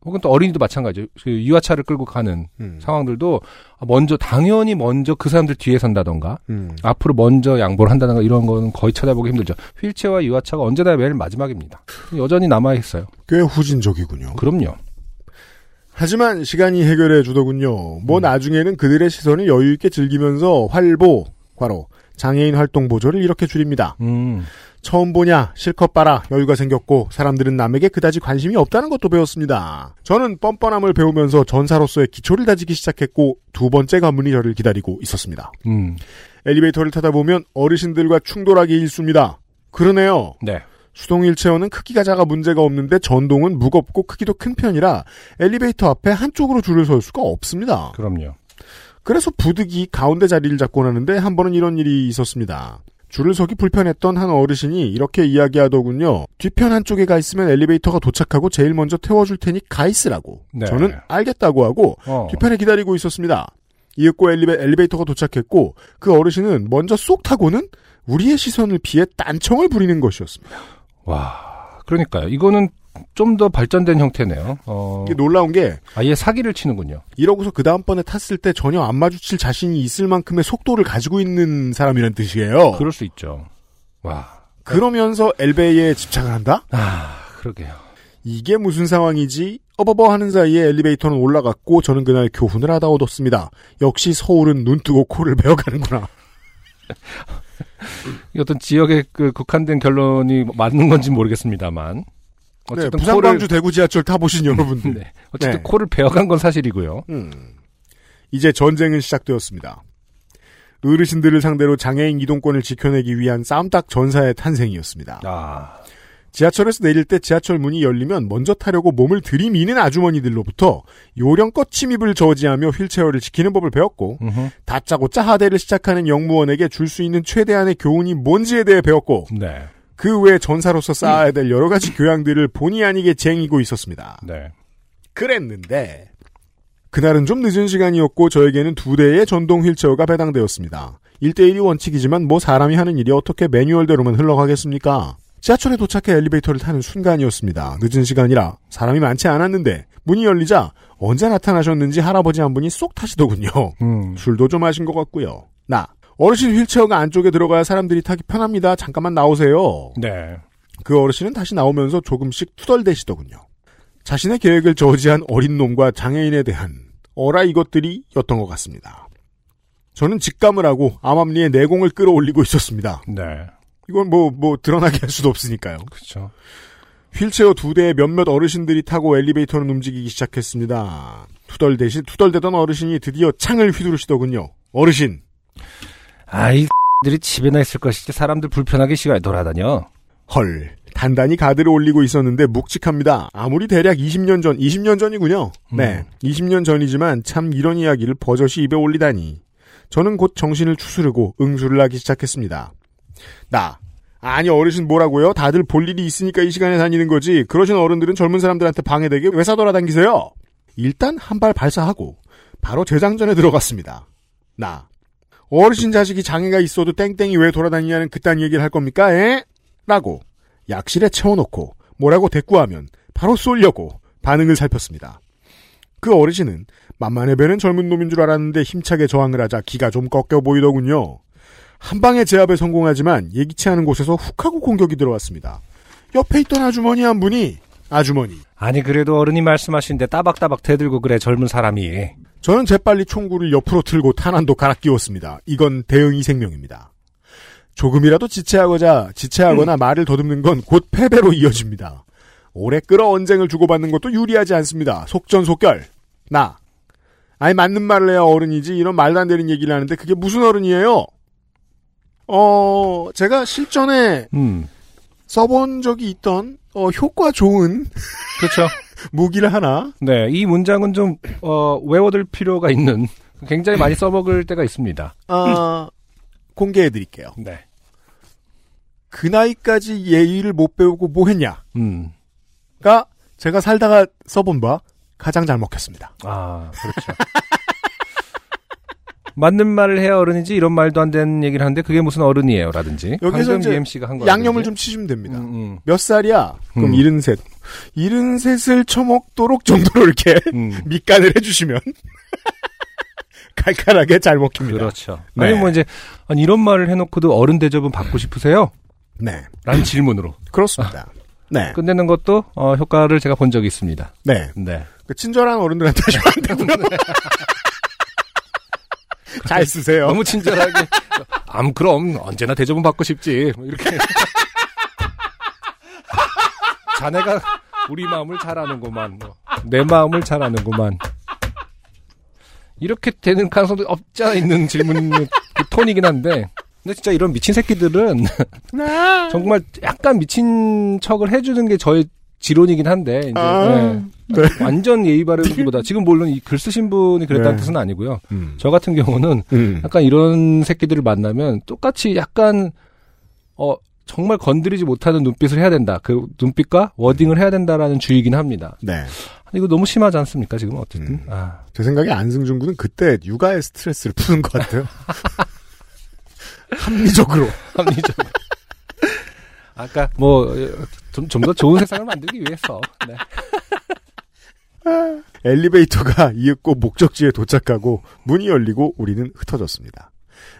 A: 혹은 또 어린이도 마찬가지죠. 그 유아차를 끌고 가는
B: 음.
A: 상황들도 먼저, 당연히 먼저 그 사람들 뒤에 선다던가
B: 음.
A: 앞으로 먼저 양보를 한다던가 이런 거는 거의 찾아보기 힘들죠. 휠체어와 유아차가 언제나 매일 마지막입니다. 여전히 남아있어요.
B: 꽤 후진적이군요.
A: 그럼요.
B: 하지만 시간이 해결해 주더군요. 뭐 나중에는 그들의 시선을 여유 있게 즐기면서 활보, 과로, 장애인 활동 보조를 이렇게 줄입니다.
A: 음.
B: 처음 보냐, 실컷 봐라, 여유가 생겼고, 사람들은 남에게 그다지 관심이 없다는 것도 배웠습니다. 저는 뻔뻔함을 배우면서 전사로서의 기초를 다지기 시작했고, 두 번째 가문이 저를 기다리고 있었습니다.
A: 음.
B: 엘리베이터를 타다 보면 어르신들과 충돌하기 일쑤입니다. 그러네요.
A: 네.
B: 수동 휠체어는 크기가 작아 문제가 없는데 전동은 무겁고 크기도 큰 편이라 엘리베이터 앞에 한쪽으로 줄을 설 수가 없습니다.
A: 그럼요.
B: 그래서 부득이 가운데 자리를 잡곤 하는데 한 번은 이런 일이 있었습니다. 줄을 서기 불편했던 한 어르신이 이렇게 이야기하더군요. 뒤편 한쪽에 가 있으면 엘리베이터가 도착하고 제일 먼저 태워줄 테니 가 있으라고.
A: 네.
B: 저는 알겠다고 하고
A: 어.
B: 뒤편에 기다리고 있었습니다. 이윽고 엘리베, 엘리베이터가 도착했고 그 어르신은 먼저 쏙 타고는 우리의 시선을 피해 딴청을 부리는 것이었습니다.
A: 와, 그러니까요. 이거는 좀 더 발전된 형태네요. 어,
B: 이게 놀라운 게
A: 아예 사기를 치는군요.
B: 이러고서 그 다음번에 탔을 때 전혀 안 마주칠 자신이 있을 만큼의 속도를 가지고 있는 사람이란 뜻이에요.
A: 그럴 수 있죠. 와,
B: 그러면서 엘베이에 집착을 한다?
A: 아, 그러게요.
B: 이게 무슨 상황이지? 어버버 하는 사이에 엘리베이터는 올라갔고 저는 그날 교훈을 하다 얻었습니다. 역시 서울은 눈 뜨고 코를 베어가는구나.
A: 이 어떤 지역의 그 국한된 결론이 맞는 건지 모르겠습니다만.
B: 네,
A: 어쨌든
B: 부산,
A: 코를-
B: 광주, 대구 지하철 타보신
A: <laughs>
B: 여러분들.
A: 네. 어쨌든
B: 네.
A: 코를 베어간 건 사실이고요.
B: 음. 이제 전쟁은 시작되었습니다. 어르신들을 상대로 장애인 이동권을 지켜내기 위한 쌈딱 전사의 탄생이었습니다.
A: 아,
B: 지하철에서 내릴 때 지하철 문이 열리면 먼저 타려고 몸을 들이미는 아주머니들로부터 요령껏 침입을 저지하며 휠체어를 지키는 법을 배웠고
A: 음흠.
B: 다짜고짜 하대를 시작하는 영무원에게 줄 수 있는 최대한의 교훈이 뭔지에 대해 배웠고
A: 네,
B: 그 외 전사로서 쌓아야 될 여러 가지 교양들을 본의 아니게 쟁이고 있었습니다.
A: 네.
B: 그랬는데 그날은 좀 늦은 시간이었고 저에게는 두 대의 전동 휠체어가 배당되었습니다. 1대1이 원칙이지만 뭐 사람이 하는 일이 어떻게 매뉴얼대로만 흘러가겠습니까? 지하철에 도착해 엘리베이터를 타는 순간이었습니다. 늦은 시간이라 사람이 많지 않았는데 문이 열리자 언제 나타나셨는지 할아버지 한 분이 쏙 타시더군요.
A: 음.
B: 술도 좀 하신 것 같고요. 나 어르신 휠체어가 안쪽에 들어가야 사람들이 타기 편합니다. 잠깐만 나오세요.
A: 네.
B: 그 어르신은 다시 나오면서 조금씩 투덜대시더군요. 자신의 계획을 저지한 어린 놈과 장애인에 대한 어라 이것들이였던 것 같습니다. 저는 직감을 하고 암암리에 내공을 끌어올리고 있었습니다.
A: 네.
B: 이건 뭐, 뭐, 드러나게 할 수도 없으니까요.
A: 그쵸.
B: 휠체어 두 대에 몇몇 어르신들이 타고 엘리베이터는 움직이기 시작했습니다. 투덜대시, 투덜대던 어르신이 드디어 창을 휘두르시더군요. 어르신,
A: 아이, 들이 집에나 있을 것이지 사람들 불편하게 시간에 돌아다녀.
B: 헐. 단단히 가드를 올리고 있었는데 묵직합니다. 아무리 대략 20년 전, 20년 전이군요. 네. 20년 전이지만 참 이런 이야기를 버젓이 입에 올리다니. 저는 곧 정신을 추스르고 응수를 하기 시작했습니다. 나. 아니 어르신 뭐라고요? 다들 볼 일이 있으니까 이 시간에 다니는 거지. 그러신 어른들은 젊은 사람들한테 방해되게 왜 사돌아다니세요? 일단 한 발 발사하고 바로 재장전에 들어갔습니다. 나. 어르신 자식이 장애가 있어도 땡땡이 왜 돌아다니냐는 그딴 얘기를 할 겁니까? 에? 라고 약실에 채워놓고 뭐라고 대꾸하면 바로 쏠려고 반응을 살폈습니다. 그 어르신은 만만해 뵈는 젊은 놈인 줄 알았는데 힘차게 저항을 하자 기가 좀 꺾여 보이더군요. 한 방의 제압에 성공하지만 예기치 않은 곳에서 훅 하고 공격이 들어왔습니다. 옆에 있던 아주머니 한 분이 아주머니
A: 아니, 그래도 어른이 말씀하시는데 따박따박 대들고 그래, 젊은 사람이.
B: 저는 재빨리 총구를 옆으로 틀고 탄환도 갈아 끼웠습니다. 이건 대응이 생명입니다. 조금이라도 지체하고자 지체하거나 말을 더듬는 건 곧 패배로 이어집니다. 오래 끌어 언쟁을 주고받는 것도 유리하지 않습니다. 속전속결. 나. 아니 맞는 말을 해야 어른이지 이런 말도 안 되는 얘기를 하는데 그게 무슨 어른이에요? 어 제가 실전에
A: 음.
B: 써본 적이 있던 어, 효과 좋은 <laughs>
A: 그쵸.
B: 무기를 하나
A: 네, 이 문장은 좀, 어, 외워둘 필요가 있는, 굉장히 많이 써먹을 때가 있습니다.
B: 어, 공개해드릴게요.
A: 네.
B: 그 나이까지 예의를 못 배우고 뭐 했냐가
A: 음.
B: 제가 살다가 써본 바 가장 잘 먹혔습니다.
A: 아, 그렇죠. 맞는 말을 해야 어른이지 이런 말도 안 되는 얘기를 하는데 그게 무슨 어른이에요 라든지
B: 여기서
A: 방금
B: 이제
A: MC가 한 거라든지.
B: 양념을 좀 치시면 됩니다.
A: 음,
B: 몇 살이야? 그럼
A: 음.
B: 이른셋. 이른셋을 처먹도록 정도로 이렇게 <laughs>
A: 음, 음.
B: 밑간을 해주시면 <laughs> 칼칼하게 잘 먹힙니다.
A: 그렇죠
B: 네.
A: 아니 뭐 이제 아니 이런 말을 해놓고도 어른 대접은 받고 싶으세요?
B: 네,
A: 라는 질문으로 아.
B: 그렇습니다. 네,
A: 끝내는 것도 어, 효과를 제가 본 적이 있습니다
B: 네.
A: 네
B: 그 친절한 어른들한테 하시면 안
A: <laughs>
B: 되고요. 잘
A: <laughs>
B: 쓰세요.
A: 너무 친절하게 암 그럼 언제나 대접은 받고 싶지 뭐 이렇게 <laughs> 자네가 우리 마음을 잘 아는구만 뭐. 내 마음을 잘 아는구만 이렇게 되는 가능성도 없지 않아 있는 질문의 그 톤이긴 한데 근데 진짜 이런 미친 새끼들은 <laughs>
B: 네.
A: 정말 약간 미친 척을 해주는 게 저의 지론이긴 한데 이제
B: 아,
A: 네. 완전 예의 바르기보다 지금 물론 이 글 쓰신 분이 그랬다는
B: 네.
A: 뜻은 아니고요
B: 음.
A: 저 같은 경우는
B: 음.
A: 약간 이런 새끼들을 만나면 똑같이 약간 어 정말 건드리지 못하는 눈빛을 해야 된다. 그 눈빛과 워딩을 해야 된다라는 주의긴 합니다.
B: 네.
A: 근데 이거 너무 심하지 않습니까? 지금 어쨌든
B: 음.
A: 아,
B: 제 생각에 안승준 군은 그때 육아의 스트레스를 푸는 것 같아요. 합리적으로.
A: 합리적. 아까 뭐좀좀 더 좋은 세상을 만들기 위해서. 네.
B: 엘리베이터가 <laughs> 이윽고 목적지에 도착하고 문이 열리고 우리는 흩어졌습니다.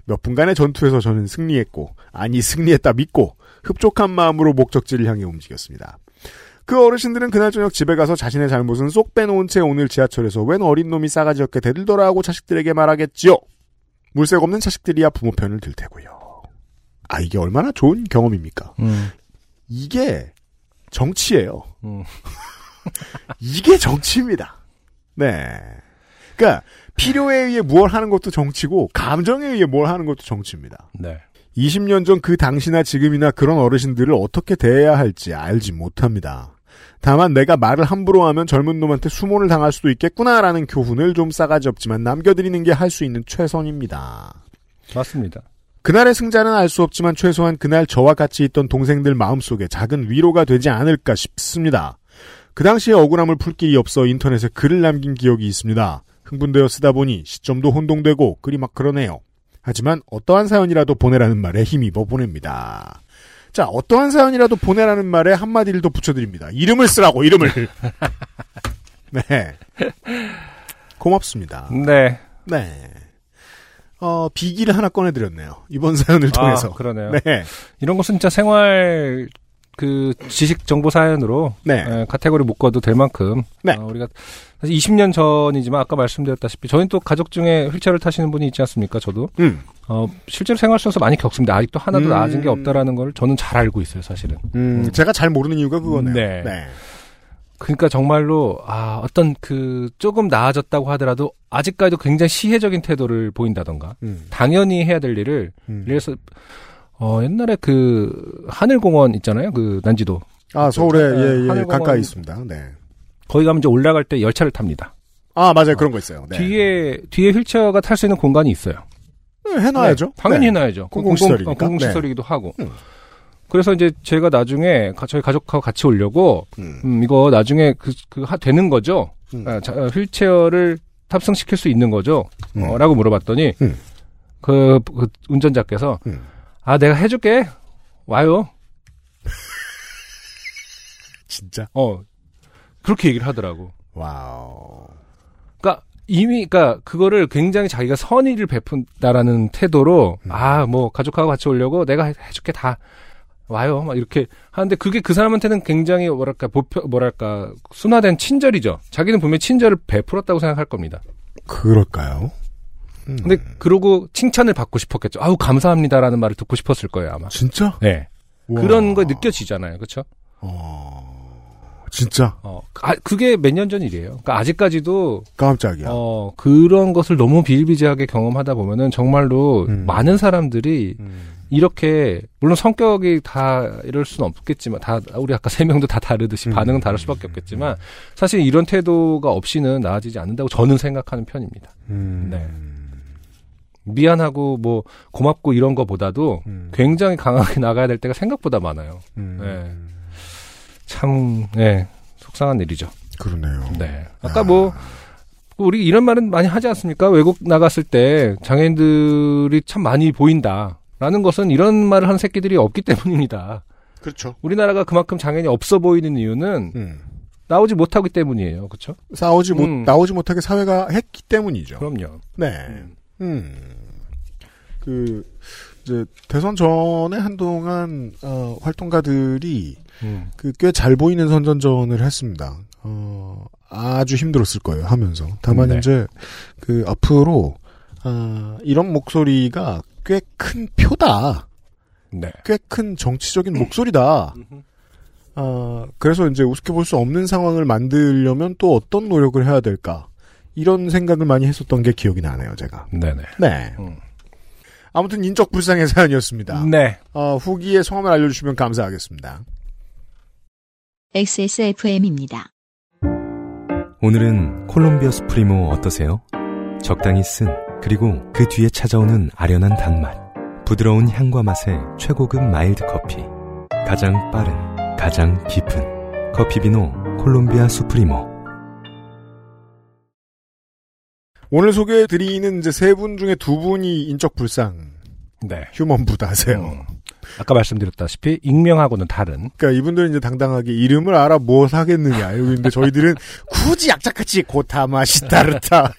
B: 몇 분간의 전투에서 저는 승리했고 아니 승리했다 믿고 흡족한 마음으로 목적지를 향해 움직였습니다. 그 어르신들은 그날 저녁 집에 가서 자신의 잘못은 쏙 빼놓은 채 오늘 지하철에서 웬 어린 놈이 싸가지 없게 대들더라 하고 자식들에게 말하겠지요. 물색 없는 자식들이야 부모 편을 들 테고요. 아 이게 얼마나 좋은 경험입니까? 이게 정치예요.
A: 음.
B: <laughs> 이게 정치입니다. 네. 그러니까 필요에 의해 무엇 하는 것도 정치고 감정에 의해 뭘 하는 것도 정치입니다.
A: 네.
B: 20년 전 그 당시나 지금이나 그런 어르신들을 어떻게 대해야 할지 알지 못합니다. 다만 내가 말을 함부로 하면 젊은 놈한테 수모를 당할 수도 있겠구나라는 교훈을 좀 싸가지 없지만 남겨드리는 게 할 수 있는 최선입니다.
A: 맞습니다.
B: 그날의 승자는 알 수 없지만 최소한 그날 저와 같이 있던 동생들 마음속에 작은 위로가 되지 않을까 싶습니다. 그 당시에 억울함을 풀 길이 없어 인터넷에 글을 남긴 기억이 있습니다. 흥분되어 쓰다 보니 시점도 혼동되고 글이 막 그러네요. 하지만 어떠한 사연이라도 보내라는 말에 힘입어 보냅니다. 자, 어떠한 사연이라도 보내라는 말에 한마디를 더 붙여드립니다. 이름을 쓰라고, 이름을. 네. 고맙습니다.
A: 네.
B: 네. 어, 비기를 하나 꺼내드렸네요. 이번 <laughs> 사연을 통해서.
A: 아, 그러네요.
B: 네.
A: 이런 것은 진짜 생활 그 지식 정보 사연으로
B: 네.
A: 에, 카테고리 묶어도 될 만큼
B: 네.
A: 어, 우리가 사실 20년 전이지만 아까 말씀드렸다시피 저희는 또 가족 중에 휠체어를 타시는 분이 있지 않습니까? 저도
B: 음.
A: 어, 실제로 생활 속에서 많이 겪습니다. 아직도 하나도
B: 음.
A: 나아진 게 없다라는 걸 저는 잘 알고 있어요, 사실은.
B: 음, 제가 잘 모르는 이유가 그거네요.
A: 네. 그러니까 정말로 아 어떤 그 조금 나아졌다고 하더라도 아직까지도 굉장히 시혜적인 태도를 보인다던가
B: 음.
A: 당연히 해야 될 일을
B: 음.
A: 그래서 어 옛날에 그 하늘공원 있잖아요 그 난지도
B: 아, 서울에,
A: 네,
B: 예, 예,
A: 한일공원-
B: 가까이 있습니다. 네.
A: 거기 가면 이제 올라갈 때 열차를 탑니다
B: 아, 맞아요. 그런 거 있어요. 네.
A: 뒤에 뒤에 휠체어가 탈 수 있는 공간이 있어요
B: 네, 해놔야죠.
A: 네, 당연히
B: 네.
A: 해놔야죠
B: 공공시설이니까.
A: 어, 공공시설이기도 하고
B: 음.
A: 그래서 이제 제가 나중에 가- 저희 가족하고 같이 오려고
B: 음.
A: 음, 이거 나중에 그, 그, 하, 되는 거죠?
B: 음.
A: 아, 자, 어, 휠체어를 탑승시킬 수 있는 거죠?
B: 음.
A: 어, 라고 물어봤더니,
B: 음.
A: 그, 그 운전자께서,
B: 음.
A: 아, 내가 해줄게. 와요.
B: 진짜.
A: 어. 그렇게 얘기를 하더라고.
B: 와우.
A: 그니까, 이미, 그러니까 그니까, 그거를 굉장히 자기가 선의를 베푼다라는 태도로,
B: 음.
A: 아, 뭐, 가족하고 같이 오려고 내가 해- 해줄게 다. 와요. 막 이렇게 하는데 그게 그 사람한테는 굉장히 뭐랄까, 보표, 뭐랄까, 순화된 친절이죠. 자기는 분명히 친절을 베풀었다고 생각할 겁니다.
B: 그럴까요? 음.
A: 근데 그러고 칭찬을 받고 싶었겠죠. 아우 감사합니다라는 말을 듣고 싶었을 거예요 아마.
B: 진짜?
A: 네.
B: 우와.
A: 그런 거 느껴지잖아요, 그렇죠?
B: 어, 진짜
A: 어, 아, 그게 몇 년 전 일이에요. 그러니까 아직까지도
B: 깜짝이야.
A: 어, 그런 것을 너무 비일비재하게 경험하다 보면은 정말로
B: 음.
A: 많은 사람들이
B: 음.
A: 이렇게 물론 성격이 다 이럴 수는 없겠지만 다 우리 아까 세 명도 다 다르듯이
B: 음.
A: 반응은 다를 수밖에 없겠지만 사실 이런 태도가 없이는 나아지지 않는다고 저는 생각하는 편입니다.
B: 음.
A: 네. 미안하고 뭐 고맙고 이런 거보다도
B: 음.
A: 굉장히 강하게 <laughs> 나가야 될 때가 생각보다 많아요. 네.
B: 음.
A: 참, 예, 속상한 일이죠.
B: 그러네요.
A: 네. 아까 뭐, 우리 이런 말은 많이 하지 않습니까? 외국 나갔을 때 장애인들이 참 많이 보인다. 라는 것은 이런 말을 한 새끼들이 없기 때문입니다.
B: 그렇죠.
A: 우리나라가 그만큼 장애인이 없어 보이는 이유는
B: 음.
A: 나오지 못하기 때문이에요. 그렇죠?
B: 싸우지 못
A: 음. 그렇죠.
B: 나오지 못하게 사회가 했기 때문이죠.
A: 그럼요.
B: 네. 음. 그 이제 대선 전에 한동안 어, 활동가들이
A: 음.
B: 그 꽤 잘 보이는 선전전을 했습니다. 어, 아주 힘들었을 거예요 하면서. 다만
A: 네.
B: 이제 그 앞으로 아, 이런 목소리가 꽤 큰 표다.
A: 네.
B: 꽤 큰 정치적인 목소리다. 아, 그래서 이제 우습게 볼 수 없는 상황을 만들려면 또 어떤 노력을 해야 될까? 이런 생각을 많이 했었던 게 기억이 나네요, 제가.
A: 네네.
B: 네.
A: 음.
B: 아무튼 인적 불상의 <laughs> 사연이었습니다.
A: 네.
B: 어, 후기에 성함을 알려주시면 감사하겠습니다.
C: XSFM입니다.
J: 오늘은 콜롬비아 수프리모 어떠세요? 적당히 쓴 그리고 그 뒤에 찾아오는 아련한 단맛 부드러운 향과 맛의 최고급 마일드 커피 가장 빠른 가장 깊은 커피 비노 콜롬비아 수프리모
B: 오늘 소개해드리는 이제 세 분 중에 두 분이 인적 불상
A: 네.
B: 휴먼부다세요.
A: 음. 아까 말씀드렸다시피 익명하고는 다른
B: 그러니까 이분들은 이제 당당하게 이름을 알아 무엇 하겠느냐 이러고
A: <laughs>
B: 있는데 저희들은 굳이 약자같이 고타마시 타르타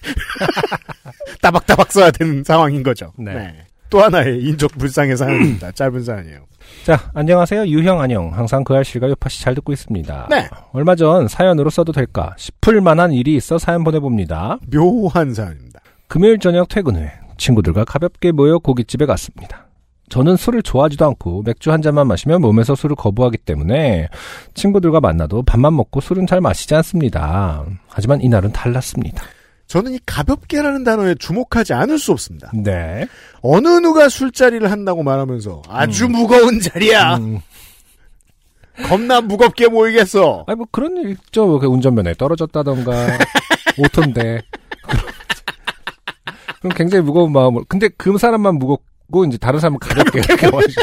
B: <laughs> 따박따박 써야 되는 상황인 거죠.
A: 네.
B: 또 하나의 인적 불상의 사연입니다. <clears throat> 짧은 사연이에요.
A: 자, 안녕하세요. 유형 안녕. 항상 그 알실과 요파시 잘 듣고 있습니다.
B: 네.
A: 얼마 전 사연으로 써도 될까 싶을 만한 일이 있어 사연 보내봅니다.
B: 묘한 사연입니다.
A: 금요일 저녁 퇴근 후에 친구들과 가볍게 모여 고깃집에 갔습니다. 저는 술을 좋아하지도 않고 맥주 한 잔만 마시면 몸에서 술을 거부하기 때문에 친구들과 만나도 밥만 먹고 술은 잘 마시지 않습니다. 하지만 이날은 달랐습니다.
B: 저는 이 가볍게라는 단어에 주목하지 않을 수 없습니다.
A: 네.
B: 어느 누가 술자리를 한다고 말하면서 아주 무거운 자리야.
A: 음,
B: <laughs> 겁나 무겁게 모이겠어.
A: 아니 뭐 그런 일 있죠. 그 운전면허에 <laughs> 떨어졌다던가 오토인데 그럼 굉장히 무거운 마음으로 근데 그 사람만 무겁고 이제 다른 사람은 가볍게 <laughs> 이렇게 와주-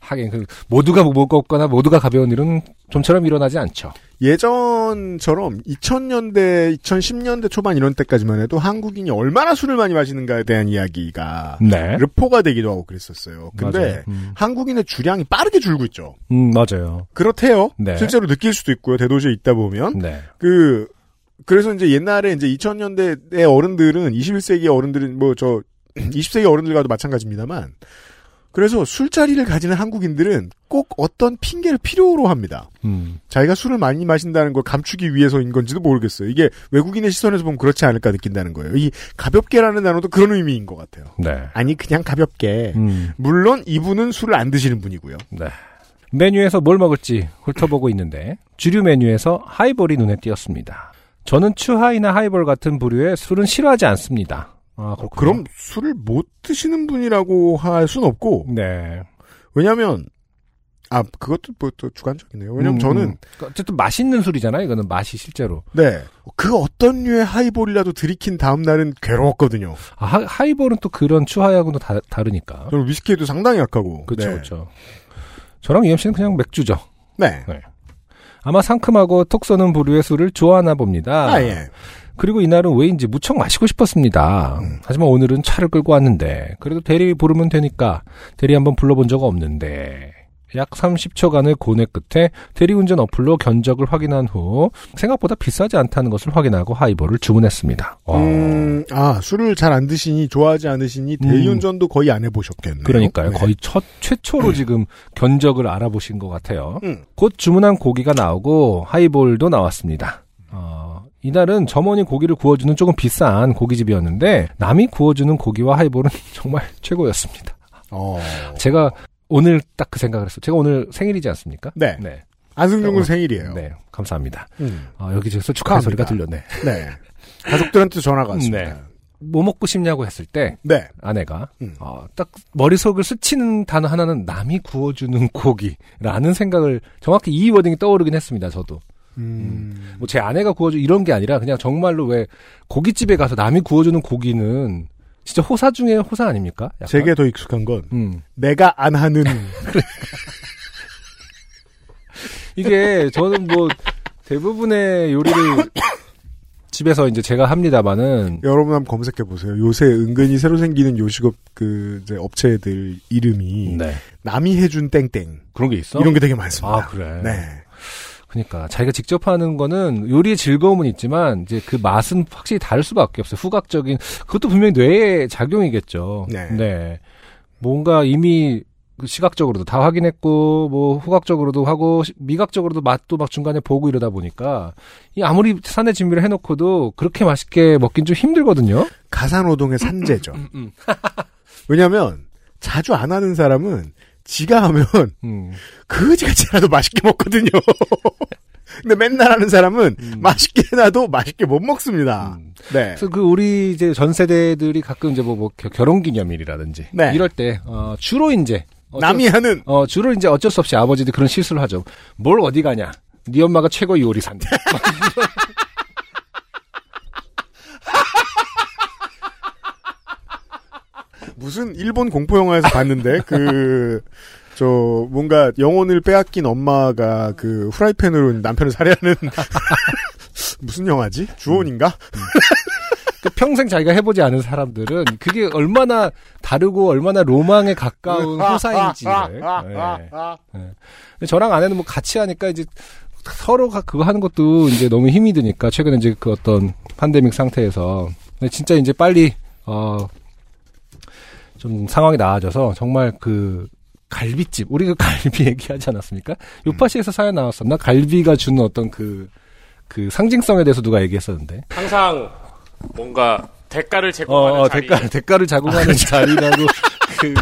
A: 하긴 그 모두가 무겁거나 모두가 가벼운 일은 좀처럼 일어나지 않죠.
B: 예전처럼 2000년대, 2010년대 초반 이런 때까지만 해도 한국인이 얼마나 술을 많이 마시는가에 대한 이야기가
A: 네.
B: 르포가 되기도 하고 그랬었어요. 근데
A: 맞아요. 음,
B: 한국인의 주량이 빠르게 줄고 있죠.
A: 음, 맞아요.
B: 그렇대요.
A: 네.
B: 실제로 느낄 수도 있고요. 대도시에 있다 보면
A: 네.
B: 그 그래서 이제 옛날에 이제 2000년대의 어른들은 21세기 어른들은 뭐 저 <clears throat> 20세기 어른들과도 마찬가지입니다만 그래서 술자리를 가지는 한국인들은 꼭 어떤 핑계를 필요로 합니다.
A: 음.
B: 자기가 술을 많이 마신다는 걸 감추기 위해서인 건지도 모르겠어요. 이게 외국인의 시선에서 보면 그렇지 않을까 느낀다는 거예요. 이 가볍게라는 단어도 그런 의미인 것 같아요.
A: 네.
B: 아니 그냥 가볍게.
A: 음.
B: 물론 이분은 술을 안 드시는 분이고요.
A: 네. 메뉴에서 뭘 먹을지 훑어보고 있는데 주류 메뉴에서 하이볼이 눈에 띄었습니다. 저는 추하이나 하이볼 같은 부류의 술은 싫어하지 않습니다. 아, 그렇군요.
B: 그럼 술을 못 드시는 분이라고 할 순 없고
A: 네.
B: 왜냐면 아 그것도 뭐또 주관적이네요. 왜냐면
A: 음,
B: 저는
A: 음. 어쨌든 맛있는 술이잖아요. 이거는 맛이 실제로.
B: 네 그 어떤 류의 하이볼이라도 들이킨 다음 날은 괴로웠거든요.
A: 아, 하, 하이볼은 또 그런 추하이하고는 다, 다르니까.
B: 저는 위스키에도 상당히 약하고
A: 아. 그렇죠,
B: 네.
A: 그렇죠. 저랑 이엠 씨는 그냥 맥주죠.
B: 네.
A: 아마 상큼하고 톡 쏘는 부류의 술을 좋아하나 봅니다.
B: 아 예.
A: 그리고 이날은 왜인지 무척 마시고 싶었습니다. 하지만 오늘은 차를 끌고 왔는데 그래도 대리 부르면 되니까 대리 한번 불러본 적 없는데 약 30초간의 고뇌 끝에 대리운전 어플로 견적을 확인한 후 생각보다 비싸지 않다는 것을 확인하고 하이볼을 주문했습니다. 와,
B: 음, 아 술을 잘 안 드시니 좋아하지 않으시니
A: 음.
B: 대리운전도 거의 안 해보셨겠네요.
A: 그러니까요.
B: 네.
A: 거의 첫 최초로 지금 견적을 알아보신 것 같아요.
B: 음.
A: 곧 주문한 고기가 나오고 하이볼도 나왔습니다. 어, 이날은 점원이 고기를 구워주는 조금 비싼 고깃집이었는데 남이 구워주는 고기와 하이볼은 <laughs> 정말 최고였습니다.
B: 어.
A: 제가 오늘 딱 그 생각을 했어요. 제가 오늘 생일이지 않습니까?
B: 네.
A: 네.
B: 안승준 군
A: 어,
B: 생일이에요. 네.
A: 네, 감사합니다.
B: 음.
A: 어, 여기저기서 축하 소리가 들렸네.
B: 네. 가족들한테 전화가 왔습니다.
A: 뭐 먹고 싶냐고 했을 때
B: 네.
A: 아내가
B: 음.
A: 어, 딱 머릿속을 스치는 단어 하나는 남이 구워주는 <laughs> 고기라는 생각을 정확히 이 워딩이 떠오르긴 했습니다. 저도
B: 음.
A: 뭐 제 아내가 구워주 이런 게 아니라 그냥 정말로 왜 고깃집에 가서 남이 구워주는 고기는 진짜 호사 중에 호사 아닙니까? 약간?
B: 제게 더 익숙한 건
A: 음.
B: 내가 안 하는
A: <laughs> 이게 저는 뭐 대부분의
B: <coughs>
A: 요리를 집에서 이제 제가 합니다마는
B: 여러분 한번 검색해 보세요. 요새 은근히 새로 생기는 요식업 그 이제 업체들 이름이
A: 네.
B: 남이 해준 땡땡
A: 그런 게 있어?
B: 이런 게 되게 많습니다.
A: 아 그래.
B: 네.
A: 그러니까 자기가 직접 하는 거는 요리의 즐거움은 있지만 이제 그 맛은 확실히 다를 수밖에 없어요. 후각적인 그것도 분명히 뇌의 작용이겠죠.
B: 네.
A: 뭔가 이미 그 시각적으로도 다 확인했고 뭐 후각적으로도 하고 시- 미각적으로도 맛도 막 중간에 보고 이러다 보니까 이 아무리 산에 진미를 해놓고도 그렇게 맛있게 먹긴 좀
B: 네.
A: 힘들거든요.
B: 가사노동의 산재죠.
A: 음.
B: <laughs> 왜냐하면 자주 안 하는 사람은 지가 하면
A: 음.
B: 그지같이라도 맛있게 먹거든요. <laughs> 근데 맨날 하는 사람은 맛있게 해놔도 맛있게 못 먹습니다.
A: 음.
B: 네.
A: 그래서 그 우리 이제 전 세대들이 가끔 이제 뭐, 뭐 겨- 결혼기념일이라든지
B: 네.
A: 이럴 때 어, 주로 이제 어쩔
B: 남이 하는
A: 어, 주로 이제 어쩔 수 없이 아버지들 그런 실수를 하죠. 뭘 어디 가냐? 네 엄마가 최고 요리사인데.
B: 무슨 일본 공포 영화에서 봤는데 그. 저 뭔가 영혼을 빼앗긴 엄마가 그 후라이팬으로 남편을 살해하는 <laughs> 무슨 영화지? 주온인가?
A: 음. 그 평생 자기가 해보지 않은 사람들은 그게 얼마나 다르고 얼마나 로망에
B: <laughs>
A: 가까운 아, 음, 호사인지.
B: 아,
A: 네. 근데 저랑 아내는 뭐 같이 하니까 이제 서로가 그거 하는 것도 이제 너무 힘이 드니까 최근에 이제 그 어떤 팬데믹 상태에서 근데 진짜 이제 빨리 어좀 상황이 나아져서 정말 그 갈비집 우리 그 갈비 <laughs> 얘기하지 않았습니까? 요파시에서 사연 나왔었나? 갈비가 주는 어떤 그 그 상징성에 대해서 누가 얘기했었는데
H: 항상 뭔가
A: 어,
H: 대가를 그뭐 제공하는
A: 어
H: 자리.
A: 대가 대가를 아, 그 자궁하는 자리라고 그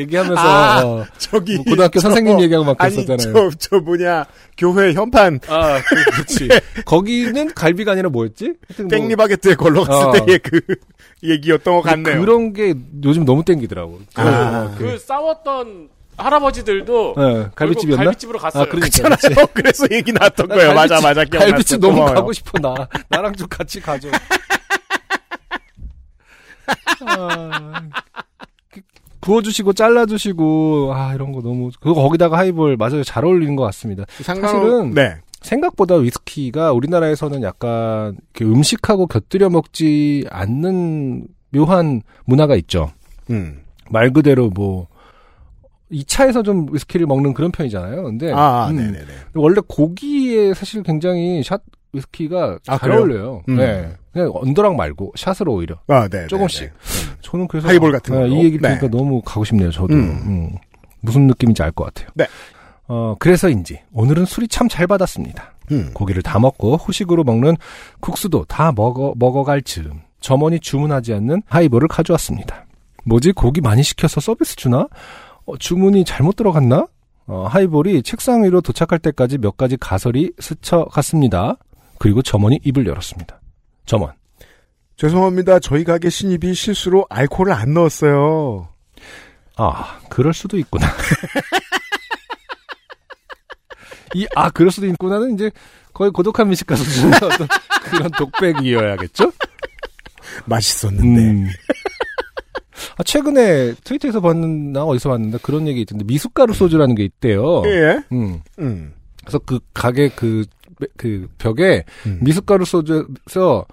A: 얘기하면서
B: 아,
A: 어,
B: 저기
A: 뭐 고등학교 선생님 얘기하고 막
B: 아니
A: 그랬었잖아요.
B: 저, 저 뭐냐 교회 현판
A: 아, 그, <laughs> 그렇지. 거기는 갈비가 아니라 뭐였지? 하여튼 뭐
B: 땡리바게트에 걸러갔을
A: 어.
B: 때의 그 <laughs> 얘기였던 것 같네요.
A: 그런 게 요즘 너무 땡기더라고.
B: 아,
H: 그 싸웠던 할아버지들도
A: 네, 갈비집이었나?
H: 결국 갈비집으로 갔어요.
A: 아, 그러니까. 그렇지. <laughs>
B: 그렇잖아요. 그래서 얘기 나왔던 거예요. 맞아 맞아 기억났어.
A: 갈비집 너무
B: 고마워요.
A: 가고 싶어 나. 나랑 좀 같이
B: <laughs>
A: 가줘. 아, 그- 구워주시고 잘라주시고 아 이런 거 너무 그거 거기다가 하이볼 맞아요 잘 어울리는 것 같습니다. 사실은
B: 네.
A: 생각보다 위스키가 우리나라에서는 약간 이렇게 음식하고 곁들여 먹지 않는 묘한 문화가 있죠.
B: 음.
A: 말 그대로 뭐 2차에서 좀 위스키를 먹는 그런 편이잖아요. 근데
B: 아,
A: 음,
B: 네네네.
A: 원래 고기에 사실 굉장히 샷 위스키가
B: 아,
A: 잘
B: 그래요?
A: 어울려요.
B: 음.
A: 네. 그냥 언더락 말고 샷으로 오히려
B: 아, 네.
A: 조금씩. 저는 그래서
B: 하이볼 같은 걸로.
A: 이 얘기
B: 네.
A: 들으니까 너무 가고 싶네요. 저도
B: 음.
A: 음. 무슨 느낌인지 알 것 같아요.
B: 네.
A: 어 그래서인지 오늘은 술이 참 잘 받았습니다.
B: 음.
A: 고기를 다 먹고 후식으로 먹는 국수도 다 먹어 먹어갈 즈음 점원이 주문하지 않는 하이볼을 가져왔습니다. 뭐지 고기 많이 시켜서 서비스 주나? 어, 주문이 잘못 들어갔나? 어, 하이볼이 책상 위로 도착할 때까지 몇 가지 가설이 스쳐갔습니다. 그리고 점원이 입을 열었습니다. 점원.
B: 죄송합니다. 저희 가게 신입이 실수로 알코올을 안 넣었어요.
A: 아, 그럴 수도 있구나. <laughs> 이, 아, 그럴 수도 있구나는 이제 거의 고독한 미식가 수준의 어떤 그런 독백이어야겠죠?
B: <laughs>
A: 음.
B: 맛있었는데.
A: 아, 최근에 트위터에서 봤나 어디서 봤는데 그런 얘기 있던데 미숫가루 소주라는 게 있대요.
B: 예.
A: 음.
B: 음.
A: 그래서 그 가게 그, 그 벽에
B: 음.
A: 미숫가루 소주에서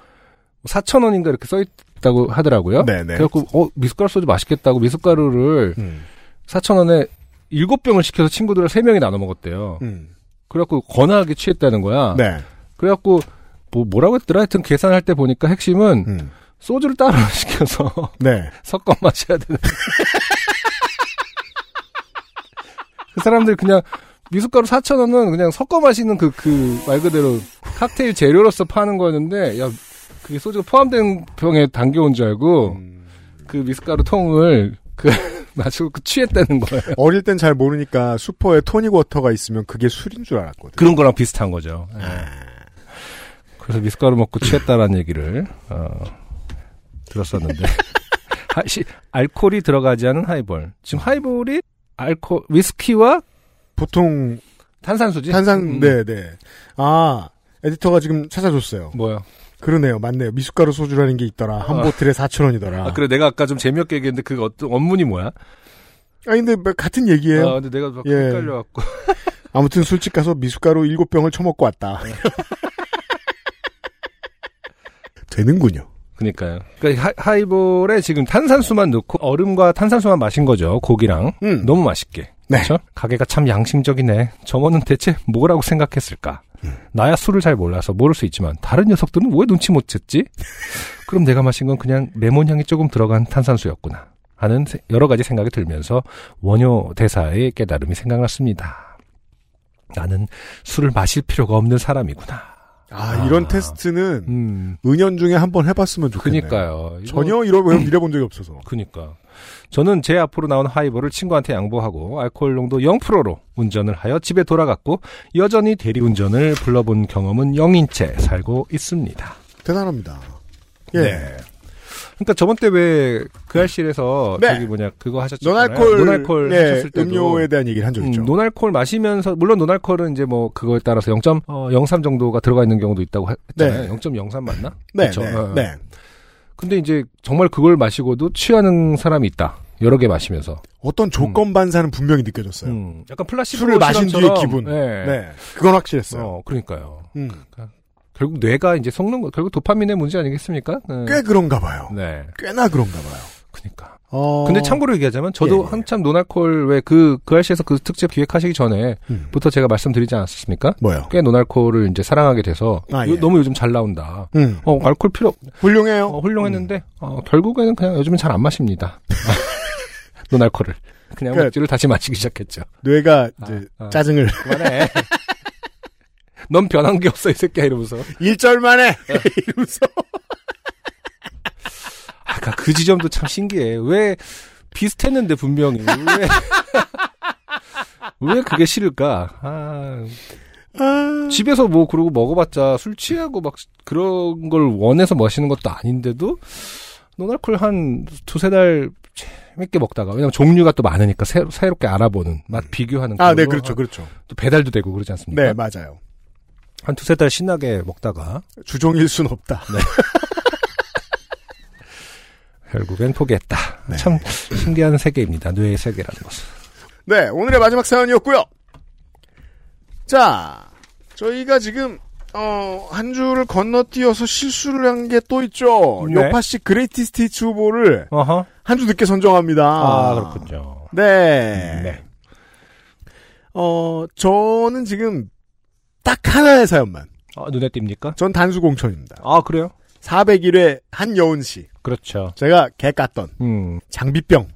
A: 4,000원인가 이렇게 써있다고 하더라고요.
B: 네네.
A: 그래갖고, 어, 미숫가루 소주 맛있겠다고 미숫가루를
B: 음.
A: 4,000원에 일곱 병을 시켜서 친구들을 세 명이 나눠 먹었대요.
B: 음.
A: 그래갖고 권하게 취했다는 거야.
B: 네.
A: 그래갖고 뭐 뭐라고 했더라? 하여튼 계산할 때 보니까 핵심은
B: 음.
A: 소주를 따로 <laughs> 시켜서
B: 네.
A: 섞어 마셔야 되는. <laughs> 그 사람들 그냥 미숫가루 4,000원은 그냥 섞어 마시는 그, 그, 말 그대로 칵테일 재료로서 파는 거였는데, 야, 그게 소주가 포함된 병에 담겨온 줄 알고, 그 미숫가루 통을 그, <laughs> 마시고 그 취했다는 거예요.
B: 어릴 땐 잘 모르니까 슈퍼에 토닉 워터가 있으면 그게 술인 줄 알았거든.
A: 그런 거랑 비슷한 거죠. 예. 그래서 미숫가루 먹고 취했다라는 얘기를 어, 들었었는데 하- 시- 알코올이 들어가지 않은 하이볼. 지금 하이볼이 알코 위스키와
B: 보통
A: 탄산수지.
B: 탄산
A: 음,
B: 네, 네. 아, 에디터가 지금 찾아줬어요.
A: 뭐야?
B: 그러네요. 맞네요. 미숫가루 소주라는 게 있더라. 한
A: 아.
B: 보틀에 4,000원이더라.
A: 아, 그래 내가 아까 좀 재미없게 얘기했는데 그 어떤 원문이 뭐야?
B: 아니 근데 뭐 같은 얘기예요.
A: 아, 근데 내가 막
B: 예.
A: 헷갈려갖고 <laughs>
B: 아무튼 술집 가서 미숫가루 일곱 병을 처먹고 왔다. <laughs> 되는군요.
A: 그니까요. 그러니까 하- 하이볼에 지금 탄산수만 넣고 얼음과 탄산수만 마신 거죠. 고기랑
B: 음.
A: 너무 맛있게.
B: 네.
A: 그렇죠? 가게가 참 양심적이네. 점원은 대체 뭐라고 생각했을까?
B: 음.
A: 나야 술을 잘 몰라서 모를 수 있지만 다른 녀석들은 왜 눈치 못 챘지? 그럼 내가 마신 건 그냥 레몬 향이 조금 들어간 탄산수였구나. 하는 세- 여러 가지 생각이 들면서 원효 대사의 깨달음이 생각났습니다. 나는 술을 마실 필요가 없는 사람이구나.
B: 아, 이런 테스트는
A: 음,
B: 은연 중에 한 번 해봤으면 좋겠네요.
A: 그니까요. 이거-
B: 전혀 이런 걸 미려본 적이 없어서.
A: 그니까. 저는 제 앞으로 나온 하이볼을 친구한테 양보하고 알코올 농도 0%로 운전을 하여 집에 돌아갔고 여전히 대리운전을 불러본 경험은 0인 채 살고 있습니다.
B: 대단합니다. 예.
A: 네. 그러니까 저번 때 왜 그 알실에서
B: 네.
A: 저기 뭐냐 그거 하셨잖아요.
B: 논알콜,
A: 네, 논알콜
B: 예,
A: 하셨을 때도
B: 음료에 대한 얘기를 한 적 있죠.
A: 음, 논알콜 마시면서 물론 논알콜은 이제 뭐 그거에 따라서 0.03 정도가 들어가 있는 경우도 있다고 했잖아요.
B: 네.
A: 0.03 맞나?
B: 네,
A: 그쵸?
B: 네,
A: 어,
B: 네.
A: 근데 이제 정말 그걸 마시고도 취하는 사람이 있다. 여러 개 마시면서.
B: 어떤 조건 반사는 분명히 느껴졌어요.
A: 음, 약간 플라시보
B: 술을 마신 뒤의
A: 실험처럼,
B: 기분.
A: 예.
B: 네. 그건 확실했어요.
A: 어, 그러니까요.
B: 음,
A: 결국 뇌가 이제 속는 거, 결국 도파민의 문제 아니겠습니까? 네.
B: 꽤 그런가 봐요.
A: 네,
B: 꽤나 그런가 봐요.
A: 그러니까.
B: 어,
A: 근데 참고로 얘기하자면 저도
B: 예, 예.
A: 한참 노날콜 왜그그 알씨에서 그 특집 기획하시기 전에부터
B: 음,
A: 제가 말씀드리지 않았습니까?
B: 뭐요?
A: 꽤 노날콜을 이제 사랑하게 돼서
B: 아,
A: 요-
B: 예.
A: 너무 요즘 잘 나온다.
B: 음,
A: 어, 알콜 필요 없-
B: 훌륭해요.
A: 어, 훌륭했는데
B: 음.
A: 어, 결국에는 그냥 요즘은 잘 안 마십니다.
B: <laughs>
A: 노날콜을 그냥
B: 그-
A: 맥주를 다시 마시기 시작했죠.
B: 뇌가 이제
A: 아, 아.
B: 짜증을 <laughs>
A: 그만해. <laughs> 넌 변한 게 없어 이 새끼야 이러면서.
B: 일절만 해 이러면서
A: 아, 아까 그 지점도 참 신기해. 왜 비슷했는데 분명히 왜, 왜 그게 싫을까? 아, 집에서 뭐 그러고 먹어봤자 술 취하고 막 그런 걸 원해서 마시는 것도 아닌데도 노날콜 한 두세 달 재밌게 먹다가 왜냐면 종류가 또 많으니까 새, 롭게 알아보는 맛 비교하는
B: 아, 네,
A: 그걸로
B: 그렇죠,
A: 한-
B: 그렇죠.
A: 또 배달도 되고 그러지 않습니까?
B: 네, 맞아요.
A: 한 두세 달 신나게 먹다가
B: 주종일 순 없다.
A: 네. 결국엔 포기했다. 참 신기한 세계입니다. 뇌의 세계라는 것은.
B: <laughs> 네, 오늘의 마지막 사연이었고요. 자, 저희가 지금 어, 한 주를 건너뛰어서 실수를 한 게 또 있죠.
A: 네.
B: 요파 씨 그레이티 스티치 후보를
A: 어허.
B: 한 주 늦게 선정합니다.
A: 아, 그렇군요.
B: 네.
A: 네.
B: 어, 저는 지금 딱 하나의 사연만.
A: 아, 눈에 띕니까?
B: 전 단수공천입니다.
A: 아, 그래요?
B: 401회 한여운 씨.
A: 그렇죠.
B: 제가 개 깠던
A: 음.
B: 장비병.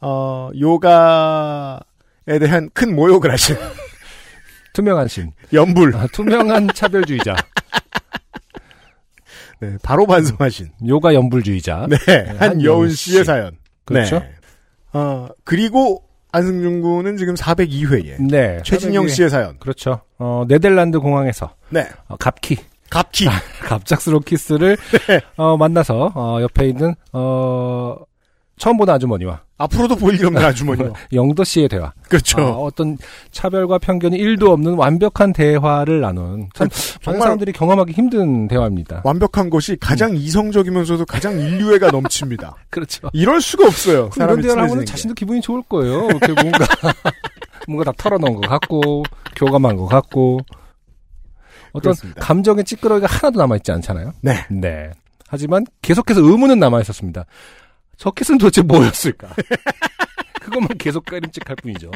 B: 어, 요가에 대한 큰 모욕을 하신 <laughs>
A: 투명한 신.
B: 연불.
A: 아, 투명한 차별주의자.
B: 네, 바로 반성하신.
A: 요가 연불주의자.
B: 네, 한여운
A: 한여운
B: 씨의
A: 씨.
B: 사연.
A: 그렇죠?
B: 네. 어, 그리고 안승준 군은 지금 402회에
A: 네.
B: 최진영 씨의 사연.
A: 그렇죠. 어, 네덜란드 공항에서
B: 네.
A: 어, 갑키, <laughs>
B: 갑키.
A: 갑작스러운 키스를 어, 만나서 어, 옆에 있는 어, 처음 보는 아주머니와
B: 앞으로도 볼 일 없는 아주머니요.
A: <laughs> 영도 씨의 대화.
B: 그렇죠.
A: 아, 어떤 차별과 편견이 1도 없는 완벽한 대화를 나눈 참 많은
B: 정말-
A: 사람들이 경험하기 힘든 대화입니다.
B: 완벽한 것이 가장 이성적이면서도 가장 인류애가 넘칩니다.
A: 그렇죠.
B: 이럴 수가 없어요.
A: 그 이런
B: 사람이
A: 대화를 하면
B: 친해지는 게.
A: 자신도 기분이 좋을 거예요. 이렇게 뭔가 <laughs> 뭔가 다 털어놓은 것 같고 교감한 것 같고 어떤
B: 그렇습니다.
A: 감정의 찌끄러기가 하나도 남아 있지 않잖아요.
B: 네.
A: 네. 하지만 계속해서 의문은 남아 있었습니다. 저 키스는 도대체 뭐였을까? <laughs> 그것만 계속 까림칙할 뿐이죠.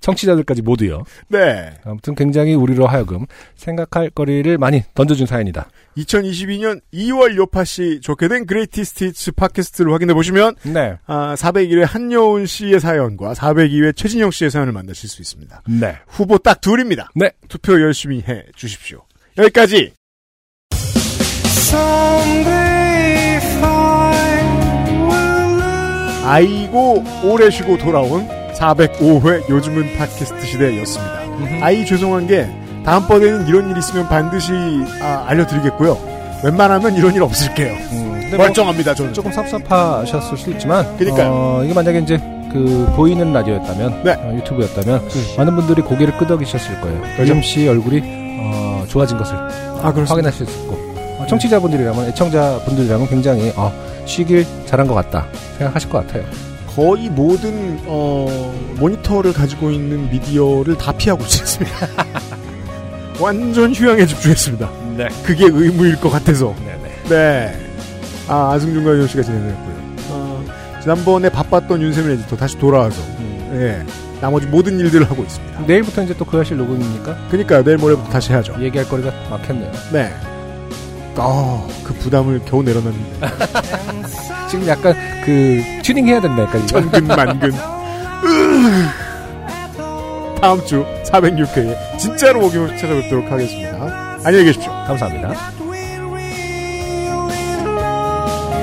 A: 청취자들까지 모두요.
B: 네.
A: 아무튼 굉장히 우리로 하여금 생각할 거리를 많이 던져준 사연이다.
B: 2022년 2월 요파 씨 좋게 된 그레이티 스티츠 팟캐스트를 확인해 보시면
A: 네.
B: 아, 401회 한여운 씨의 사연과 402회 최진영 씨의 사연을 만나실 수 있습니다.
A: 네.
B: 후보 딱 둘입니다.
A: 네.
B: 투표 열심히 해 주십시오. 여기까지. 아이고 오래 쉬고 돌아온 405회 요즘은 팟캐스트 시대였습니다. 아이 죄송한 게 다음번에는 이런 일 있으면 반드시 아, 알려드리겠고요. 웬만하면 이런 일 없을게요.
A: 근데 뭐
B: 멀쩡합니다 저는.
A: 조금 섭섭하셨을 수도 있지만
B: 그러니까요.
A: 어, 이게 만약에 이제 그 보이는 라디오였다면
B: 네. 음.
A: 어, 유튜브였다면 많은 분들이 고개를 끄덕이셨을 거예요. 요즘 씨 얼굴이 어, 좋아진 것을
B: 그렇습니다. 네.
A: 확인할 수 있었고 어, 청취자분들이라면 애청자분들이라면 굉장히 어, 쉬길 잘한 것 같다 생각하실 것 같아요.
B: 거의 모든 어, 모니터를 가지고 있는 미디어를 다 피하고 있습니다. <laughs> 완전 휴양에 집중했습니다.
A: 네.
B: 그게 의무일 것 같아서.
A: 네네.
B: 네. 아 안승준과 유현 씨가 진행을 했고요. 어, 지난번에 바빴던 윤세민 에디터 다시 돌아와서 예, 나머지 모든 일들을 하고 있습니다.
A: 내일부터 이제 또 그하실 녹음이니까
B: 그러니까 내일 모레부터 다시 해야죠.
A: 얘기할 거리가 막혔네요.
B: 네. 어, 그 부담을 겨우 내려놨는데.
A: 지금 약간 그 튜닝 해야 된다니까 이거.
B: 천근 만근. 으으. 다음 주 406회에 진짜로 오기면 찾아뵙도록 하겠습니다. 안녕히 계십시오.
A: 감사합니다.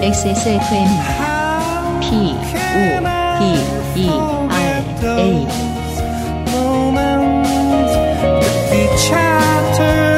C: XSFM입니다. P, O, D, E, R, A.
I: moment could be shattered.